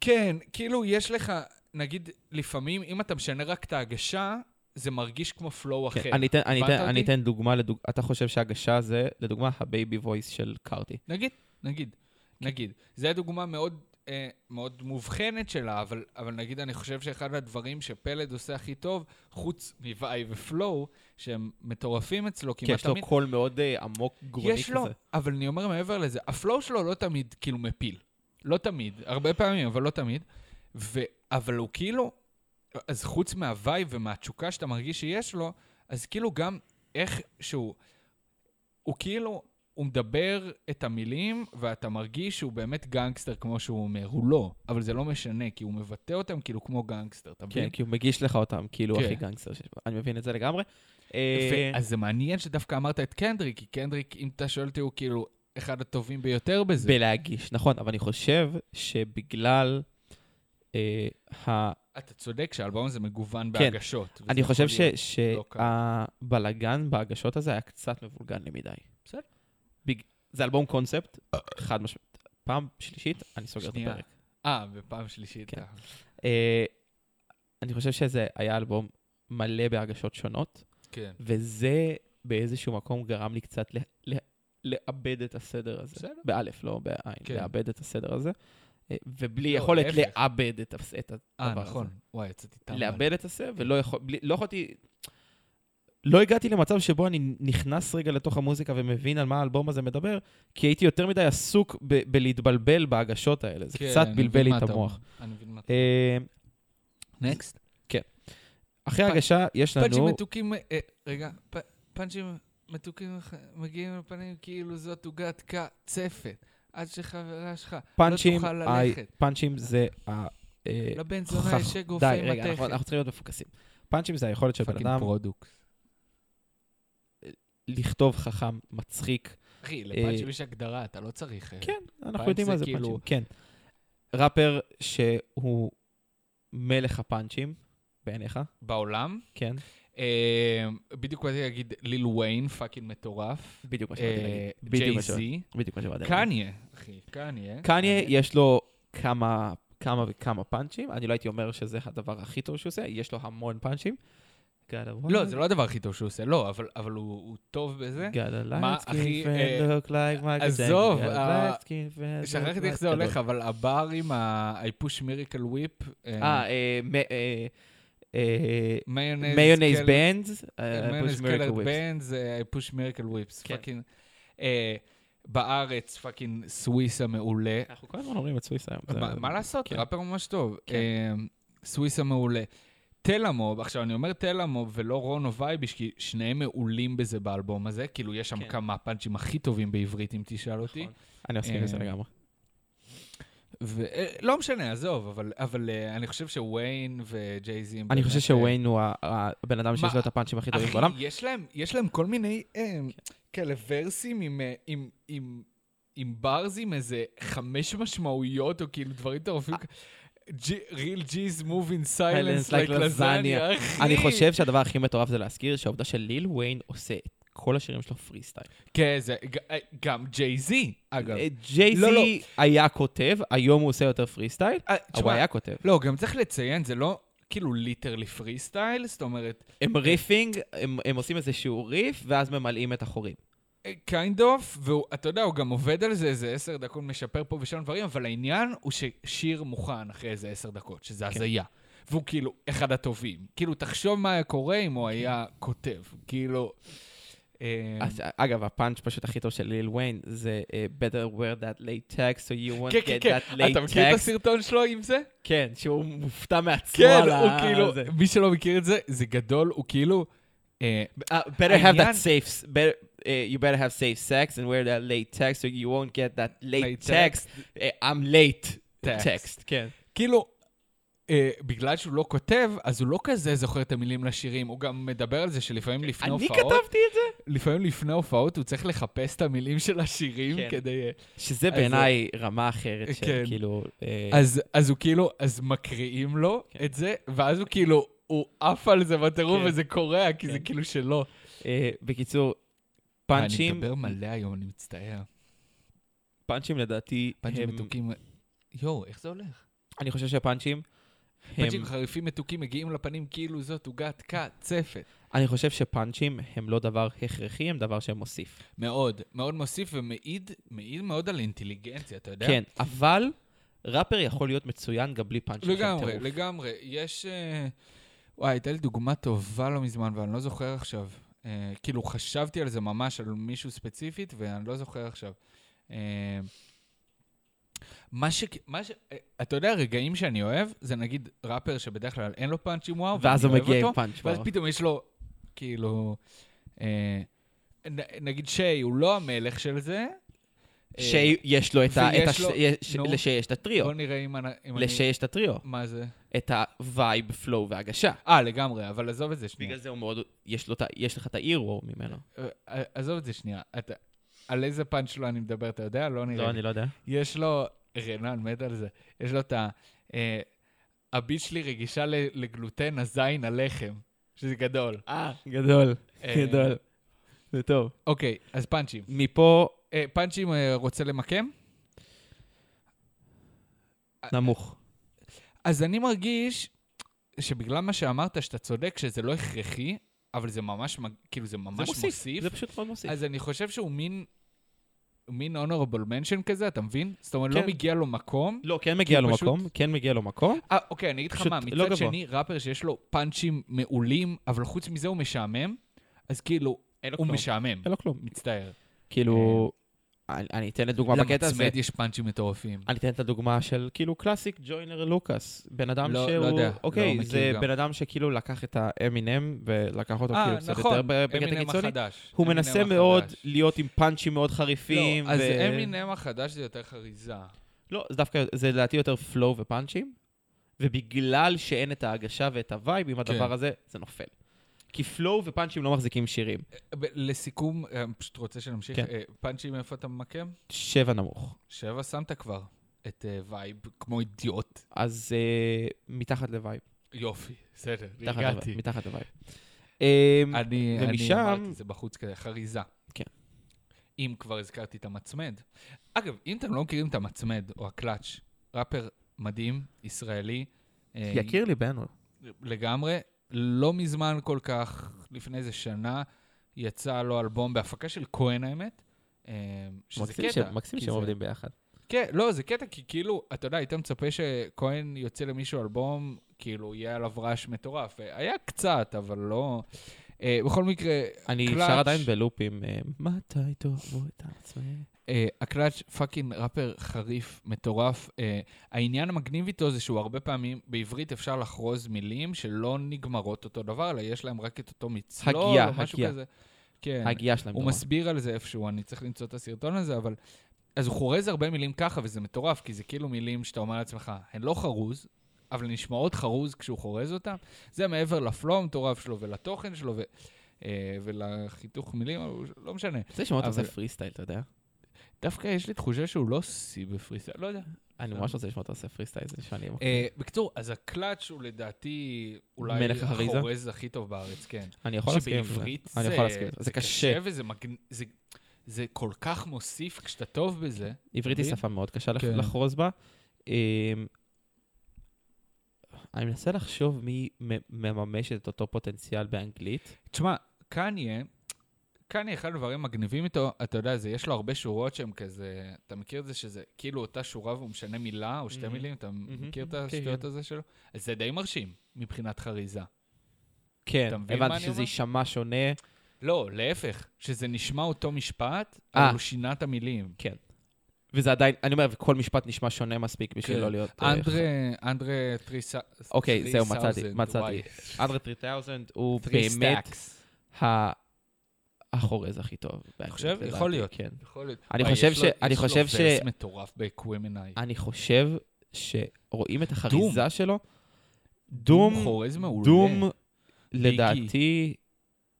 [SPEAKER 2] כן, כאילו יש לך, נגיד, לפעמים, אם אתה משנה רק את ההגשה, זה מרגיש כמו פלואו אחר.
[SPEAKER 1] כן, אני אתן, אני,
[SPEAKER 2] הבנת
[SPEAKER 1] אתן, אני
[SPEAKER 2] אותי?
[SPEAKER 1] אתן דוגמה, לדוג... אתה חושב שהגשה זה, לדוגמה, הבייבי וויס של קארטי.
[SPEAKER 2] נגיד, נגיד,
[SPEAKER 1] כן.
[SPEAKER 2] נגיד. זו דוגמה מאוד, אה, מאוד מובחנת שלה, אבל, אבל נגיד אני חושב שאחד הדברים שפלד עושה הכי טוב, חוץ מוואי ופלואו, שהם מטורפים אצלו
[SPEAKER 1] כי
[SPEAKER 2] כמעט
[SPEAKER 1] יש לו
[SPEAKER 2] תמיד,
[SPEAKER 1] קול מאוד אה, עמוק, גרוני
[SPEAKER 2] יש
[SPEAKER 1] כזה.
[SPEAKER 2] לו, אבל אני אומר מעבר לזה, הפלואו שלו לא תמיד כאילו מפיל. לא תמיד, הרבה פעמים, אבל לא תמיד. ו, אבל הוא כאילו, אז חוץ מהווייב ומהתשוקה שאתה מרגיש שיש לו, אז כאילו גם איך שהוא, הוא כאילו, הוא מדבר את המילים, ואתה מרגיש שהוא באמת גנגסטר כמו שהוא אומר. הוא לא, אבל זה לא משנה, כי הוא מבטא אותם כאילו כמו גנגסטר, אתה מבין?
[SPEAKER 1] כן, כי הוא מגיש לך אותם, כאילו
[SPEAKER 2] כן.
[SPEAKER 1] הכי גנגסטר שיש בו. אני מבין את זה לגמרי.
[SPEAKER 2] ו-
[SPEAKER 1] אה,
[SPEAKER 2] אז זה מעניין שדווקא אמרת את קנדריק, כי קנדריק, אם אתה שואל אותי, הוא כאילו אחד הטובים ביותר בזה.
[SPEAKER 1] בלהגיש, נכון, אבל אני חושב שבגלל... אה, ה...
[SPEAKER 2] אתה צודק שהאלבום הזה מגוון
[SPEAKER 1] כן.
[SPEAKER 2] בהגשות. וזה
[SPEAKER 1] אני חושב ש...
[SPEAKER 2] יכול להיות. לא קל.
[SPEAKER 1] שהבלגן בהגשות הזה היה קצת מבולגן לי מדי.
[SPEAKER 2] בסדר.
[SPEAKER 1] בג... זה אלבום קונספט, חד משמעית. פעם שלישית, אני סוגר את
[SPEAKER 2] שנייה.
[SPEAKER 1] הפרק.
[SPEAKER 2] אה, בפעם שלישית.
[SPEAKER 1] כן.
[SPEAKER 2] אה.
[SPEAKER 1] אה, אני חושב שזה היה אלבום מלא בהרגשות שונות,
[SPEAKER 2] כן.
[SPEAKER 1] וזה באיזשהו מקום גרם לי קצת ל- ל- לאבד את הסדר הזה.
[SPEAKER 2] בסדר.
[SPEAKER 1] באלף, לא בעין,
[SPEAKER 2] כן.
[SPEAKER 1] לאבד את הסדר הזה. אה, ובלי
[SPEAKER 2] לא,
[SPEAKER 1] יכולת
[SPEAKER 2] להפך.
[SPEAKER 1] לאבד את הס- את
[SPEAKER 2] אה,
[SPEAKER 1] הדבר
[SPEAKER 2] נכון.
[SPEAKER 1] הזה.
[SPEAKER 2] וואי, יצאתי טמבל.
[SPEAKER 1] לאבד את הסדר, ולא יכול- בלי- לא יכולתי... לא הגעתי למצב שבו אני נכנס רגע לתוך המוזיקה ומבין על מה האלבום הזה מדבר, כי הייתי יותר מדי עסוק ב- בלהתבלבל בהגשות האלה. זה
[SPEAKER 2] כן,
[SPEAKER 1] קצת
[SPEAKER 2] אני
[SPEAKER 1] בלבל
[SPEAKER 2] מבין
[SPEAKER 1] לי
[SPEAKER 2] מה
[SPEAKER 1] את
[SPEAKER 2] אתה
[SPEAKER 1] המוח.
[SPEAKER 2] אומר. אני מבין מה אתה
[SPEAKER 1] אה,
[SPEAKER 2] אומר. נקסט.
[SPEAKER 1] אחרי
[SPEAKER 2] פ-
[SPEAKER 1] הגשה יש
[SPEAKER 2] פאנצ'ים
[SPEAKER 1] לנו...
[SPEAKER 2] מתוקים, אה, רגע, פ- פאנצ'ים מתוקים לך- מגיעים לפנים כאילו זאת עוגת קצפת, עד שחברה שלך לא
[SPEAKER 1] פאנצ'ים,
[SPEAKER 2] תוכל
[SPEAKER 1] איי,
[SPEAKER 2] ללכת.
[SPEAKER 1] פאנצ'ים זה ה... אה,
[SPEAKER 2] לבן זונה
[SPEAKER 1] חכ-
[SPEAKER 2] יש אגרוף
[SPEAKER 1] די,
[SPEAKER 2] עם
[SPEAKER 1] רגע, אנחנו
[SPEAKER 2] מתכת.
[SPEAKER 1] אנחנו צריכים להיות מפוקסים. פאנצ'ים זה היכולת של בן
[SPEAKER 2] פאקינג
[SPEAKER 1] אדם
[SPEAKER 2] פרודוקס.
[SPEAKER 1] לכתוב חכם, מצחיק.
[SPEAKER 2] אחי,
[SPEAKER 1] אה,
[SPEAKER 2] לפאנצ'ים יש הגדרה, אתה לא צריך... אה,
[SPEAKER 1] כן, אנחנו
[SPEAKER 2] פעם
[SPEAKER 1] יודעים
[SPEAKER 2] זה
[SPEAKER 1] מה זה
[SPEAKER 2] כאילו-
[SPEAKER 1] פאנצ'ים. כן. ראפר שהוא מלך הפאנצ'ים, בעיניך,
[SPEAKER 2] בעולם?
[SPEAKER 1] כן?
[SPEAKER 2] אה, בדיוק באתי להגיד ליל וויין, פאקינג מטורף.
[SPEAKER 1] בדיוק מה שבאתי להגיד. בדיוק
[SPEAKER 2] ג'יי
[SPEAKER 1] מה שבאתי-
[SPEAKER 2] זי.
[SPEAKER 1] בדיוק מה שבאתי להגיד.
[SPEAKER 2] אה, קניה, אחי, קניה.
[SPEAKER 1] קניה, יש לו כמה... כמה וכמה פאנצ'ים, אני לא הייתי אומר שזה הדבר הכי טוב שהוא עושה, יש לו המון פאנצ'ים.
[SPEAKER 2] לא, זה לא הדבר הכי טוב שהוא עושה, לא, אבל- אבל הוא הוא טוב בזה.
[SPEAKER 1] got a
[SPEAKER 2] מה,
[SPEAKER 1] light
[SPEAKER 2] אחי,
[SPEAKER 1] skin friend,
[SPEAKER 2] אה,
[SPEAKER 1] look like Michael
[SPEAKER 2] עזוב,
[SPEAKER 1] Jackson, got a
[SPEAKER 2] אה,
[SPEAKER 1] light skin friend, look
[SPEAKER 2] שכחתי איך
[SPEAKER 1] like-
[SPEAKER 2] זה
[SPEAKER 1] גדול.
[SPEAKER 2] הולך, אבל הבר עם האיפוש מיריקל וויפ,
[SPEAKER 1] אה, אה, מ- אה, אה, uh,
[SPEAKER 2] מיונז
[SPEAKER 1] מיונז
[SPEAKER 2] קל-
[SPEAKER 1] בנדס,
[SPEAKER 2] מיונז
[SPEAKER 1] פוש
[SPEAKER 2] קלר
[SPEAKER 1] מריקל וויפס.
[SPEAKER 2] בנדס, איפוש מיריקל וויפס,
[SPEAKER 1] כן.
[SPEAKER 2] פאקינג. אה, בארץ, פאקינג סוויסה מעולה.
[SPEAKER 1] אנחנו כל הזמן אומרים את סוויס היום. זה-
[SPEAKER 2] מה מה לעשות,
[SPEAKER 1] כן.
[SPEAKER 2] ראפר ממש טוב.
[SPEAKER 1] כן.
[SPEAKER 2] אה, סוויסה מעולה. תלמוב, עכשיו אני אומר תלמוב ולא רונו וייביש, כי שניהם מעולים בזה באלבום הזה, כאילו יש שם
[SPEAKER 1] כן.
[SPEAKER 2] כמה פאנצ'ים הכי טובים בעברית, אם תשאל אותי.
[SPEAKER 1] נכון. אני מסכים לזה
[SPEAKER 2] אה,
[SPEAKER 1] לגמרי.
[SPEAKER 2] ולא אה, לא משנה, עזוב, אבל, אבל אה, אני חושב שוויין וג'ייזי... אה,
[SPEAKER 1] אני חושב שוויין הוא ה- ה- הבן אדם שיש לו את הפאנצ'ים הכי טובים בעולם.
[SPEAKER 2] יש להם, יש להם כל מיני אה, כאלה ורסים עם, אה, עם, עם, עם ברז עם איזה חמש משמעויות, או כאילו דברים טורפים. G- real G's move in silence
[SPEAKER 1] אה. Silence
[SPEAKER 2] like
[SPEAKER 1] like
[SPEAKER 2] lasagna, אחי.
[SPEAKER 1] אני חושב שהדבר הכי מטורף זה להזכיר שהעובדה שליל וויין עושה את כל השירים שלו פרי סטייל.
[SPEAKER 2] כן, זה ג- אה, גם ג'ייזי, אגב.
[SPEAKER 1] אה,
[SPEAKER 2] לא, לא.
[SPEAKER 1] ג'יי-סי היה כותב, היום הוא עושה יותר פרי סטייל,
[SPEAKER 2] אה,
[SPEAKER 1] אבל הוא
[SPEAKER 2] תשמע,
[SPEAKER 1] היה כותב.
[SPEAKER 2] לא, גם צריך לציין, זה לא כאילו ליטרלי פרי סטייל, זאת אומרת,
[SPEAKER 1] הם ריפינג, הם, הם עושים איזשהו ריף, ואז ממלאים את החורים.
[SPEAKER 2] kind of, ואתה יודע, הוא גם עובד על זה איזה עשר דקות, משפר פה ושם דברים, אבל העניין הוא ששיר מוכן אחרי איזה עשר דקות, שזה
[SPEAKER 1] כן.
[SPEAKER 2] הזיה. והוא כאילו אחד הטובים. כאילו, תחשוב מה היה קורה אם
[SPEAKER 1] כן.
[SPEAKER 2] הוא היה כותב. כאילו... אה,
[SPEAKER 1] אז, אגב, הפאנץ' פשוט הכי טוב של ליל וויין זה אה, better wear that late tag, so you won't
[SPEAKER 2] כן, כן,
[SPEAKER 1] get
[SPEAKER 2] כן.
[SPEAKER 1] that late
[SPEAKER 2] אתה מכיר את
[SPEAKER 1] tag.
[SPEAKER 2] הסרטון שלו עם זה?
[SPEAKER 1] כן, שהוא מופתע מעצמו
[SPEAKER 2] כן,
[SPEAKER 1] על ה...
[SPEAKER 2] הוא כאילו...
[SPEAKER 1] זה.
[SPEAKER 2] מי שלא מכיר את זה, זה גדול, הוא כאילו... אה,
[SPEAKER 1] אה, better have
[SPEAKER 2] העניין-
[SPEAKER 1] that safe, better, אה, you better have safe sex and wear that late tag, so you won't get that late
[SPEAKER 2] Late
[SPEAKER 1] text. אה, I'm late
[SPEAKER 2] Text.
[SPEAKER 1] text, כן.
[SPEAKER 2] כאילו, אה, בגלל שהוא לא כותב, אז הוא לא כזה זוכר את המילים לשירים. הוא גם מדבר על זה שלפעמים לפני
[SPEAKER 1] אני
[SPEAKER 2] הופעות...
[SPEAKER 1] כתבתי את זה?
[SPEAKER 2] לפעמים לפני הופעות הוא צריך לחפש את המילים של השירים
[SPEAKER 1] כן.
[SPEAKER 2] כדי... אה,
[SPEAKER 1] שזה
[SPEAKER 2] אז,
[SPEAKER 1] בעיניי רמה אחרת
[SPEAKER 2] כן.
[SPEAKER 1] של כאילו... אה,
[SPEAKER 2] אז, אז הוא כאילו, אז מקריאים לו
[SPEAKER 1] כן.
[SPEAKER 2] את זה, ואז הוא כאילו, הוא עף על זה בטירוף
[SPEAKER 1] כן.
[SPEAKER 2] וזה קורע, כי זה
[SPEAKER 1] כן.
[SPEAKER 2] כאילו שלו.
[SPEAKER 1] אה, בקיצור,
[SPEAKER 2] אני
[SPEAKER 1] פאנצ'ים,
[SPEAKER 2] מדבר מלא היום, אני מצטער.
[SPEAKER 1] פאנצ'ים לדעתי
[SPEAKER 2] פאנצ'ים
[SPEAKER 1] הם...
[SPEAKER 2] מתוקים... יואו, איך זה הולך?
[SPEAKER 1] אני חושב שהפאנצ'ים הם...
[SPEAKER 2] פאנצ'ים חריפים מתוקים מגיעים לפנים כאילו זאת עוגת קצפת.
[SPEAKER 1] אני חושב שפאנצ'ים הם לא דבר הכרחי, הם דבר שמוסיף.
[SPEAKER 2] מאוד, מאוד מוסיף ומעיד, מעיד מאוד על אינטליגנציה, אתה יודע?
[SPEAKER 1] כן, אבל ראפר יכול להיות מצוין גם בלי פאנצ'ים. שהם
[SPEAKER 2] לגמרי,
[SPEAKER 1] טירוף.
[SPEAKER 2] לגמרי. יש... אה, וואי, הייתה לי דוגמה טובה לא מזמן, ואני לא זוכר עכשיו. אה, כאילו, חשבתי על זה ממש, על מישהו ספציפית, ואני לא זוכר עכשיו. אה, מה ש... מה ש... אה, אתה יודע, רגעים שאני אוהב, זה נגיד ראפר שבדרך כלל אין לו פאנצ'ים וואו,
[SPEAKER 1] ואז הוא
[SPEAKER 2] ואני אוהב
[SPEAKER 1] מגיע עם
[SPEAKER 2] אותו,
[SPEAKER 1] פאנצ'
[SPEAKER 2] ואז
[SPEAKER 1] וואו.
[SPEAKER 2] פתאום יש לו, כאילו... אה, נ- נגיד שיי, הוא לא המלך של זה. אה,
[SPEAKER 1] שיש לו את ה...
[SPEAKER 2] ויש
[SPEAKER 1] את הש-
[SPEAKER 2] לו-
[SPEAKER 1] יש-
[SPEAKER 2] נו.
[SPEAKER 1] לשיש את הטריו.
[SPEAKER 2] בוא נראה אם אני... אם אני-
[SPEAKER 1] לשיש את הטריו.
[SPEAKER 2] מה זה?
[SPEAKER 1] את הווייב, פלואו והגשה.
[SPEAKER 2] אה, לגמרי, אבל עזוב את זה שנייה.
[SPEAKER 1] בגלל זה הוא מאוד... יש לו את ה- יש לך את האירו ממנו.
[SPEAKER 2] אה, עזוב את זה שנייה. אתה, על איזה פאנץ' שלו אני מדבר, אתה יודע? לא נראה
[SPEAKER 1] לא,
[SPEAKER 2] לי.
[SPEAKER 1] אני לא יודע.
[SPEAKER 2] יש לו, רנן מת על זה, יש לו את ה... אה, הביט שלי רגישה ל- לגלוטן הזין הלחם, שזה גדול.
[SPEAKER 1] אה, גדול,
[SPEAKER 2] אה,
[SPEAKER 1] גדול. זה טוב.
[SPEAKER 2] אוקיי, אז פאנצ'ים.
[SPEAKER 1] מפה,
[SPEAKER 2] אה, פאנצ'ים אה, רוצה למקם?
[SPEAKER 1] נמוך.
[SPEAKER 2] אז אני מרגיש שבגלל מה שאמרת, שאתה צודק, שזה לא הכרחי, אבל זה ממש, מג- כאילו, זה ממש מוסיף.
[SPEAKER 1] זה פשוט מאוד מוסיף.
[SPEAKER 2] אז אני חושב שהוא מין... מין honorable mention כזה, אתה מבין? זאת אומרת, לא
[SPEAKER 1] כן.
[SPEAKER 2] מגיע לו מקום,
[SPEAKER 1] לא, כן מגיע
[SPEAKER 2] כי
[SPEAKER 1] לו
[SPEAKER 2] פשוט-
[SPEAKER 1] מקום, כן מגיע לו מקום.
[SPEAKER 2] אה, אוקיי, אני אגיד לך
[SPEAKER 1] פשוט
[SPEAKER 2] מה,
[SPEAKER 1] לא
[SPEAKER 2] מצד
[SPEAKER 1] גבוה.
[SPEAKER 2] שני, ראפר שיש לו פאנצ'ים מעולים, אבל חוץ מזה הוא משעמם, אז כאילו,
[SPEAKER 1] אין לו
[SPEAKER 2] הוא
[SPEAKER 1] כלום.
[SPEAKER 2] משעמם.
[SPEAKER 1] אין לו כלום.
[SPEAKER 2] מצטער.
[SPEAKER 1] כאילו, אני אני אתן לדוגמה בקטע הזה.
[SPEAKER 2] למצמד יש פאנצ'ים מטורפים.
[SPEAKER 1] אני אתן את הדוגמה של כאילו קלאסיק ג'וינר לוקאס. בן אדם
[SPEAKER 2] לא-
[SPEAKER 1] שהוא...
[SPEAKER 2] לא יודע, לא
[SPEAKER 1] אוקיי,
[SPEAKER 2] מכיר
[SPEAKER 1] זה
[SPEAKER 2] גם.
[SPEAKER 1] בן אדם שכאילו לקח את האמינם ולקח אותו
[SPEAKER 2] אה,
[SPEAKER 1] כאילו קצת
[SPEAKER 2] נכון,
[SPEAKER 1] יותר ב- בקטע
[SPEAKER 2] אמינם
[SPEAKER 1] קיצוני.
[SPEAKER 2] החדש.
[SPEAKER 1] הוא
[SPEAKER 2] אמינם
[SPEAKER 1] מנסה
[SPEAKER 2] החדש.
[SPEAKER 1] מאוד להיות עם פאנצ'ים מאוד
[SPEAKER 2] לא,
[SPEAKER 1] חריפים.
[SPEAKER 2] אז
[SPEAKER 1] ו-
[SPEAKER 2] אמינם החדש זה יותר חריזה.
[SPEAKER 1] לא, זה דווקא, זה לדעתי יותר פלואו ופאנצ'ים, ובגלל שאין את ההגשה ואת הווייב עם הדבר
[SPEAKER 2] כן.
[SPEAKER 1] הזה, זה נופל. כי פלואו ופאנצ'ים לא מחזיקים שירים.
[SPEAKER 2] ב- לסיכום, אה, פשוט רוצה שנמשיך.
[SPEAKER 1] כן.
[SPEAKER 2] אה, פאנצ'ים, איפה אתה ממקם?
[SPEAKER 1] שבע נמוך.
[SPEAKER 2] שבע שמת כבר את אה, וייב, כמו אידיוט.
[SPEAKER 1] אז אה, מתחת לווייב.
[SPEAKER 2] יופי, בסדר,
[SPEAKER 1] מתחת לווייב,
[SPEAKER 2] הגעתי.
[SPEAKER 1] מתחת לווייב. אה,
[SPEAKER 2] אני,
[SPEAKER 1] ומשם-
[SPEAKER 2] אני אמרתי, זה בחוץ כזה, חריזה.
[SPEAKER 1] כן.
[SPEAKER 2] אם כבר הזכרתי את המצמד. אגב, אם אתם לא מכירים את המצמד או הקלאץ', ראפר מדהים, ישראלי. אה,
[SPEAKER 1] יקיר ליבנו.
[SPEAKER 2] לגמרי. לא מזמן כל כך, לפני איזה שנה, יצא לו אלבום בהפקה של כהן, האמת. אה, שזה
[SPEAKER 1] מקסים
[SPEAKER 2] קטע.
[SPEAKER 1] שהם- מקסים
[SPEAKER 2] כי
[SPEAKER 1] שהם
[SPEAKER 2] זה-
[SPEAKER 1] עובדים ביחד.
[SPEAKER 2] כן, לא, זה קטע, כי כאילו, אתה יודע, היית מצפה שכהן יוצא למישהו אלבום, כאילו, יהיה עליו רעש מטורף. היה קצת, אבל לא... אה, בכל מקרה,
[SPEAKER 1] אני
[SPEAKER 2] קלאץ'.
[SPEAKER 1] שר עדיין בלופים, אה, מתי תאהבו את העצמאים?
[SPEAKER 2] אה, הקלאץ' פאקינג ראפר חריף, מטורף. אה, העניין המגניב איתו זה שהוא הרבה פעמים, בעברית אפשר לחרוז מילים שלא נגמרות אותו דבר, אלא יש להם רק את אותו מצלול
[SPEAKER 1] הגייה,
[SPEAKER 2] או משהו
[SPEAKER 1] הגייה.
[SPEAKER 2] כזה. כן,
[SPEAKER 1] הגייה שלהם
[SPEAKER 2] הוא
[SPEAKER 1] דומה.
[SPEAKER 2] מסביר על זה איפשהו, אני צריך למצוא את הסרטון הזה, אבל... אז הוא חורז הרבה מילים ככה, וזה מטורף, כי זה כאילו מילים שאתה אומר לעצמך, הן לא חרוז, אבל הן נשמעות חרוז כשהוא חורז אותן. זה מעבר לפלואו המטורף שלו ולתוכן שלו ו... אה, ולחיתוך מילים, אבל הוא- לא משנה.
[SPEAKER 1] זה שמאוד
[SPEAKER 2] אבל-
[SPEAKER 1] עושה פרי סטייל, אתה יודע?
[SPEAKER 2] דווקא יש לי תחושה שהוא לא שיא בפריסטייל, לא יודע.
[SPEAKER 1] אני ממש רוצה לשמוע אותו עושה פרי סטייל, זה נשמע לי...
[SPEAKER 2] אה, בקיצור, אז הקלאץ' הוא לדעתי אולי
[SPEAKER 1] מלך החריזה?
[SPEAKER 2] החורז הכי טוב בארץ, כן.
[SPEAKER 1] אני יכול להסכים עם זה.
[SPEAKER 2] שבעברית
[SPEAKER 1] אני יכול להסכים עם זה. זה קשה.
[SPEAKER 2] וזה מגנ... זה... זה כל כך מוסיף כשאתה טוב בזה.
[SPEAKER 1] עברית היא
[SPEAKER 2] מבין?
[SPEAKER 1] שפה מאוד קשה לח-
[SPEAKER 2] כן.
[SPEAKER 1] לחרוז בה. אמ, אני מנסה לחשוב מי מ- מממש את אותו פוטנציאל באנגלית.
[SPEAKER 2] תשמע, קניה, קניה, אחד הדברים המגניבים איתו, אתה יודע, זה יש לו הרבה שורות שהן כזה, אתה מכיר את זה שזה כאילו אותה שורה והוא משנה מילה או שתי
[SPEAKER 1] מהמם.
[SPEAKER 2] מילים, אתה
[SPEAKER 1] מהמם.
[SPEAKER 2] מכיר את
[SPEAKER 1] כן,
[SPEAKER 2] השטויות
[SPEAKER 1] כן.
[SPEAKER 2] הזה שלו? אז זה די מרשים מבחינת חריזה.
[SPEAKER 1] כן,
[SPEAKER 2] אתה מבין מה
[SPEAKER 1] הבנתי
[SPEAKER 2] אני
[SPEAKER 1] שזה
[SPEAKER 2] אומר?
[SPEAKER 1] יישמע שונה.
[SPEAKER 2] לא, להפך, שזה נשמע אותו משפט,
[SPEAKER 1] אה.
[SPEAKER 2] אבל הוא שינה את המילים.
[SPEAKER 1] וזה עדיין, אני אומר, וכל משפט נשמע שונה מספיק בשביל
[SPEAKER 2] כן.
[SPEAKER 1] לא להיות... אה,
[SPEAKER 2] אנדרה, אנדרה טריסה...
[SPEAKER 1] אוקיי, זהו, מצאתי,
[SPEAKER 2] 3000,
[SPEAKER 1] מצאתי.
[SPEAKER 2] וואי.
[SPEAKER 1] אנדרה 3000 הוא
[SPEAKER 2] Three
[SPEAKER 1] באמת
[SPEAKER 2] stacks.
[SPEAKER 1] ה- החורז הכי טוב. באנגלית,
[SPEAKER 2] חושב?
[SPEAKER 1] לדעתי,
[SPEAKER 2] יכול להיות.
[SPEAKER 1] כן.
[SPEAKER 2] יכול להיות.
[SPEAKER 1] אני
[SPEAKER 2] וואי,
[SPEAKER 1] חושב
[SPEAKER 2] יש לו-
[SPEAKER 1] ש- אני חושב
[SPEAKER 2] יש
[SPEAKER 1] ש- אה,
[SPEAKER 2] לו ורס מטורף בקווימנאי.
[SPEAKER 1] אני חושב שרואים את החריזה שלו. דום
[SPEAKER 2] חורז מעולה.
[SPEAKER 1] דום,
[SPEAKER 2] ביגי.
[SPEAKER 1] לדעתי,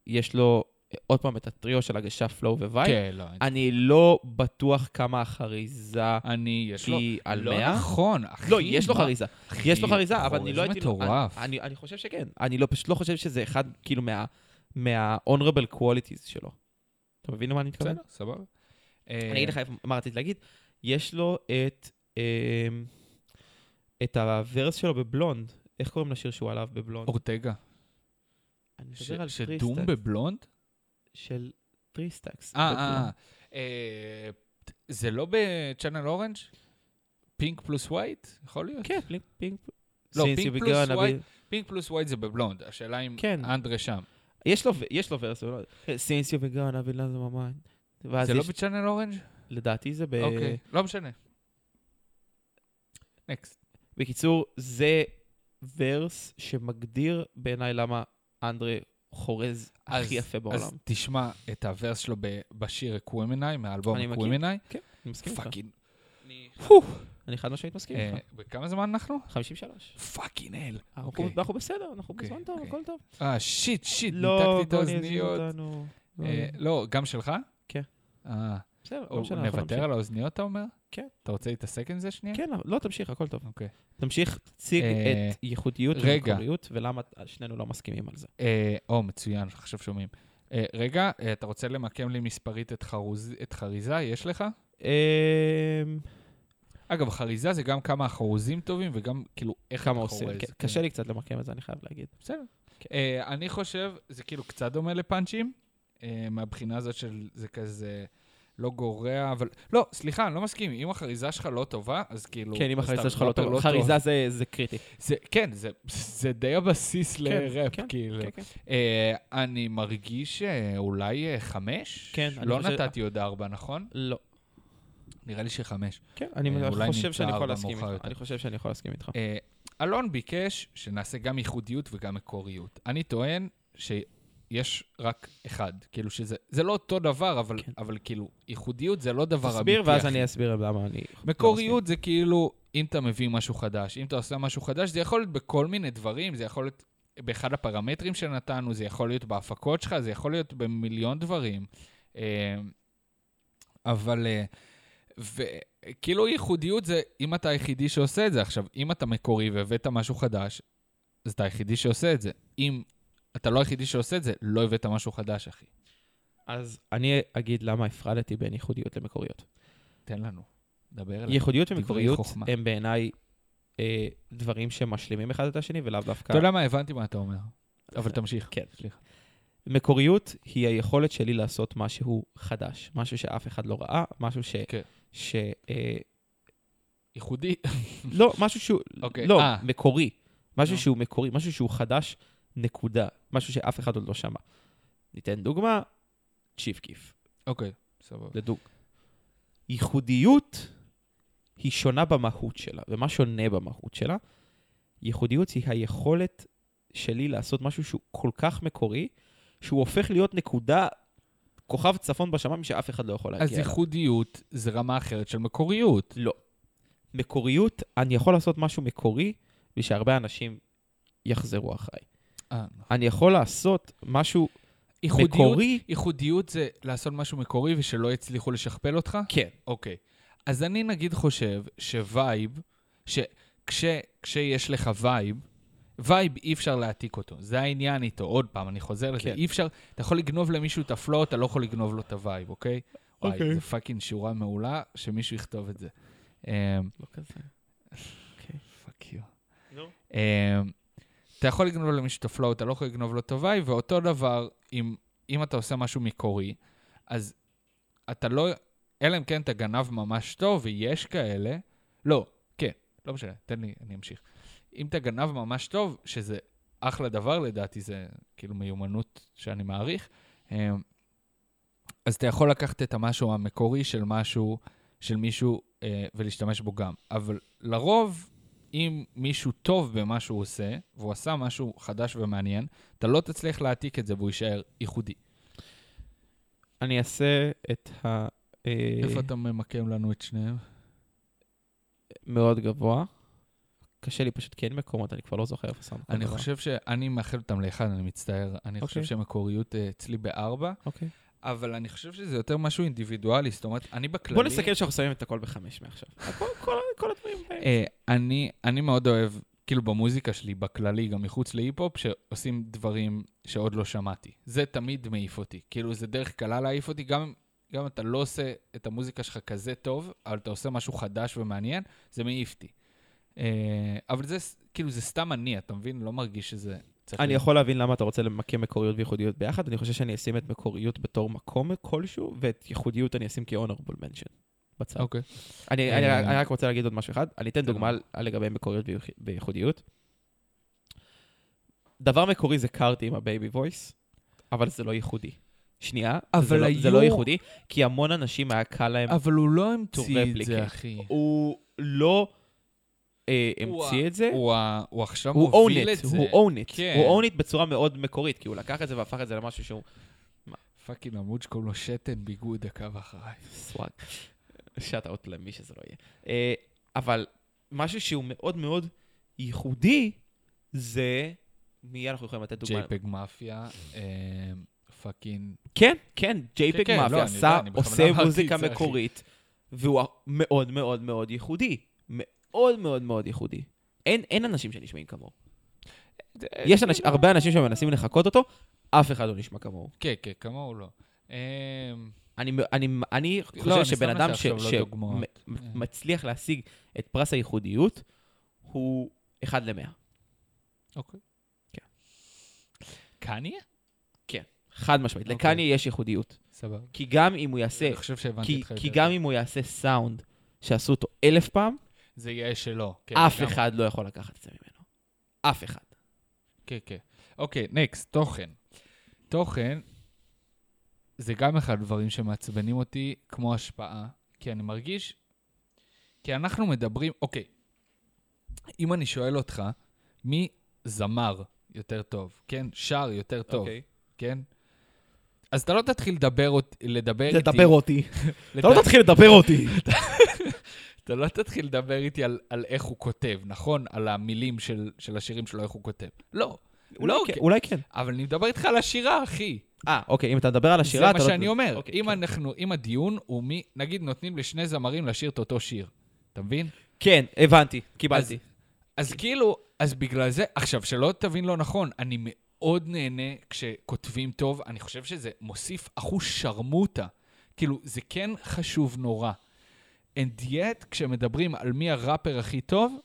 [SPEAKER 1] יש לו אה, עוד פעם את הטריו של הגשה פלואו ווייב.
[SPEAKER 2] כן, לא.
[SPEAKER 1] אני לא בטוח כמה החריזה
[SPEAKER 2] אני, יש לו...
[SPEAKER 1] היא על
[SPEAKER 2] לא
[SPEAKER 1] 100.
[SPEAKER 2] נכון, אחי.
[SPEAKER 1] לא, יש לו
[SPEAKER 2] מה-
[SPEAKER 1] חריזה.
[SPEAKER 2] אחי,
[SPEAKER 1] יש לו חריזה, אבל אני לא הייתי...
[SPEAKER 2] חורז מטורף.
[SPEAKER 1] אני- אני אני חושב שכן. אני לא- פשוט לא חושב שזה אחד, כאילו, מה- מה-honorable qualities שלו. אתה מבין למה אני מתכוון?
[SPEAKER 2] בסדר, סבבה. אה,
[SPEAKER 1] אני אגיד לך איפה- מה רציתי להגיד. יש לו את... אמ, את הוורס שלו בבלונד. איך קוראים לשיר שהוא עליו בבלונד?
[SPEAKER 2] אורטגה.
[SPEAKER 1] אני
[SPEAKER 2] אוקיי. ש-
[SPEAKER 1] מדבר על
[SPEAKER 2] שדום
[SPEAKER 1] טריסטקס.
[SPEAKER 2] בבלונד?
[SPEAKER 1] של טריסטקס.
[SPEAKER 2] אה, אה, אה, זה לא בצ'אנל אורנג'? פינק פלוס ווייט? יכול להיות?
[SPEAKER 1] כן, פינק, פינק.
[SPEAKER 2] לא,
[SPEAKER 1] Since
[SPEAKER 2] פינק
[SPEAKER 1] you
[SPEAKER 2] פלוס
[SPEAKER 1] began,
[SPEAKER 2] ווייט.
[SPEAKER 1] I'll be-
[SPEAKER 2] פינק פלוס ווייט זה בבלונד, השאלה אם
[SPEAKER 1] כן.
[SPEAKER 2] אנדרה שם.
[SPEAKER 1] יש לו- יש לו ורס, הוא לא- Since you began, I've been loving my mind. ואז
[SPEAKER 2] זה לא
[SPEAKER 1] יש- אה,
[SPEAKER 2] בצ'אנל אורנג'?
[SPEAKER 1] לדעתי זה ב...
[SPEAKER 2] אוקיי, לא משנה. נקסט.
[SPEAKER 1] בקיצור, זה ורס שמגדיר בעיניי למה אנדרה חורז
[SPEAKER 2] אז-
[SPEAKER 1] הכי יפה בעולם.
[SPEAKER 2] אז תשמע את הוורס שלו ב- בשיר קווימנאי, מהאלבום
[SPEAKER 1] אני מכיר. כן,
[SPEAKER 2] קווימנאי.
[SPEAKER 1] אני מסכים איתך.
[SPEAKER 2] פאקינג.
[SPEAKER 1] אני חד משמעית מסכים
[SPEAKER 2] אה,
[SPEAKER 1] איתך.
[SPEAKER 2] בכמה זמן אנחנו?
[SPEAKER 1] 53.
[SPEAKER 2] פאקינג אל.
[SPEAKER 1] אנחנו
[SPEAKER 2] אוקיי.
[SPEAKER 1] אנחנו בסדר, אנחנו
[SPEAKER 2] אוקיי,
[SPEAKER 1] בזמן טוב,
[SPEAKER 2] אוקיי.
[SPEAKER 1] הכל טוב.
[SPEAKER 2] אה, שיט, שיט,
[SPEAKER 1] לא,
[SPEAKER 2] ניתקתי את
[SPEAKER 1] בוא נעזיר
[SPEAKER 2] האוזניות.
[SPEAKER 1] אותנו. לא,
[SPEAKER 2] אה, לא, גם שלך?
[SPEAKER 1] כן.
[SPEAKER 2] אה.
[SPEAKER 1] בסדר, לא
[SPEAKER 2] או-
[SPEAKER 1] משנה, אנחנו
[SPEAKER 2] נוותר
[SPEAKER 1] נמשיך.
[SPEAKER 2] על האוזניות, אתה אומר?
[SPEAKER 1] כן.
[SPEAKER 2] אתה רוצה להתעסק עם זה שנייה?
[SPEAKER 1] כן, לא, תמשיך, הכל טוב.
[SPEAKER 2] אוקיי.
[SPEAKER 1] תמשיך, תציג
[SPEAKER 2] אה,
[SPEAKER 1] את ייחודיות
[SPEAKER 2] רגע.
[SPEAKER 1] ומקוריות, ולמה שנינו לא מסכימים על זה.
[SPEAKER 2] אה, או, מצוין, עכשיו שומעים. אה, רגע, אה, אתה רוצה למקם לי מספרית את חרוז- את חריזה? יש לך?
[SPEAKER 1] אמ,
[SPEAKER 2] אגב, חריזה זה גם כמה החרוזים טובים וגם כאילו איך
[SPEAKER 1] כמה
[SPEAKER 2] אתה
[SPEAKER 1] עושים?
[SPEAKER 2] חורז,
[SPEAKER 1] כן,
[SPEAKER 2] כן.
[SPEAKER 1] קשה לי קצת למקם את זה, אני חייב להגיד.
[SPEAKER 2] בסדר.
[SPEAKER 1] כן.
[SPEAKER 2] אה, אני חושב, זה כאילו קצת דומה לפאנצ'ים, אה, מהבחינה הזאת של זה כזה לא גורע, אבל... לא, סליחה, אני לא מסכים. אם החריזה שלך לא טובה, אז כאילו...
[SPEAKER 1] כן, אם
[SPEAKER 2] אז אתה
[SPEAKER 1] החריזה שלך לא
[SPEAKER 2] ראפר
[SPEAKER 1] טובה. חריזה זה- זה קריטי.
[SPEAKER 2] זה, כן, זה, זה די הבסיס לראפ,
[SPEAKER 1] כן,
[SPEAKER 2] כאילו.
[SPEAKER 1] כן, כן.
[SPEAKER 2] אה, אני מרגיש שאולי אה, חמש?
[SPEAKER 1] כן, אני
[SPEAKER 2] לא
[SPEAKER 1] חושב-
[SPEAKER 2] נתתי עוד ארבע, נכון?
[SPEAKER 1] לא.
[SPEAKER 2] נראה לי שחמש.
[SPEAKER 1] כן, אני
[SPEAKER 2] אה, אולי
[SPEAKER 1] חושב
[SPEAKER 2] נמצא
[SPEAKER 1] שאני יכול
[SPEAKER 2] ארבע
[SPEAKER 1] להסכים
[SPEAKER 2] מאוחר
[SPEAKER 1] איתך.
[SPEAKER 2] יותר.
[SPEAKER 1] אני חושב שאני יכול להסכים איתך.
[SPEAKER 2] אה, אלון ביקש שנעשה גם ייחודיות וגם מקוריות. אני טוען שיש רק אחד. כאילו שזה זה לא אותו דבר, אבל,
[SPEAKER 1] כן.
[SPEAKER 2] אבל כאילו, ייחודיות זה לא דבר אמיתי.
[SPEAKER 1] תסביר, ואז
[SPEAKER 2] אחי.
[SPEAKER 1] אני אסביר למה אני... לא
[SPEAKER 2] מקוריות זה כאילו, אם אתה מביא משהו חדש, אם אתה עושה משהו חדש, זה יכול להיות בכל מיני דברים, זה יכול להיות באחד הפרמטרים שנתנו, זה יכול להיות בהפקות שלך, זה יכול להיות במיליון דברים. אה, אבל, אה, וכאילו ייחודיות זה, אם אתה היחידי שעושה את זה עכשיו, אם אתה מקורי והבאת משהו חדש, אז אתה היחידי שעושה את זה. אם אתה לא היחידי שעושה את זה, לא הבאת משהו חדש, אחי.
[SPEAKER 1] אז אני אגיד למה הפרדתי בין ייחודיות למקוריות.
[SPEAKER 2] תן לנו. דבר אליי.
[SPEAKER 1] ייחודיות ומקוריות
[SPEAKER 2] חוכמה.
[SPEAKER 1] הם בעיניי אה, דברים שמשלימים אחד את השני ולאו דווקא...
[SPEAKER 2] אתה יודע מה? הבנתי מה אתה אומר. אבל תמשיך.
[SPEAKER 1] כן.
[SPEAKER 2] סליחה.
[SPEAKER 1] מקוריות היא היכולת שלי לעשות משהו חדש, משהו שאף אחד לא ראה, משהו ש...
[SPEAKER 2] כן.
[SPEAKER 1] ש... אה,
[SPEAKER 2] ייחודי.
[SPEAKER 1] לא, משהו שהוא...
[SPEAKER 2] אוקיי,
[SPEAKER 1] לא,
[SPEAKER 2] אה.
[SPEAKER 1] מקורי. משהו
[SPEAKER 2] נו.
[SPEAKER 1] שהוא מקורי, משהו שהוא חדש, נקודה. משהו שאף אחד עוד לא שמע. ניתן דוגמה, צ'יפ כיף,
[SPEAKER 2] אוקיי, סבבה.
[SPEAKER 1] לדוג. ייחודיות היא שונה במהות שלה, ומה שונה במהות שלה? ייחודיות היא היכולת שלי לעשות משהו שהוא כל כך מקורי, שהוא הופך להיות נקודה, כוכב צפון בשמיים שאף אחד לא יכול להגיע
[SPEAKER 2] אז
[SPEAKER 1] אליו.
[SPEAKER 2] ייחודיות זה רמה אחרת של מקוריות.
[SPEAKER 1] לא. מקוריות, אני יכול לעשות משהו מקורי ושהרבה אנשים יחזרו אחריי.
[SPEAKER 2] אה, נכון.
[SPEAKER 1] אני יכול לעשות משהו
[SPEAKER 2] ייחודיות-
[SPEAKER 1] מקורי,
[SPEAKER 2] ייחודיות זה לעשות משהו מקורי ושלא יצליחו לשכפל אותך?
[SPEAKER 1] כן.
[SPEAKER 2] אוקיי. אז אני נגיד חושב שווייב, שכשיש לך וייב, וייב אי אפשר להעתיק אותו. זה העניין איתו. עוד פעם, אני חוזר לזה.
[SPEAKER 1] כן.
[SPEAKER 2] אי אפשר, אתה יכול לגנוב למישהו את הפלואו, אתה לא יכול לגנוב לו את הווייב, אוקיי? וואי,
[SPEAKER 1] אוקיי.
[SPEAKER 2] זו פאקינג שורה מעולה, שמישהו יכתוב את זה. אמ,
[SPEAKER 1] לא כזה.
[SPEAKER 2] פאק יו.
[SPEAKER 1] נו.
[SPEAKER 2] אמ, אתה יכול לגנוב למישהו את הפלואו, אתה לא יכול לגנוב לו את הוואי, ואותו דבר, אם, אם אתה עושה משהו מקורי, אז אתה לא... אלא אם כן אתה גנב ממש טוב, ויש כאלה. לא, כן, לא משנה, תן לי, אני אמשיך. אם אתה גנב ממש טוב, שזה אחלה דבר, לדעתי זה כאילו מיומנות שאני מעריך, אמ, אז אתה יכול לקחת את המשהו המקורי של משהו, של מישהו, אה, ולהשתמש בו גם. אבל לרוב, אם מישהו טוב במה שהוא עושה, והוא עשה משהו חדש ומעניין, אתה לא תצליח להעתיק את זה והוא יישאר ייחודי.
[SPEAKER 1] אני אעשה את ה... אה,
[SPEAKER 2] איפה אתה ממקם לנו את שניהם?
[SPEAKER 1] מאוד גבוה. קשה לי פשוט כי אין מקומות, אני כבר לא זוכר איפה שמתי.
[SPEAKER 2] אני
[SPEAKER 1] דבר.
[SPEAKER 2] חושב שאני מאחל אותם לאחד, אני מצטער. אני חושב
[SPEAKER 1] אוקיי.
[SPEAKER 2] שמקוריות אה, אצלי בארבע,
[SPEAKER 1] אוקיי.
[SPEAKER 2] אבל אני חושב שזה יותר משהו אינדיבידואלי, זאת אומרת, אני בכללי...
[SPEAKER 1] בוא נסתכל שאנחנו שמים את הכל בחמש מעכשיו. הכל, כל, כל הדברים בהם.
[SPEAKER 2] אה, אני, אני מאוד אוהב, כאילו במוזיקה שלי, בכללי, גם מחוץ להיפ-הופ, שעושים דברים שעוד לא שמעתי. זה תמיד מעיף אותי. כאילו, זה דרך קלה להעיף אותי, גם אם גם אם אתה לא עושה את המוזיקה שלך כזה טוב, אבל אתה עושה משהו חדש ומעניין, זה מעיף אותי. אה, אבל זה, ס- כאילו, זה סתם אני, אתה מבין? לא מרגיש שזה צריך...
[SPEAKER 1] אני
[SPEAKER 2] להיות-
[SPEAKER 1] יכול להבין למה אתה רוצה למקם מקוריות וייחודיות ביחד, אני חושב שאני אשים את מקוריות בתור מקום כלשהו, ואת ייחודיות אני אשים כ-honorable mention. בצד.
[SPEAKER 2] אוקיי.
[SPEAKER 1] אני, אני,
[SPEAKER 2] אה,
[SPEAKER 1] אני רק רוצה להגיד עוד משהו אחד. אני אתן
[SPEAKER 2] בסדר.
[SPEAKER 1] דוגמה על- על לגבי מקוריות וייח- וייחודיות. דבר מקורי זה קארטי עם הבייבי וויס, אבל זה לא ייחודי. שנייה, זה,
[SPEAKER 2] אבל
[SPEAKER 1] לא, זה
[SPEAKER 2] היו-
[SPEAKER 1] לא ייחודי, כי המון אנשים היה קל להם.
[SPEAKER 2] אבל הוא לא
[SPEAKER 1] המציא
[SPEAKER 2] המציא
[SPEAKER 1] את
[SPEAKER 2] את
[SPEAKER 1] זה,
[SPEAKER 2] זה, אחי.
[SPEAKER 1] הוא לא אה, המציא את זה,
[SPEAKER 2] הוא ה- הוא עכשיו
[SPEAKER 1] הוא
[SPEAKER 2] מוביל
[SPEAKER 1] own
[SPEAKER 2] את
[SPEAKER 1] it,
[SPEAKER 2] זה.
[SPEAKER 1] הוא own it.
[SPEAKER 2] כן.
[SPEAKER 1] הוא own it בצורה מאוד מקורית, כי הוא לקח את זה והפך את זה למשהו שהוא...
[SPEAKER 2] פאקינג עמוד שקוראים לו שתן ביגוד עקב אחריי.
[SPEAKER 1] סוואג. שאט אאוט למי שזה לא יהיה. אה, אבל משהו שהוא מאוד מאוד ייחודי, זה... מי אנחנו יכולים לתת דוגמה?
[SPEAKER 2] ג'ייפג מאפיה, אה, פאקינג...
[SPEAKER 1] כן, כן,
[SPEAKER 2] כן,
[SPEAKER 1] ג'ייפג
[SPEAKER 2] כן, לא,
[SPEAKER 1] מאפיה
[SPEAKER 2] אני יודע,
[SPEAKER 1] עשה,
[SPEAKER 2] אני בכוונה
[SPEAKER 1] עושה
[SPEAKER 2] אמרתי
[SPEAKER 1] מוזיקה
[SPEAKER 2] את זה, אחי.
[SPEAKER 1] מקורית, והוא מאוד מאוד מאוד ייחודי. מאוד מאוד מאוד ייחודי. אין, אין אנשים שנשמעים כמוהו.
[SPEAKER 2] אה,
[SPEAKER 1] יש אנשים, הרבה אנשים שמנסים לחקות אותו, אף אחד לא נשמע כמוהו.
[SPEAKER 2] כן, כן, כמוהו לא. אמ,
[SPEAKER 1] אני, אני, אני חושב
[SPEAKER 2] לא, אני
[SPEAKER 1] שבן
[SPEAKER 2] שם את
[SPEAKER 1] אדם
[SPEAKER 2] זה
[SPEAKER 1] ש,
[SPEAKER 2] עכשיו, לא דוגמאות. כן.
[SPEAKER 1] שמצליח להשיג את פרס הייחודיות, הוא אחד למאה.
[SPEAKER 2] אוקיי.
[SPEAKER 1] כן.
[SPEAKER 2] קניה?
[SPEAKER 1] חד משמעית.
[SPEAKER 2] אוקיי.
[SPEAKER 1] לקניה יש ייחודיות.
[SPEAKER 2] סבבה.
[SPEAKER 1] כי גם אם הוא יעשה,
[SPEAKER 2] אני חושב שהבנתי
[SPEAKER 1] כי,
[SPEAKER 2] אותך
[SPEAKER 1] כי
[SPEAKER 2] יותר.
[SPEAKER 1] גם אם הוא יעשה סאונד שעשו אותו אלף פעם,
[SPEAKER 2] זה יהיה שלו. כן,
[SPEAKER 1] אף
[SPEAKER 2] גם-
[SPEAKER 1] אחד לא יכול לקחת את זה ממנו. אף אחד.
[SPEAKER 2] כן, כן. אוקיי, נקסט, תוכן. תוכן זה גם אחד הדברים שמעצבנים אותי, כמו השפעה. כי אני מרגיש... כי אנחנו מדברים... אוקיי, אם אני שואל אותך, מי זמר יותר טוב, כן? שר יותר טוב,
[SPEAKER 1] אוקיי.
[SPEAKER 2] כן? אז אתה לא תתחיל לדבר, אות- לדבר איתי...
[SPEAKER 3] תדבר אותי. אתה לא
[SPEAKER 2] לת-
[SPEAKER 3] תתחיל לדבר אותי.
[SPEAKER 2] אתה לא תתחיל לדבר איתי על, על איך הוא כותב, נכון? על המילים של, של השירים שלו, איך הוא כותב. לא.
[SPEAKER 1] אולי
[SPEAKER 2] לא,
[SPEAKER 1] כן,
[SPEAKER 2] אוקיי.
[SPEAKER 1] אולי כן.
[SPEAKER 2] אבל אני מדבר איתך על השירה, אחי.
[SPEAKER 1] אה, אוקיי, אם אתה מדבר על השירה,
[SPEAKER 2] זה
[SPEAKER 1] אתה
[SPEAKER 2] מה
[SPEAKER 1] לא-
[SPEAKER 2] שאני אומר.
[SPEAKER 1] אוקיי,
[SPEAKER 2] אם
[SPEAKER 1] כן.
[SPEAKER 2] אנחנו, אם הדיון הוא מי... נגיד נותנים לשני זמרים לשיר את אותו שיר. אתה מבין?
[SPEAKER 1] כן, הבנתי, קיבלתי. כן.
[SPEAKER 2] אז כאילו, אז בגלל זה, עכשיו, שלא תבין לא נכון, אני מאוד נהנה כשכותבים טוב, אני חושב שזה מוסיף אחוז שרמוטה. כאילו, זה כן חשוב נורא. And yet, כשמדברים על מי הראפר הכי טוב,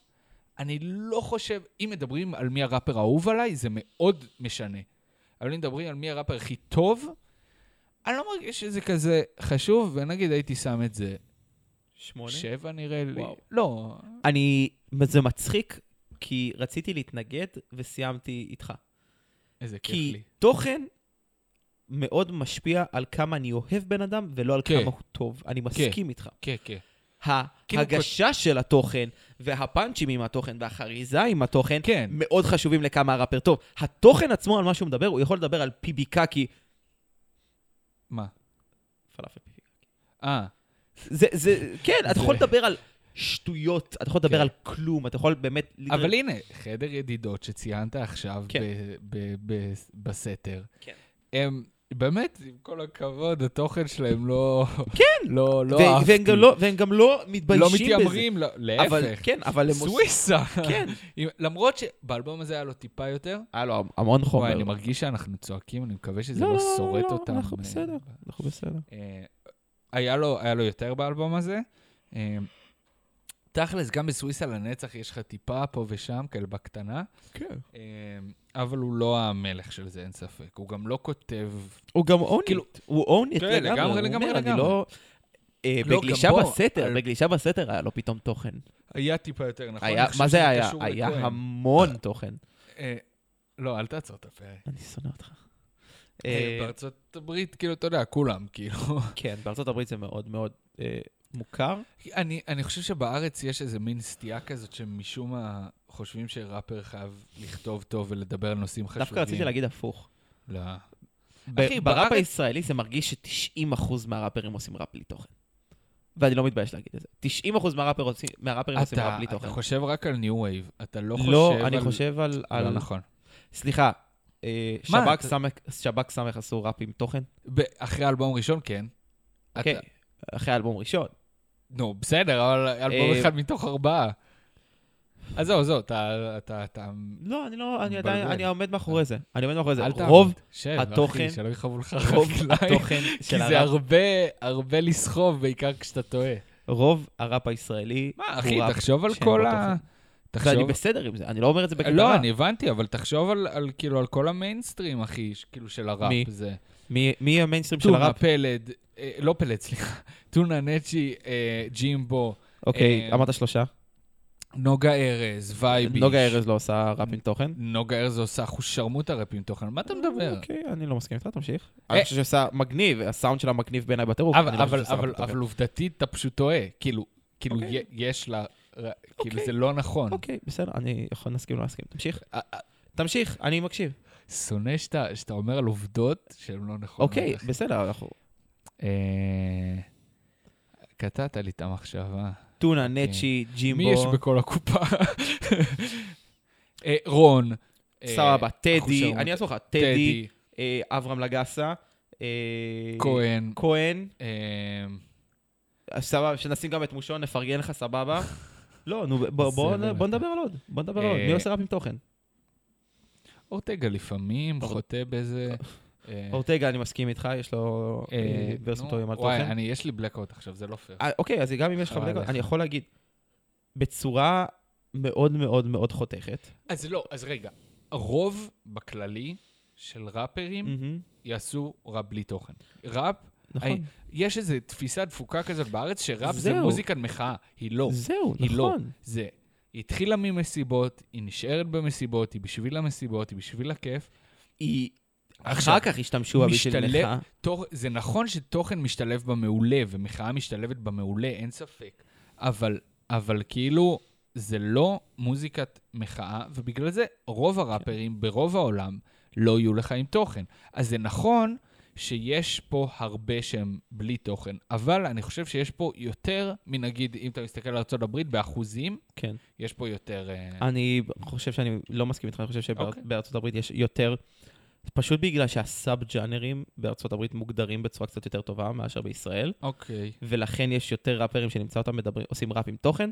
[SPEAKER 2] אני לא חושב, אם מדברים על מי הראפר האהוב עליי, זה מאוד משנה. אבל אם מדברים על מי הראפר הכי טוב, אני לא מרגיש שזה כזה חשוב, ונגיד הייתי שם את זה
[SPEAKER 1] שמונה?
[SPEAKER 2] שבע נראה לי.
[SPEAKER 1] וואו.
[SPEAKER 2] לא,
[SPEAKER 1] אני... זה מצחיק, כי רציתי להתנגד וסיימתי איתך.
[SPEAKER 2] איזה כיף לי.
[SPEAKER 1] כי תוכן מאוד משפיע על כמה אני אוהב בן אדם, ולא על
[SPEAKER 2] כן.
[SPEAKER 1] כמה הוא טוב. אני מסכים איתך.
[SPEAKER 2] כן, כן.
[SPEAKER 1] ההגשה של התוכן, והפאנצ'ים עם התוכן, והחריזה עם התוכן,
[SPEAKER 2] כן.
[SPEAKER 1] מאוד חשובים לכמה הראפר טוב. התוכן עצמו, על מה שהוא מדבר, הוא יכול לדבר על פיבי קקי.
[SPEAKER 2] מה?
[SPEAKER 1] פלאפל פיבי.
[SPEAKER 2] אה,
[SPEAKER 1] זה, זה, כן, אתה
[SPEAKER 2] זה-
[SPEAKER 1] יכול לדבר על שטויות, אתה יכול לדבר
[SPEAKER 2] כן.
[SPEAKER 1] על כלום, אתה יכול באמת...
[SPEAKER 2] אבל הנה, חדר ידידות שציינת עכשיו
[SPEAKER 1] כן.
[SPEAKER 2] ב- ב- ב- בסתר,
[SPEAKER 1] כן.
[SPEAKER 2] הם באמת, עם כל הכבוד, התוכן שלהם לא... כן! לא לא
[SPEAKER 1] ו-
[SPEAKER 2] אהבתי.
[SPEAKER 1] והם גם לא, והם גם לא
[SPEAKER 2] לא
[SPEAKER 1] מתביישים בזה.
[SPEAKER 2] מתיימרים, לא-
[SPEAKER 1] אבל,
[SPEAKER 2] להפך.
[SPEAKER 1] כן, אבל הם עושים...
[SPEAKER 2] סוויסה.
[SPEAKER 1] כן.
[SPEAKER 2] עם- למרות שבאלבום הזה היה לו טיפה יותר.
[SPEAKER 1] היה לו המון חומר.
[SPEAKER 2] וואי, אני מרגיש שאנחנו צועקים, אני מקווה שזה
[SPEAKER 1] לא,
[SPEAKER 2] לא
[SPEAKER 1] לא,
[SPEAKER 2] שורט
[SPEAKER 1] לא,
[SPEAKER 2] אותם.
[SPEAKER 1] אנחנו
[SPEAKER 2] אה,
[SPEAKER 1] בסדר. אנחנו בסדר.
[SPEAKER 2] אה, היה לו, היה לו יותר באלבום הזה. אה, תכלס, גם בסוויסה לנצח יש לך טיפה פה ושם, כאלה בקטנה,
[SPEAKER 1] כן.
[SPEAKER 2] אה, אבל הוא לא המלך של זה, אין ספק. הוא גם לא כותב...
[SPEAKER 1] הוא גם אונית.
[SPEAKER 2] כאילו-
[SPEAKER 1] הוא אונית
[SPEAKER 2] כן,
[SPEAKER 1] לגמרי.
[SPEAKER 2] לגמרי,
[SPEAKER 1] הוא
[SPEAKER 2] לגמרי,
[SPEAKER 1] אומר, אני
[SPEAKER 2] לגמרי.
[SPEAKER 1] לא... אה,
[SPEAKER 2] לא,
[SPEAKER 1] בגלישה
[SPEAKER 2] גם בו,
[SPEAKER 1] בסתר,
[SPEAKER 2] על-
[SPEAKER 1] בגלישה בסתר היה לו פתאום תוכן.
[SPEAKER 2] היה טיפה יותר, נכון?
[SPEAKER 1] היה-
[SPEAKER 2] אני חושב
[SPEAKER 1] מה
[SPEAKER 2] שזה
[SPEAKER 1] זה היה?
[SPEAKER 2] קשור
[SPEAKER 1] היה
[SPEAKER 2] לכהן.
[SPEAKER 1] המון תוכן.
[SPEAKER 2] אה, לא, אל תעצור את הפרק.
[SPEAKER 1] אני שונא אותך.
[SPEAKER 2] אה,
[SPEAKER 1] אה,
[SPEAKER 2] בארצות הברית, כאילו, אתה יודע, כולם, כאילו.
[SPEAKER 1] כן, בארצות הברית זה מאוד מאוד אה, מוכר.
[SPEAKER 2] אני, אני חושב שבארץ יש איזה מין סטייה כזאת שמשום מה חושבים שראפר חייב לכתוב טוב ולדבר על נושאים חשובים.
[SPEAKER 1] דווקא רציתי להגיד הפוך.
[SPEAKER 2] לא.
[SPEAKER 1] ב-
[SPEAKER 2] אחי,
[SPEAKER 1] בראפ
[SPEAKER 2] בארץ-
[SPEAKER 1] הישראלי זה מרגיש ש-90% מהראפרים עושים ראפ בלי תוכן. ואני לא מתבייש להגיד את זה. 90% מהראפר עושים- מהראפרים עושים
[SPEAKER 2] אתה,
[SPEAKER 1] ראפ בלי
[SPEAKER 2] אתה
[SPEAKER 1] תוכן.
[SPEAKER 2] חושב רק על ניו וייב, אתה לא חושב על...
[SPEAKER 1] לא, אני חושב על...
[SPEAKER 2] לא
[SPEAKER 1] על-
[SPEAKER 2] נכון.
[SPEAKER 1] סליחה, אה,
[SPEAKER 2] מה,
[SPEAKER 1] שב"כ
[SPEAKER 2] אתה-
[SPEAKER 1] סמך- שב"כ סמך עשו ראפ עם תוכן?
[SPEAKER 2] ב- אחרי אלבום ראשון, כן. אתה-
[SPEAKER 1] אוקיי. אחרי אלבום ראשון.
[SPEAKER 2] נו, בסדר, אבל אלבום
[SPEAKER 1] אה,
[SPEAKER 2] אחד מתוך ארבעה. אז זהו, זהו, אתה... אתה- אתה-
[SPEAKER 1] לא, אני לא, אני
[SPEAKER 2] מבלבל.
[SPEAKER 1] עדיין, אני עומד מאחורי זה. אני עומד מאחורי זה.
[SPEAKER 2] אל תעמוד.
[SPEAKER 1] רוב
[SPEAKER 2] שב,
[SPEAKER 1] התוכן-
[SPEAKER 2] אחי, שלא יחבו לך
[SPEAKER 1] רוב
[SPEAKER 2] רגליים.
[SPEAKER 1] התוכן
[SPEAKER 2] כי
[SPEAKER 1] של
[SPEAKER 2] זה
[SPEAKER 1] הראפ,
[SPEAKER 2] הרבה, הרבה לסחוב, בעיקר כשאתה טועה.
[SPEAKER 1] רוב הראפ הישראלי
[SPEAKER 2] מה,
[SPEAKER 1] הוא
[SPEAKER 2] אחי,
[SPEAKER 1] ראפ
[SPEAKER 2] תחשוב על
[SPEAKER 1] שאין
[SPEAKER 2] כל
[SPEAKER 1] בו
[SPEAKER 2] ה... תחשוב...
[SPEAKER 1] ואני בסדר עם זה, אני לא אומר את זה בקטנה.
[SPEAKER 2] לא, אני הבנתי, אבל תחשוב על, על כאילו על כל המיינסטרים, אחי, ש- כאילו של הראפ.
[SPEAKER 1] מי?
[SPEAKER 2] זה.
[SPEAKER 1] מי- מי המיינסטרים של
[SPEAKER 2] טונה
[SPEAKER 1] הראפ?
[SPEAKER 2] פלד, אה, לא פלד, סליחה, טונה נצ'י, אה, ג'ימבו,
[SPEAKER 1] אוקיי,
[SPEAKER 2] אה,
[SPEAKER 1] אמרת שלושה.
[SPEAKER 2] נוגה ארז, וייביש.
[SPEAKER 1] נוגה ארז לא עושה ראפ עם תוכן.
[SPEAKER 2] נוגה ארז עושה חושרמוטה ראפ עם תוכן, על מה אתה מדבר?
[SPEAKER 1] אוקיי, אני לא מסכים איתך, תמשיך.
[SPEAKER 2] אה.
[SPEAKER 1] אני חושב שעושה מגניב, הסאונד שלה מגניב בעיניי בטירוף.
[SPEAKER 2] אבל-
[SPEAKER 1] אני לא חושב
[SPEAKER 2] אבל-
[SPEAKER 1] שעושה ראפ
[SPEAKER 2] אבל
[SPEAKER 1] עם תוכן.
[SPEAKER 2] אבל עובדתית אתה פשוט טועה, כאילו, כאילו
[SPEAKER 1] אוקיי.
[SPEAKER 2] י- יש לה, ר- כאילו
[SPEAKER 1] אוקיי.
[SPEAKER 2] זה לא נכון.
[SPEAKER 1] אוקיי, בסדר, אני יכול להסכים או לא להסכים. תמשיך.
[SPEAKER 2] אה, אה,
[SPEAKER 1] תמשיך, אני מקשיב.
[SPEAKER 2] שונא שאתה שאתה אומר על עובדות שהן לא נכונות.
[SPEAKER 1] אוקיי,
[SPEAKER 2] אחי.
[SPEAKER 1] בסדר, אנחנו...
[SPEAKER 2] אה, קטעת לי את המחשבה.
[SPEAKER 1] טונה, נצ'י, ג'ימבו.
[SPEAKER 2] אוקיי. מי יש בכל הקופה? אה, רון. אה,
[SPEAKER 1] סבבה, טדי,
[SPEAKER 2] חושרמוטה.
[SPEAKER 1] אני אעזור לך, טדי,
[SPEAKER 2] טדי,
[SPEAKER 1] אה, אברהם לגסה, אה,
[SPEAKER 2] כהן,
[SPEAKER 1] כהן,
[SPEAKER 2] אה,
[SPEAKER 1] אה, סבבה, שנשים גם את מושון, נפרגן לך, סבבה. לא, נו, בוא- בוא-
[SPEAKER 2] זבל
[SPEAKER 1] בוא
[SPEAKER 2] אתה.
[SPEAKER 1] נדבר על עוד, בוא נדבר על עוד,
[SPEAKER 2] אה,
[SPEAKER 1] מי עושה ראפ עם תוכן?
[SPEAKER 2] אורטגה לפעמים
[SPEAKER 1] אור-
[SPEAKER 2] חוטא בזה. אה,
[SPEAKER 1] אורטגה, אני מסכים איתך, יש לו
[SPEAKER 2] אה,
[SPEAKER 1] אה,
[SPEAKER 2] נו,
[SPEAKER 1] ורסות טובים על
[SPEAKER 2] וואי,
[SPEAKER 1] תוכן.
[SPEAKER 2] אני, יש לי בלקאוט עכשיו, זה לא פייר.
[SPEAKER 1] אה, אוקיי, אז גם אם יש לך
[SPEAKER 2] חבל
[SPEAKER 1] בדקות,
[SPEAKER 2] לך.
[SPEAKER 1] אני יכול להגיד, בצורה מאוד מאוד מאוד חותכת,
[SPEAKER 2] אז לא, אז רגע. הרוב בכללי של ראפרים
[SPEAKER 1] מהמם,
[SPEAKER 2] יעשו ראפ בלי תוכן. ראפ,
[SPEAKER 1] Mm. נכון,
[SPEAKER 2] היי, יש איזו תפיסת תפוקה כזאת בארץ, שראפ זה
[SPEAKER 1] זהו.
[SPEAKER 2] מוזיקת מחאה, היא לא.
[SPEAKER 1] זהו,
[SPEAKER 2] היא לא.
[SPEAKER 1] נכון.
[SPEAKER 2] זה, היא התחילה ממסיבות, היא נשארת במסיבות, היא בשביל המסיבות, היא בשביל הכיף.
[SPEAKER 1] היא
[SPEAKER 2] עכשיו,
[SPEAKER 1] אחר כך השתמשו בה בשביל
[SPEAKER 2] משתלב-
[SPEAKER 1] מחאה.
[SPEAKER 2] תוך, זה נכון שתוכן משתלב במעולה, ומחאה משתלבת במעולה, אין ספק, אבל, אבל כאילו, זה לא מוזיקת מחאה, ובגלל זה רוב הראפרים ברוב העולם לא יהיו לך עם תוכן. אז זה נכון שיש פה הרבה שהם בלי תוכן, אבל אני חושב שיש פה יותר מנגיד, אם אתה מסתכל על ארה"ב, באחוזים,
[SPEAKER 1] כן.
[SPEAKER 2] יש פה יותר... אה,
[SPEAKER 1] אני חושב שאני לא מסכים איתך, אני חושב
[SPEAKER 2] אוקיי.
[SPEAKER 1] שבארצות הברית יש יותר, פשוט בגלל שהסאב-ג'אנרים בארצות הברית מוגדרים בצורה קצת יותר טובה מאשר בישראל,
[SPEAKER 2] אוקיי.
[SPEAKER 1] ולכן יש יותר ראפרים שנמצא אותם מדברים, עושים ראפ עם תוכן.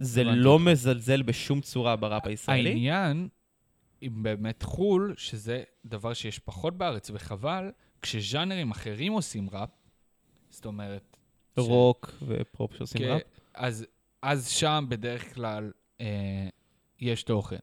[SPEAKER 1] זה
[SPEAKER 2] הבנתי
[SPEAKER 1] לא
[SPEAKER 2] אותך.
[SPEAKER 1] מזלזל בשום צורה בראפ הישראלי.
[SPEAKER 2] העניין, אם באמת חו"ל, שזה דבר שיש פחות בארץ, וחבל, כשז'אנרים אחרים עושים ראפ, זאת אומרת... ש-
[SPEAKER 1] רוק ופרופ שעושים
[SPEAKER 2] כן,
[SPEAKER 1] ראפ.
[SPEAKER 2] אז, אז שם בדרך כלל אה, יש תוכן.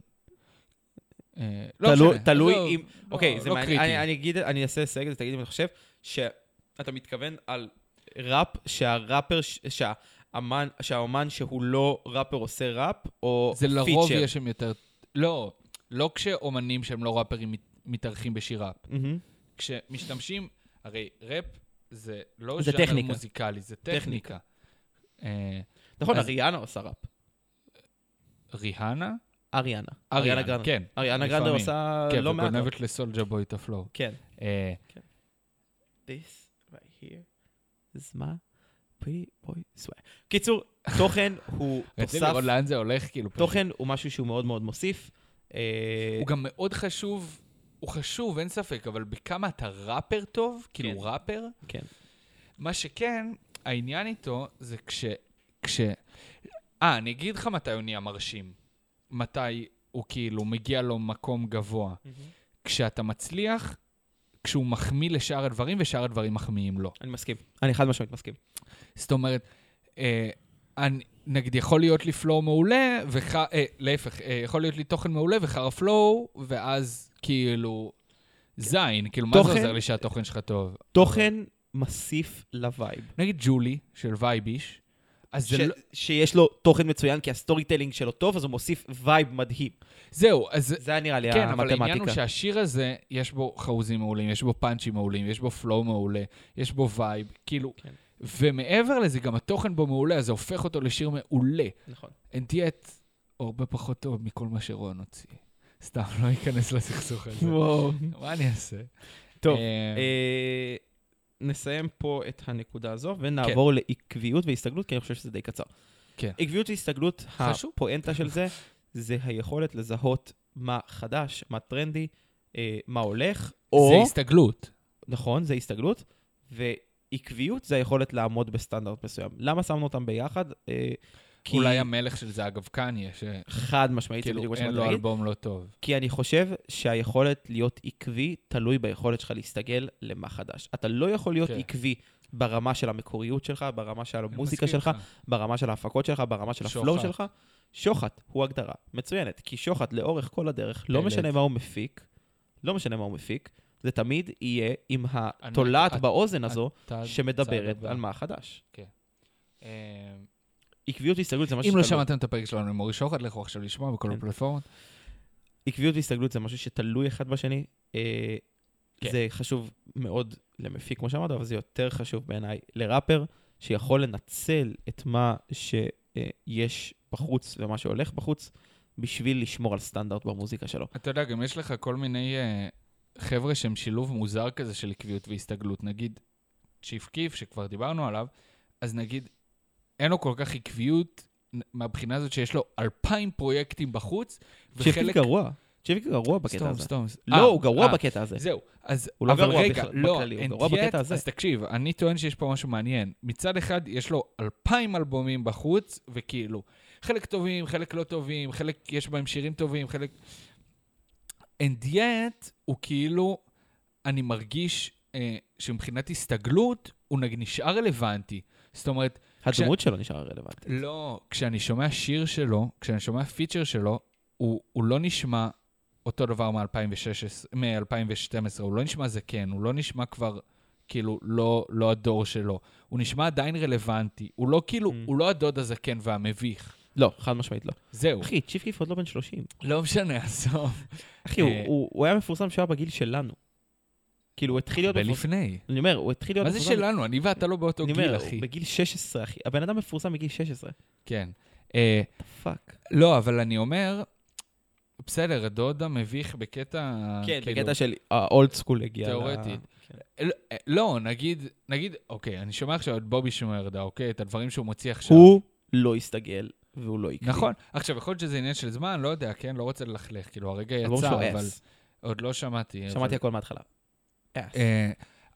[SPEAKER 2] אה, לא
[SPEAKER 1] תלוי-
[SPEAKER 2] משנה,
[SPEAKER 1] תלוי
[SPEAKER 2] עזוב,
[SPEAKER 1] אם-
[SPEAKER 2] לא-
[SPEAKER 1] אוקיי, זה
[SPEAKER 2] לא
[SPEAKER 1] מעניין.
[SPEAKER 2] קריטי.
[SPEAKER 1] אני- אני אגיד, אני אעשה סייג לזה, תגיד אם אני חושב שאתה מתכוון על ראפ, שהראפר, ש- שהאמן, שהאומן שהוא לא ראפר עושה ראפ, או
[SPEAKER 2] זה לרוב
[SPEAKER 1] פיצ'ר.
[SPEAKER 2] יש שם יותר... לא, לא כשאומנים שהם לא ראפרים מת- מתארחים בשיר ראפ.
[SPEAKER 1] מהמם.
[SPEAKER 2] כשמשתמשים, הרי ראפ זה לא
[SPEAKER 1] זה
[SPEAKER 2] ז'אנר
[SPEAKER 1] טכניקה.
[SPEAKER 2] מוזיקלי, זה
[SPEAKER 1] טכניקה.
[SPEAKER 2] טכניקה. אה,
[SPEAKER 1] נכון,
[SPEAKER 2] אז-
[SPEAKER 1] אריאנה עושה ראפ.
[SPEAKER 2] ריהאנה?
[SPEAKER 1] אריאנה.
[SPEAKER 2] אריאנה,
[SPEAKER 1] גרנדר.
[SPEAKER 2] כן.
[SPEAKER 1] אריאנה גרנדר
[SPEAKER 2] לפעמים.
[SPEAKER 1] עושה
[SPEAKER 2] כן,
[SPEAKER 1] לא מעט. ראפ.
[SPEAKER 2] וגונבת לסולג'ה בוי את הפלואו.
[SPEAKER 1] כן.
[SPEAKER 2] אה,
[SPEAKER 1] This right here is my pretty boy swear. קיצור, תוכן הוא
[SPEAKER 2] רציתי
[SPEAKER 1] תוסף,
[SPEAKER 2] לראות לאן זה הולך, כאילו. פשוט.
[SPEAKER 1] תוכן הוא משהו שהוא מאוד מאוד מוסיף. אה,
[SPEAKER 2] הוא גם מאוד חשוב, הוא חשוב, אין ספק, אבל בכמה אתה ראפר טוב, כאילו
[SPEAKER 1] כן.
[SPEAKER 2] ראפר,
[SPEAKER 1] כן.
[SPEAKER 2] מה שכן, העניין איתו זה כש... כש... אה, אני אגיד לך מתי הוא נהיה מרשים. מתי הוא כאילו מגיע לו מקום גבוה. כשאתה מצליח, כשהוא מחמיא לשאר הדברים, ושאר הדברים מחמיאים לו.
[SPEAKER 1] אני מסכים. אני חד משמעית מסכים.
[SPEAKER 2] זאת אומרת, אה, אני, נגיד יכול להיות לי פלואו מעולה, וח, אה, להפך, אה, יכול להיות לי תוכן מעולה וחרא פלואו, ואז כאילו, זין, כאילו, מה זה
[SPEAKER 1] כן. תוכן-
[SPEAKER 2] עוזר לי שהתוכן שלך טוב?
[SPEAKER 1] תוכן מוסיף לווייב.
[SPEAKER 2] נגיד ג'ולי, של וייביש, אז זה
[SPEAKER 1] ש-
[SPEAKER 2] לא...
[SPEAKER 1] שיש לו תוכן מצוין, כי הסטורי טלינג שלו טוב, אז הוא מוסיף וייב מדהים.
[SPEAKER 2] זהו, אז...
[SPEAKER 1] זה היה נראה לי
[SPEAKER 2] כן, אבל העניין הוא
[SPEAKER 1] המתמטיקה.
[SPEAKER 2] שהשיר הזה, יש בו חרוזים מעולים, יש בו פאנצ'ים מעולים, יש בו פלואו מעולה, יש בו וייב, כאילו...
[SPEAKER 1] כן.
[SPEAKER 2] ומעבר לזה, גם התוכן בו מעולה, אז זה הופך אותו לשיר מעולה.
[SPEAKER 1] נכון.
[SPEAKER 2] אין דיאט הרבה פחות טוב מכל מה שרון הוציא. סתם, לא אכנס לסכסוך הזה.
[SPEAKER 1] וואו.
[SPEAKER 2] מה אני אעשה?
[SPEAKER 1] טוב,
[SPEAKER 2] אה,
[SPEAKER 1] אה, נסיים פה את הנקודה הזו, ונעבור לעקביות והסתגלות, כי אני חושב שזה די קצר.
[SPEAKER 2] כן.
[SPEAKER 1] עקביות והסתגלות,
[SPEAKER 2] חשוב.
[SPEAKER 1] הפואנטה של זה, זה היכולת לזהות מה חדש, מה טרנדי, אה, מה הולך, או...
[SPEAKER 2] זה הסתגלות.
[SPEAKER 1] נכון, זה הסתגלות, ועקביות זה היכולת לעמוד בסטנדרט מסוים. למה שמנו אותם ביחד? אה, כי
[SPEAKER 2] אולי המלך של זה, אגב, קניה, שכאילו
[SPEAKER 1] חד משמעית, זה בדיוק מה
[SPEAKER 2] כאילו, אין
[SPEAKER 1] שאני
[SPEAKER 2] לו
[SPEAKER 1] להגיד.
[SPEAKER 2] אלבום לא טוב.
[SPEAKER 1] כי אני חושב שהיכולת להיות עקבי תלוי ביכולת שלך להסתגל למה חדש. אתה לא יכול להיות
[SPEAKER 2] כן.
[SPEAKER 1] עקבי ברמה של המקוריות שלך, ברמה של
[SPEAKER 2] אני
[SPEAKER 1] המוזיקה
[SPEAKER 2] מסכים
[SPEAKER 1] שלך,
[SPEAKER 2] איתך.
[SPEAKER 1] ברמה של ההפקות שלך, ברמה של הפלואו
[SPEAKER 2] שוחט.
[SPEAKER 1] שלך. שוחט הוא הגדרה מצוינת, כי שוחט לאורך כל הדרך, לא
[SPEAKER 2] באמת.
[SPEAKER 1] משנה מה הוא מפיק, לא משנה מה הוא מפיק, זה תמיד יהיה עם
[SPEAKER 2] את-
[SPEAKER 1] התולעת באוזן הזו,
[SPEAKER 2] אתה-
[SPEAKER 1] שמדברת
[SPEAKER 2] צעד הבא.
[SPEAKER 1] על מה חדש.
[SPEAKER 2] אה,
[SPEAKER 1] עקביות והסתגלות זה משהו
[SPEAKER 2] אם לא
[SPEAKER 1] שתלוי-
[SPEAKER 2] שמעתם את הפרק שלנו עם אורי שוחד, לכו עכשיו לשמוע בכל
[SPEAKER 1] כן.
[SPEAKER 2] הפלטפורמות.
[SPEAKER 1] עקביות והסתגלות זה משהו שתלוי אחד בשני. אה,
[SPEAKER 2] כן.
[SPEAKER 1] זה חשוב מאוד למפיק, כמו שאמרת, אבל זה יותר חשוב בעיניי לראפר, שיכול לנצל את מה שיש בחוץ ומה שהולך בחוץ, בשביל לשמור על סטנדרט במוזיקה שלו.
[SPEAKER 2] אתה יודע, גם יש לך כל מיני אה, חבר'ה שהם שילוב מוזר כזה של עקביות והסתגלות. נגיד, צ'יפ קיף, שכבר דיברנו עליו, אז נגיד, אין לו כל כך עקביות נ- מהבחינה הזאת שיש לו אלפיים פרויקטים בחוץ,
[SPEAKER 1] צ'יפ
[SPEAKER 2] וחלק...
[SPEAKER 1] גרוע, צ'יפ גרוע בקטע
[SPEAKER 2] סתום,
[SPEAKER 1] הזה.
[SPEAKER 2] סתום. אה,
[SPEAKER 1] לא, הוא גרוע
[SPEAKER 2] אה,
[SPEAKER 1] בקטע הזה.
[SPEAKER 2] זהו, אז...
[SPEAKER 1] הוא לא
[SPEAKER 2] אבל
[SPEAKER 1] גרוע
[SPEAKER 2] רגע,
[SPEAKER 1] בכ-
[SPEAKER 2] לא,
[SPEAKER 1] בכללי, הוא
[SPEAKER 2] אין
[SPEAKER 1] גרוע
[SPEAKER 2] דיאט,
[SPEAKER 1] בקטע הזה.
[SPEAKER 2] אז תקשיב, אני טוען שיש פה משהו מעניין. מצד אחד, יש לו אלפיים אלבומים בחוץ, וכאילו, חלק טובים, חלק לא טובים, חלק יש בהם שירים טובים, חלק... אין דיאט הוא כאילו, אני מרגיש אה, שמבחינת הסתגלות, הוא נגיד נשאר רלוונטי. זאת אומרת,
[SPEAKER 1] הדמות שלו נשארה רלוונטית.
[SPEAKER 2] לא, כשאני שומע שיר שלו, כשאני שומע פיצ'ר שלו, הוא, הוא לא נשמע אותו דבר מ-2012, מ-2012, הוא לא נשמע זקן, הוא לא נשמע כבר, כאילו, לא, לא הדור שלו. הוא נשמע עדיין רלוונטי, הוא לא כאילו,
[SPEAKER 1] Mm.
[SPEAKER 2] הוא לא הדוד הזקן והמביך.
[SPEAKER 1] לא, חד משמעית לא.
[SPEAKER 2] זהו.
[SPEAKER 1] אחי, צ'יפ קיף עוד לא בן 30.
[SPEAKER 2] לא משנה, עזוב.
[SPEAKER 1] אחי, הוא-
[SPEAKER 2] אה,
[SPEAKER 1] הוא הוא היה מפורסם כשהוא היה בגיל שלנו. כאילו, הוא התחיל להיות... מפורסם-
[SPEAKER 2] ולפני.
[SPEAKER 1] אני אומר, הוא התחיל להיות...
[SPEAKER 2] מה זה
[SPEAKER 1] מפורסם-
[SPEAKER 2] שלנו? אני ואתה לא באותו
[SPEAKER 1] אני
[SPEAKER 2] גיל,
[SPEAKER 1] אומר,
[SPEAKER 2] אחי.
[SPEAKER 1] הוא בגיל 16, אחי. הבן אדם מפורסם בגיל 16.
[SPEAKER 2] כן. אה,
[SPEAKER 1] פאק.
[SPEAKER 2] לא, אבל אני אומר, בסדר, דודה מביך בקטע...
[SPEAKER 1] כן,
[SPEAKER 2] כאילו,
[SPEAKER 1] בקטע של האולד סקול הגיע. ל-
[SPEAKER 2] תיאורטית.
[SPEAKER 1] כן.
[SPEAKER 2] אה, לא, נגיד, נגיד, אוקיי, אני שומע עכשיו את בובי שמרדה, אוקיי? את הדברים שהוא מוציא עכשיו.
[SPEAKER 1] הוא לא הסתגל והוא לא יקרה.
[SPEAKER 2] נכון. עכשיו, יכול להיות שזה עניין של זמן, לא יודע, כן? לא רוצה ללכלך. כאילו, הרגע
[SPEAKER 1] אלבום שלו
[SPEAKER 2] יצא, אבל...
[SPEAKER 1] אס.
[SPEAKER 2] עוד לא שמעתי. אבל-
[SPEAKER 1] שמעתי הכל מההתחלה. אס.
[SPEAKER 2] אה,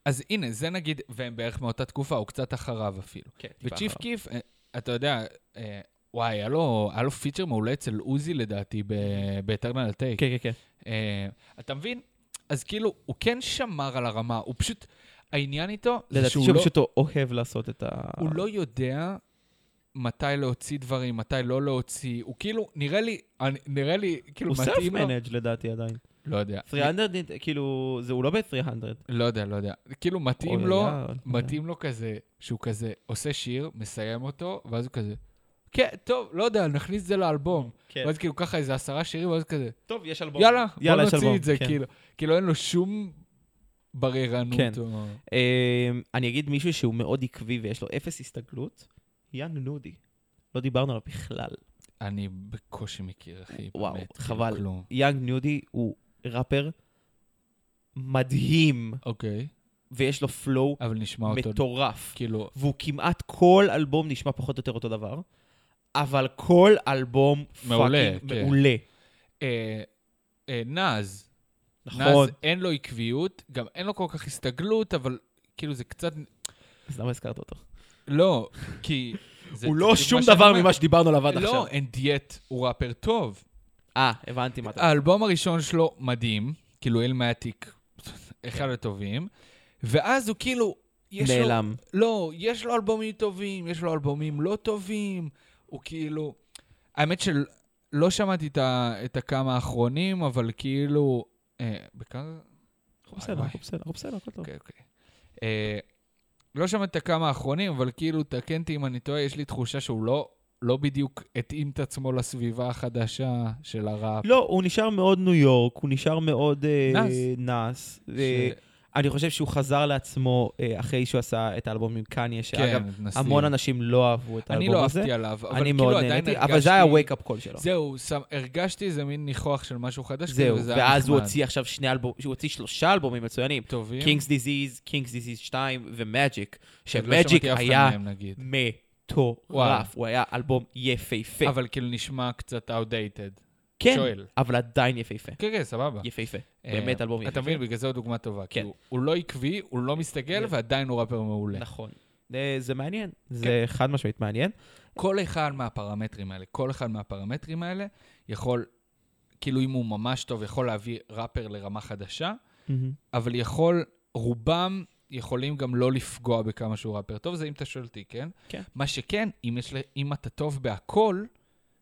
[SPEAKER 2] אז הנה, זה נגיד, והם בערך מאותה תקופה, או קצת אחריו אפילו.
[SPEAKER 1] כן, טיפה
[SPEAKER 2] וצ'יף
[SPEAKER 1] אחריו.
[SPEAKER 2] קיף, אה, אתה יודע, אה, וואי, היה לו, היה לו פיצ'ר מעולה אצל עוזי לדעתי ב-Eternal Take.
[SPEAKER 1] כן, כן, כן.
[SPEAKER 2] אה, אתה מבין? אז כאילו, הוא כן שמר על הרמה, הוא פשוט... העניין איתו, זה
[SPEAKER 1] לדעתי
[SPEAKER 2] שהוא
[SPEAKER 1] שהוא
[SPEAKER 2] לא,
[SPEAKER 1] פשוט אוהב לעשות את ה...
[SPEAKER 2] הוא לא יודע מתי להוציא דברים, מתי לא להוציא. הוא כאילו, נראה לי, אני- נראה לי, כאילו,
[SPEAKER 1] הוא
[SPEAKER 2] מתאים לו.
[SPEAKER 1] סלף-מנג' לדעתי עדיין.
[SPEAKER 2] לא יודע.
[SPEAKER 1] 300, כאילו, זה הוא לא ב-300.
[SPEAKER 2] לא יודע, לא יודע. כאילו, מתאים לו, מתאים לו כזה, שהוא כזה עושה שיר, מסיים אותו, ואז הוא כזה, כן, טוב, לא יודע, נכניס את זה לאלבום.
[SPEAKER 1] כן.
[SPEAKER 2] ואז כאילו ככה איזה עשרה שירים, ואז כזה,
[SPEAKER 1] טוב, יש אלבום.
[SPEAKER 2] יאללה, בוא
[SPEAKER 1] יאללה, יש
[SPEAKER 2] נוציא
[SPEAKER 1] אלבום",
[SPEAKER 2] את זה,
[SPEAKER 1] כן.
[SPEAKER 2] כאילו. כאילו אין לו שום בררנות.
[SPEAKER 1] כן.
[SPEAKER 2] או-
[SPEAKER 1] אמ, אני אגיד מישהו שהוא מאוד עקבי ויש לו אפס הסתגלות, יאן נודי. לא דיברנו עליו בכלל.
[SPEAKER 2] אני בקושי מכיר, אחי,
[SPEAKER 1] וואו,
[SPEAKER 2] באמת, כאילו,
[SPEAKER 1] חבל.
[SPEAKER 2] כלום.
[SPEAKER 1] יאנג נודי הוא ראפר מדהים,
[SPEAKER 2] אוקיי,
[SPEAKER 1] ויש לו פלואו
[SPEAKER 2] אבל נשמע אותו,
[SPEAKER 1] מטורף.
[SPEAKER 2] כאילו,
[SPEAKER 1] והוא כמעט כל אלבום נשמע פחות או יותר אותו דבר, אבל כל אלבום
[SPEAKER 2] מעולה,
[SPEAKER 1] פאקינג
[SPEAKER 2] כן.
[SPEAKER 1] מעולה.
[SPEAKER 2] אה, אה, נאז.
[SPEAKER 1] נכון.
[SPEAKER 2] נאז אין לו עקביות, גם אין לו כל כך הסתגלות, אבל כאילו זה קצת...
[SPEAKER 1] אז למה הזכרת אותו?
[SPEAKER 2] לא, כי... זה
[SPEAKER 1] הוא
[SPEAKER 2] בדיוק מה
[SPEAKER 1] לא שום
[SPEAKER 2] שאני
[SPEAKER 1] דבר
[SPEAKER 2] אומר.
[SPEAKER 1] ממה שדיברנו עליו עד עכשיו.
[SPEAKER 2] לא, אין דיאט, הוא ראפר טוב.
[SPEAKER 1] אה, הבנתי מה אתה...
[SPEAKER 2] האלבום הראשון שלו מדהים, כאילו אלמטיק, אחד הטובים, ואז הוא כאילו, יש לו...
[SPEAKER 1] נעלם.
[SPEAKER 2] לא, יש לו אלבומים טובים, יש לו אלבומים לא טובים, הוא כאילו... האמת שלא שמעתי את, ה... את הכמה האחרונים, אבל כאילו... אה, בכמה...
[SPEAKER 1] אנחנו בסדר,
[SPEAKER 2] וואי.
[SPEAKER 1] אנחנו בסדר, אנחנו בסדר, הכל טוב.
[SPEAKER 2] אוקיי, אוקיי. אה, לא שמעתי את הכמה האחרונים, אבל כאילו, תקן אותי אם אני טועה, יש לי תחושה שהוא לא, לא בדיוק התאים את עצמו לסביבה החדשה של הראפ.
[SPEAKER 1] לא, הוא נשאר מאוד ניו יורק, הוא נשאר מאוד אה,
[SPEAKER 2] נס.
[SPEAKER 1] נס.
[SPEAKER 2] ש-
[SPEAKER 1] אה, אני חושב שהוא חזר לעצמו אה, אחרי שהוא עשה את האלבום עם קניה, שאגב,
[SPEAKER 2] נשיא.
[SPEAKER 1] המון אנשים לא אהבו את
[SPEAKER 2] כן, אני
[SPEAKER 1] האלבום
[SPEAKER 2] לא
[SPEAKER 1] הזה.
[SPEAKER 2] אהבתי עליו, אבל
[SPEAKER 1] אני
[SPEAKER 2] כאילו
[SPEAKER 1] מאוד
[SPEAKER 2] עדיין
[SPEAKER 1] נהניתי,
[SPEAKER 2] הרגשתי...
[SPEAKER 1] אבל זה היה wake-up call שלו.
[SPEAKER 2] זהו, שם, הרגשתי איזה מין ניחוח של משהו חדש.
[SPEAKER 1] זהו,
[SPEAKER 2] כאילו, וזה היה
[SPEAKER 1] ואז הוא
[SPEAKER 2] נחמד.
[SPEAKER 1] הוציא עכשיו שני אלבומים, הוא הוציא שלושה אלבומים מצוינים.
[SPEAKER 2] טובים.
[SPEAKER 1] קינגס דיזיז, קינגס דיזיז 2 ומג'יק,
[SPEAKER 2] עוד לא שמעתי
[SPEAKER 1] שמג'יק
[SPEAKER 2] אף אחד
[SPEAKER 1] היה
[SPEAKER 2] מהם, נגיד. וואו.
[SPEAKER 1] מטורף, הוא היה אלבום יפהפה.
[SPEAKER 2] אבל כאילו נשמע קצת outdated.
[SPEAKER 1] כן,
[SPEAKER 2] שואל.
[SPEAKER 1] אבל עדיין יפהפה.
[SPEAKER 2] כן, כן, סבבה.
[SPEAKER 1] יפהפה.
[SPEAKER 2] אה,
[SPEAKER 1] באמת אלבום יפהפה.
[SPEAKER 2] אתה מבין, בגלל זה הוא דוגמה טובה.
[SPEAKER 1] כן.
[SPEAKER 2] כן. הוא לא עקבי, הוא לא מסתגל,
[SPEAKER 1] כן.
[SPEAKER 2] ועדיין הוא ראפר מעולה.
[SPEAKER 1] נכון. אה, זה מעניין,
[SPEAKER 2] כן.
[SPEAKER 1] זה חד משמעית מעניין.
[SPEAKER 2] כל אחד מהפרמטרים האלה, כל אחד מהפרמטרים האלה יכול, כאילו אם הוא ממש טוב, יכול להביא ראפר לרמה חדשה, אבל יכול, רובם יכולים גם לא לפגוע בכמה שהוא ראפר טוב, זה אם אתה שואל אותי, כן?
[SPEAKER 1] כן.
[SPEAKER 2] מה שכן, אם, יש, ל- אם אתה טוב בהכל,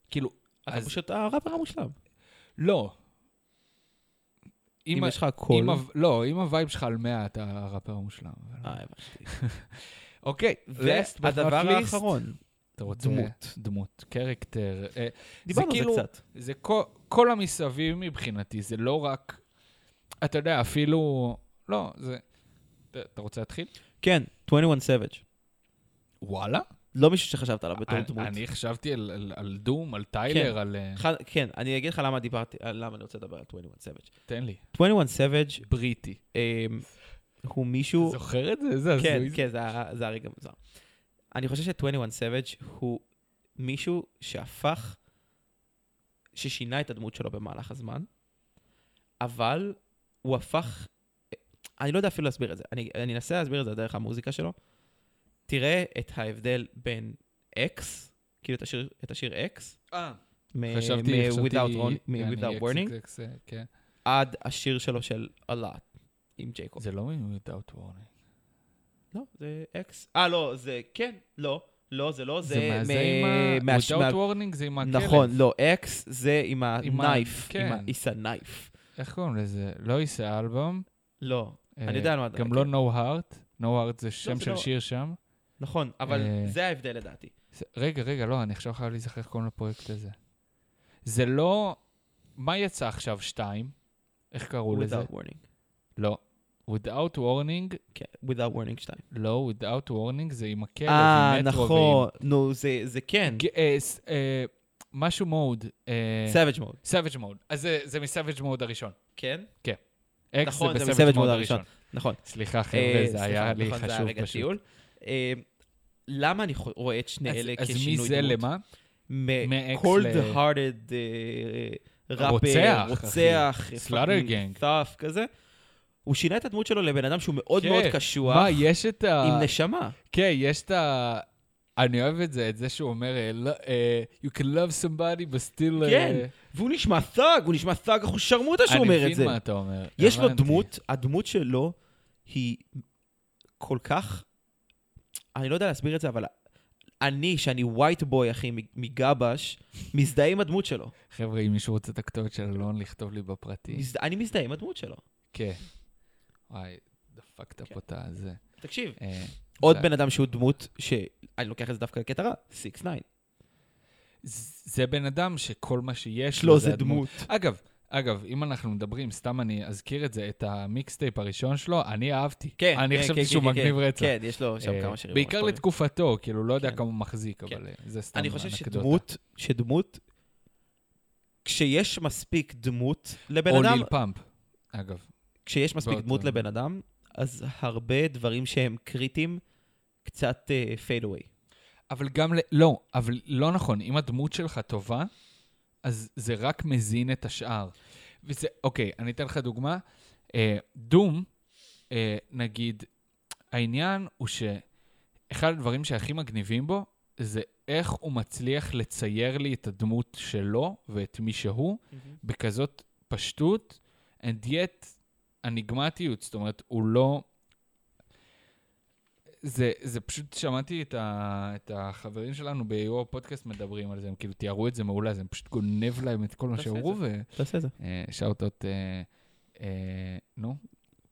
[SPEAKER 2] כאילו,
[SPEAKER 1] אז
[SPEAKER 2] אז
[SPEAKER 1] פשוט הראפר המושלם.
[SPEAKER 2] לא.
[SPEAKER 1] אם
[SPEAKER 2] ה-
[SPEAKER 1] יש לך קול...
[SPEAKER 2] אם, ה- לא, אם הווייב שלך על 100, אתה הראפר המושלם.
[SPEAKER 1] אה, הבנתי.
[SPEAKER 2] אוקיי, last but not
[SPEAKER 1] והדבר
[SPEAKER 2] least,
[SPEAKER 1] האחרון,
[SPEAKER 2] אתה רוצה-
[SPEAKER 1] דמות.
[SPEAKER 2] דמות, קרקטר. אה,
[SPEAKER 1] דיברנו על זה
[SPEAKER 2] כאילו-
[SPEAKER 1] קצת.
[SPEAKER 2] זה כל, כל המסביב מבחינתי, זה לא רק... אתה יודע, אפילו... לא, זה... אתה- אתה רוצה להתחיל?
[SPEAKER 1] כן, 21 Savage.
[SPEAKER 2] וואלה.
[SPEAKER 1] לא מישהו שחשבת עליו בתור
[SPEAKER 2] אני,
[SPEAKER 1] דמות.
[SPEAKER 2] אה, אני חשבתי על, על, על דום, על טיילר,
[SPEAKER 1] כן.
[SPEAKER 2] על... אה,
[SPEAKER 1] אחד- כן, אני אגיד לך למה דיברתי, אה, למה אני רוצה לדבר על 21 Savage.
[SPEAKER 2] תן לי.
[SPEAKER 1] 21 Savage
[SPEAKER 2] בריטי.
[SPEAKER 1] אמ, הוא מישהו...
[SPEAKER 2] זוכר את זה? איזה הזוי.
[SPEAKER 1] כן,
[SPEAKER 2] זה.
[SPEAKER 1] כן, זה היה- זה היה רגע מוזר. אני חושב ש-21 Savage הוא מישהו שהפך, ששינה את הדמות שלו במהלך הזמן, אבל הוא הפך, אני לא יודע אפילו להסביר את זה, אני, אני אנסה להסביר את זה דרך המוזיקה שלו. תראה את ההבדל בין אקס, כאילו את השיר, את השיר אקס,
[SPEAKER 2] אה, חשבתי, כן, חשבתי... יעני,
[SPEAKER 1] מ-Without
[SPEAKER 2] אקס,
[SPEAKER 1] Warning,
[SPEAKER 2] אקס, אקס, אה, כן.
[SPEAKER 1] עד השיר שלו של A Lot עם ג'ייקוב.
[SPEAKER 2] זה לא מ-Without Warning.
[SPEAKER 1] לא, זה אקס. אה, לא, זה כן, לא, לא, זה לא, זה...
[SPEAKER 2] זה מה- זה
[SPEAKER 1] מ-
[SPEAKER 2] עם ה...
[SPEAKER 1] מהש-
[SPEAKER 2] Without
[SPEAKER 1] מה-
[SPEAKER 2] Warning זה עם הכלב.
[SPEAKER 1] נכון, לא, אקס זה עם
[SPEAKER 2] עם ה-
[SPEAKER 1] הנייף, עם
[SPEAKER 2] כן.
[SPEAKER 1] ה-איס הנייף.
[SPEAKER 2] איך קוראים לזה? לא יישא אלבום.
[SPEAKER 1] לא,
[SPEAKER 2] אה,
[SPEAKER 1] אני יודע על מה אתה
[SPEAKER 2] גם
[SPEAKER 1] מדבר,
[SPEAKER 2] לא No Heart. No Heart זה שם
[SPEAKER 1] זה
[SPEAKER 2] של
[SPEAKER 1] לא-
[SPEAKER 2] שיר שם.
[SPEAKER 1] נכון, אבל
[SPEAKER 2] אה.
[SPEAKER 1] זה ההבדל לדעתי.
[SPEAKER 2] זה- רגע, רגע, לא, אני עכשיו חייב להיזכר איך קוראים לפרויקט הזה. זה לא... מה יצא עכשיו, שתיים? איך קראו לזה?
[SPEAKER 1] Without warning.
[SPEAKER 2] לא. without warning,
[SPEAKER 1] כן, without warning 2.
[SPEAKER 2] לא, without warning כן, זה עם הכלב,
[SPEAKER 1] אה,
[SPEAKER 2] עם מטרו
[SPEAKER 1] נכון, נו, זה זה כן.
[SPEAKER 2] ועם... ג- אה, ס- אה, משהו מוד.
[SPEAKER 1] Savage mode.
[SPEAKER 2] סאביג' מוד. אז זה- זה מסאביג' מוד הראשון.
[SPEAKER 1] כן?
[SPEAKER 2] אקס
[SPEAKER 1] נכון, זה
[SPEAKER 2] זה
[SPEAKER 1] מסאביג'
[SPEAKER 2] בסאביג'
[SPEAKER 1] מוד
[SPEAKER 2] מוד
[SPEAKER 1] הראשון.
[SPEAKER 2] הראשון.
[SPEAKER 1] נכון.
[SPEAKER 2] סליחה,
[SPEAKER 1] אה,
[SPEAKER 2] חבר'ה, זה
[SPEAKER 1] סליחה,
[SPEAKER 2] היה לי
[SPEAKER 1] נכון, זה היה
[SPEAKER 2] חשוב
[SPEAKER 1] רגע
[SPEAKER 2] פשוט.
[SPEAKER 1] טיול. אה, למה אני חו- רואה את שני
[SPEAKER 2] אז-
[SPEAKER 1] אלה
[SPEAKER 2] אז
[SPEAKER 1] כשינוי
[SPEAKER 2] מי
[SPEAKER 1] דמות?
[SPEAKER 2] זה למה? מאקס ל-
[SPEAKER 1] cold hearted ראפר,
[SPEAKER 2] רוצח,
[SPEAKER 1] רוצח, אה,
[SPEAKER 2] אחי.
[SPEAKER 1] fucking
[SPEAKER 2] Slaughter Gang.
[SPEAKER 1] thug כזה. הוא שינה את הדמות שלו לבן אדם שהוא מאוד
[SPEAKER 2] כן.
[SPEAKER 1] מאוד קשוח,
[SPEAKER 2] מה, יש את אה, ה...
[SPEAKER 1] עם נשמה.
[SPEAKER 2] כן, יש את ה... אני אוהב את זה, את זה שהוא אומר, אה, לא, אה, you can love somebody, but still... אה,
[SPEAKER 1] כן, והוא נשמע thug, הוא נשמע thug, אנחנו שרמוטה שהוא אומר את
[SPEAKER 2] אני מבין
[SPEAKER 1] זה.
[SPEAKER 2] מה אתה אומר.
[SPEAKER 1] יש לו
[SPEAKER 2] הבנתי.
[SPEAKER 1] דמות, הדמות שלו היא כל כך... אני לא יודע להסביר את זה, אבל אני, שאני white boy, אחי, מגבש, מזדהה עם הדמות שלו.
[SPEAKER 2] חבר'ה, אם מישהו רוצה את הכתובת של אלון, לכתוב לי בפרטי.
[SPEAKER 1] מזד- אני מזדהה עם הדמות שלו.
[SPEAKER 2] כן. וואי, דפקת
[SPEAKER 1] כן.
[SPEAKER 2] פה אה, את הזה.
[SPEAKER 1] תקשיב, עוד בן אדם שהוא דמות, שאני לוקח את זה דווקא לקטע רע, 6 9
[SPEAKER 2] זה בן אדם שכל מה שיש
[SPEAKER 1] שלו
[SPEAKER 2] לו
[SPEAKER 1] לא, זה
[SPEAKER 2] לא, זה הדמות.
[SPEAKER 1] דמות.
[SPEAKER 2] אגב, אגב, אם אנחנו מדברים, סתם אני אזכיר את זה, את המיקסטייפ הראשון שלו, אני אהבתי.
[SPEAKER 1] כן,
[SPEAKER 2] אני
[SPEAKER 1] כן,
[SPEAKER 2] חשבתי
[SPEAKER 1] כן,
[SPEAKER 2] שהוא
[SPEAKER 1] כן, כן,
[SPEAKER 2] מגניב
[SPEAKER 1] כן.
[SPEAKER 2] רצח.
[SPEAKER 1] כן, יש לו שם
[SPEAKER 2] אה,
[SPEAKER 1] כמה שירים.
[SPEAKER 2] בעיקר
[SPEAKER 1] ממש טובים.
[SPEAKER 2] לתקופתו, כאילו, לא יודע
[SPEAKER 1] כן.
[SPEAKER 2] כמה הוא מחזיק,
[SPEAKER 1] כן.
[SPEAKER 2] אבל אה, זה סתם
[SPEAKER 1] אני חושב
[SPEAKER 2] אנקדוטה.
[SPEAKER 1] שדמות, שדמות, כשיש מספיק דמות לבן
[SPEAKER 2] או
[SPEAKER 1] אדם,
[SPEAKER 2] ליל פאמפ, אגב.
[SPEAKER 1] כשיש מספיק
[SPEAKER 2] באותו-
[SPEAKER 1] דמות לבן אדם, אז הרבה דברים שהם קריטיים קצת אה, פייד אווי.
[SPEAKER 2] אבל גם, ל... לא, אבל לא נכון, אם הדמות שלך טובה, אז זה רק מזין את השאר. וזה, אוקיי, אני אתן לך דוגמה. אה, דום, אה, נגיד, העניין הוא שאחד הדברים שהכי מגניבים בו, זה איך הוא מצליח לצייר לי את הדמות שלו ואת מי שהוא, בכזאת פשטות, and yet אניגמטיות, זאת אומרת, הוא לא... זה, זה פשוט, שמעתי את, ה, את החברים שלנו ב-UO פודקאסט מדברים על זה, הם כאילו תיארו את זה מעולה, אז הם פשוט גונב להם את כל מה
[SPEAKER 1] תעשה את
[SPEAKER 2] שאמרו, ו...
[SPEAKER 1] תעשה את זה.
[SPEAKER 2] אה, שאוטות, אה, אה, נו,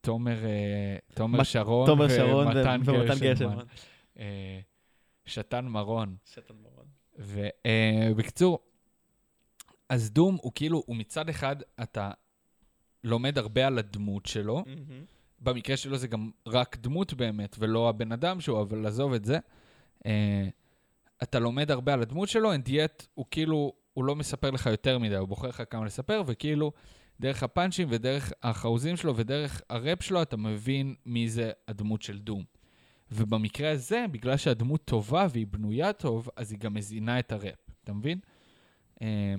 [SPEAKER 2] תומר, אה, תומר
[SPEAKER 1] מת-
[SPEAKER 2] שרון
[SPEAKER 1] תומר שרון
[SPEAKER 2] ומתן
[SPEAKER 1] ו- ומתן
[SPEAKER 2] גרשנמן.
[SPEAKER 1] גרשנמן.
[SPEAKER 2] אה, שתן מרון.
[SPEAKER 1] שתן מרון.
[SPEAKER 2] ובקיצור, אז דום הוא כאילו, הוא מצד אחד, אתה לומד הרבה על הדמות שלו. במקרה שלו זה גם רק דמות באמת, ולא הבן אדם שהוא, אבל עזוב את זה. אה, אתה לומד הרבה על הדמות שלו, and yet הוא כאילו, הוא לא מספר לך יותר מדי, הוא בוחר לך כמה לספר, וכאילו, דרך הפאנצ'ים ודרך החרוזים שלו ודרך הראפ שלו, אתה מבין מי זה הדמות של דום. ובמקרה הזה, בגלל שהדמות טובה והיא בנויה טוב, אז היא גם מזינה את הראפ, אתה מבין? אה,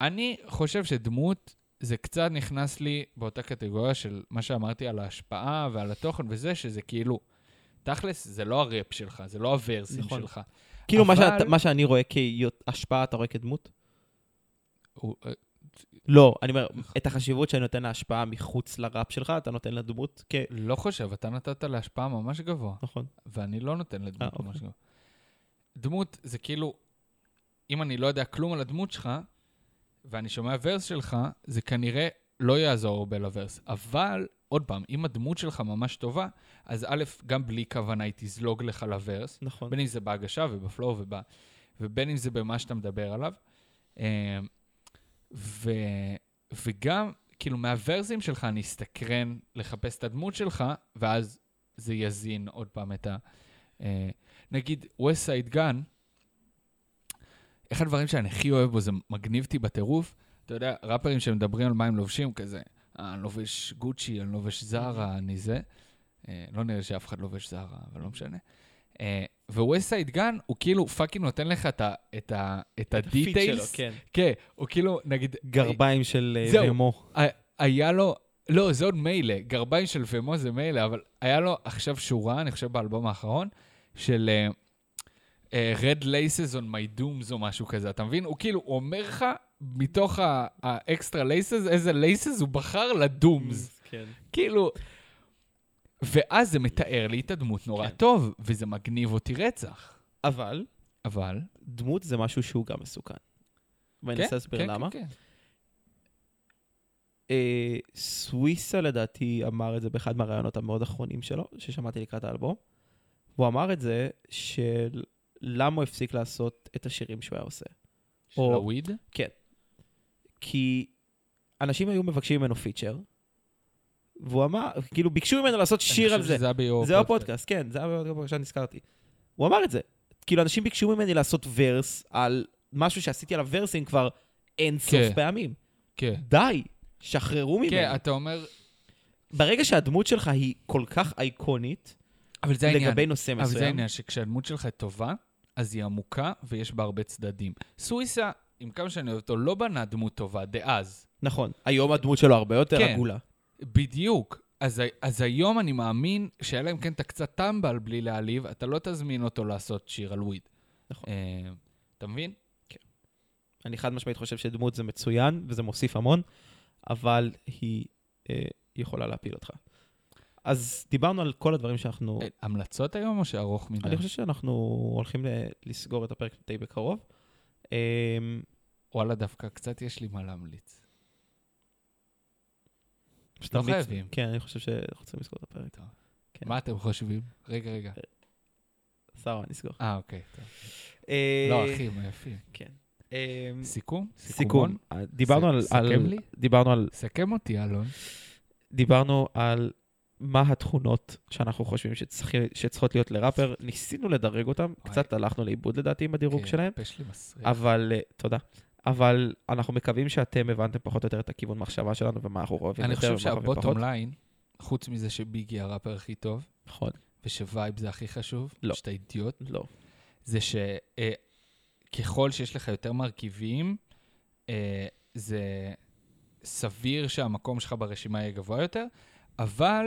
[SPEAKER 2] אני חושב שדמות, זה קצת נכנס לי באותה קטגוריה של מה שאמרתי על ההשפעה ועל התוכן וזה, שזה כאילו, תכלס, זה לא הראפ שלך, זה לא הוורסים
[SPEAKER 1] נכון.
[SPEAKER 2] שלך.
[SPEAKER 1] כאילו, מה
[SPEAKER 2] אבל-
[SPEAKER 1] שאת- מה שאני רואה כהשפעה, אתה רואה כדמות?
[SPEAKER 2] הוא- אה,
[SPEAKER 1] לא, אני אומר, את החשיבות שאני נותן להשפעה מחוץ לראפ שלך, אתה נותן לדמות כ...
[SPEAKER 2] לא חושב, אתה נתת להשפעה ממש גבוה,
[SPEAKER 1] נכון.
[SPEAKER 2] ואני לא נותן לדמות
[SPEAKER 1] אה,
[SPEAKER 2] ממש
[SPEAKER 1] אוקיי.
[SPEAKER 2] גבוה. דמות זה כאילו, אם אני לא יודע כלום על הדמות שלך, ואני שומע ורס שלך, זה כנראה לא יעזור הרבה לוורס. אבל, עוד פעם, אם הדמות שלך ממש טובה, אז א', גם בלי כוונה היא תזלוג לך לוורס,
[SPEAKER 1] נכון.
[SPEAKER 2] בין אם זה בהגשה ובפלואו וב... ובין אם זה במה שאתה מדבר עליו. אמ, ו... וגם, כאילו, מהוורסים שלך אני אסתקרן לחפש את הדמות שלך, ואז זה יזין עוד פעם את ה... אה, נגיד, West Side Gun, אחד הדברים שאני הכי אוהב בו, זה מגניב אותי בטירוף. אתה יודע, ראפרים שמדברים על מה הם לובשים, כזה, "אה, אני לובש גוצ'י, אני לובש זרה, אני זה. אה, לא נראה שאף אחד לובש זרה, אבל לא משנה. אה, וווסטסייד גן, הוא כאילו פאקינג נותן לך את ה- את ה- את
[SPEAKER 1] הפיט שלו,
[SPEAKER 2] הדיטיילס.
[SPEAKER 1] כן.
[SPEAKER 2] כן, הוא כאילו, נגיד...
[SPEAKER 1] גרביים של אה,
[SPEAKER 2] זהו.
[SPEAKER 1] במו.
[SPEAKER 2] היה לו, לא, זה עוד מילא, גרביים של פמו זה מילא, אבל היה לו עכשיו שורה, אני חושב באלבום האחרון, של uh, uh, Red Laces on my Dooms או משהו כזה, אתה מבין? הוא כאילו, הוא אומר לך, מתוך האקסטרה לייסס, איזה לייסס הוא בחר לדומס.
[SPEAKER 1] כן.
[SPEAKER 2] כאילו... ואז זה מתאר לי את הדמות נורא
[SPEAKER 1] כן.
[SPEAKER 2] טוב, וזה מגניב אותי רצח.
[SPEAKER 1] אבל,
[SPEAKER 2] אבל...
[SPEAKER 1] דמות זה משהו שהוא גם מסוכן. ואני
[SPEAKER 2] כן,
[SPEAKER 1] אנסה להסביר
[SPEAKER 2] כן,
[SPEAKER 1] למה.
[SPEAKER 2] כן, כן.
[SPEAKER 1] אה, סוויסה לדעתי אמר את זה באחד מהראיונות המאוד אחרונים שלו, ששמעתי לקראת האלבום. והוא אמר את זה של למה הוא הפסיק לעשות את השירים שהוא היה עושה.
[SPEAKER 2] כן. של
[SPEAKER 1] או-
[SPEAKER 2] הוויד?
[SPEAKER 1] כן. כי אנשים היו מבקשים ממנו פיצ'ר, והוא אמר, כאילו, ביקשו ממנו לעשות שיר על
[SPEAKER 2] אני חושב
[SPEAKER 1] זה.
[SPEAKER 2] שזה לא היה ביום
[SPEAKER 1] זה הפודקאסט, כן, זה היה בפודקאסט שעכשיו נזכרתי. הוא אמר את זה. כאילו, אנשים ביקשו ממני לעשות ורס על משהו שעשיתי עליו ורסים כבר אין סוף
[SPEAKER 2] כן.
[SPEAKER 1] פעמים.
[SPEAKER 2] כן.
[SPEAKER 1] די, שחררו ממני.
[SPEAKER 2] כן, אתה אומר,
[SPEAKER 1] ברגע שהדמות שלך היא כל כך אייקונית,
[SPEAKER 2] אבל זה העניין.
[SPEAKER 1] לגבי נושא
[SPEAKER 2] אבל זה
[SPEAKER 1] מסוים,
[SPEAKER 2] העניין, שכשהדמות שלך היא טובה, אז היא עמוקה ויש בה הרבה צדדים. סוויסה, עם כמה שאני אוהב אותו, לא בנה דמות טובה דאז.
[SPEAKER 1] נכון, היום הדמות שלו הרבה יותר
[SPEAKER 2] כן.
[SPEAKER 1] עגולה.
[SPEAKER 2] בדיוק. אז, ה- אז היום אני מאמין שאלא אם כן אתה קצת טמבל בלי להעליב, אתה לא תזמין אותו לעשות שיר על וויד.
[SPEAKER 1] נכון.
[SPEAKER 2] אה, אתה מבין?
[SPEAKER 1] אני חד משמעית חושב שדמות זה מצוין, וזה מוסיף המון, אבל היא אה, יכולה להפיל אותך. אז דיברנו על כל הדברים שאנחנו...
[SPEAKER 2] אה, המלצות היום או שארוך מדי?
[SPEAKER 1] אני חושב שאנחנו הולכים ל- לסגור את הפרק די בקרוב. אמ,
[SPEAKER 2] וואלה, דווקא קצת יש לי מה להמליץ.
[SPEAKER 1] פשוט
[SPEAKER 2] לא
[SPEAKER 1] נמליץ-
[SPEAKER 2] חייבים.
[SPEAKER 1] כן, אני חושב שאנחנו צריכים לסגור את הפרק.
[SPEAKER 2] טוב.
[SPEAKER 1] כן.
[SPEAKER 2] מה אתם חושבים? רגע, רגע.
[SPEAKER 1] שרה, נסגור.
[SPEAKER 2] אה, אוקיי. טוב.
[SPEAKER 1] אה,
[SPEAKER 2] לא, אחי, מה יפים.
[SPEAKER 1] כן. אמ,
[SPEAKER 2] סיכום?
[SPEAKER 1] סיכום. אה,
[SPEAKER 2] סיכומון?
[SPEAKER 1] דיברנו על-
[SPEAKER 2] ס-
[SPEAKER 1] על...
[SPEAKER 2] סכם לי?
[SPEAKER 1] דיברנו על...
[SPEAKER 2] סכם אותי, אלון.
[SPEAKER 1] דיברנו על מה התכונות שאנחנו חושבים שצריכי- שצריכות להיות לראפר. ניסינו לדרג אותם,
[SPEAKER 2] וואי.
[SPEAKER 1] קצת הלכנו לאיבוד לדעתי עם הדירוג
[SPEAKER 2] כן,
[SPEAKER 1] שלהם,
[SPEAKER 2] הפה שלי מסריח.
[SPEAKER 1] אבל... אה, תודה. אבל אנחנו מקווים שאתם הבנתם פחות או יותר את הכיוון מחשבה שלנו ומה אנחנו אוהבים
[SPEAKER 2] אני
[SPEAKER 1] יותר ומה
[SPEAKER 2] חושב
[SPEAKER 1] אנחנו אוהבים פחות.
[SPEAKER 2] שהבוטום ליין, חוץ מזה שביגי הראפר הכי טוב,
[SPEAKER 1] נכון,
[SPEAKER 2] ושווייב זה הכי חשוב,
[SPEAKER 1] לא.
[SPEAKER 2] שאתה אידיוט,
[SPEAKER 1] לא.
[SPEAKER 2] זה שככל שיש לך יותר מרכיבים, אה, זה סביר שהמקום שלך ברשימה יהיה גבוה יותר, אבל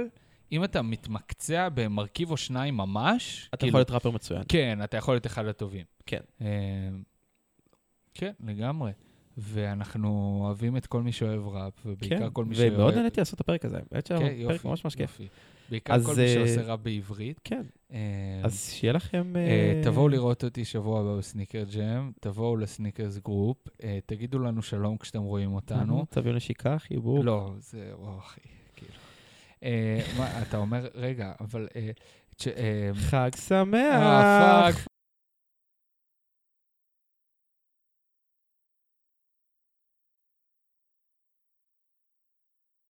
[SPEAKER 2] אם אתה מתמקצע במרכיב או שניים ממש, כאילו,
[SPEAKER 1] אתה יכול להיות ראפר מצוין.
[SPEAKER 2] כן, אתה יכול להיות אחד הטובים.
[SPEAKER 1] כן.
[SPEAKER 2] אה, כן, לגמרי. ואנחנו אוהבים את כל מי שאוהב ראפ, ובעיקר
[SPEAKER 1] כן,
[SPEAKER 2] כל מי שאוהב...
[SPEAKER 1] ומאוד נהניתי לעשות את הפרק הזה, האמת שהיה
[SPEAKER 2] כן,
[SPEAKER 1] פרק ממש ממש כיף.
[SPEAKER 2] יופי. בעיקר
[SPEAKER 1] אז,
[SPEAKER 2] כל מי
[SPEAKER 1] אה,
[SPEAKER 2] שעושה ראפ בעברית.
[SPEAKER 1] כן,
[SPEAKER 2] אה,
[SPEAKER 1] אז שיהיה לכם...
[SPEAKER 2] אה, תבואו לראות אותי שבוע הבא בסניקר ג'ם, תבואו לסניקרס גרופ, אה, תגידו לנו שלום כשאתם רואים אותנו.
[SPEAKER 1] תביאו נשיקה, חיבוק.
[SPEAKER 2] לא, זה, וואו, אחי, כאילו. אה, מה, אתה אומר, רגע, אבל... אה, צ'- אה,
[SPEAKER 1] חג שמח!
[SPEAKER 2] אה, פאק,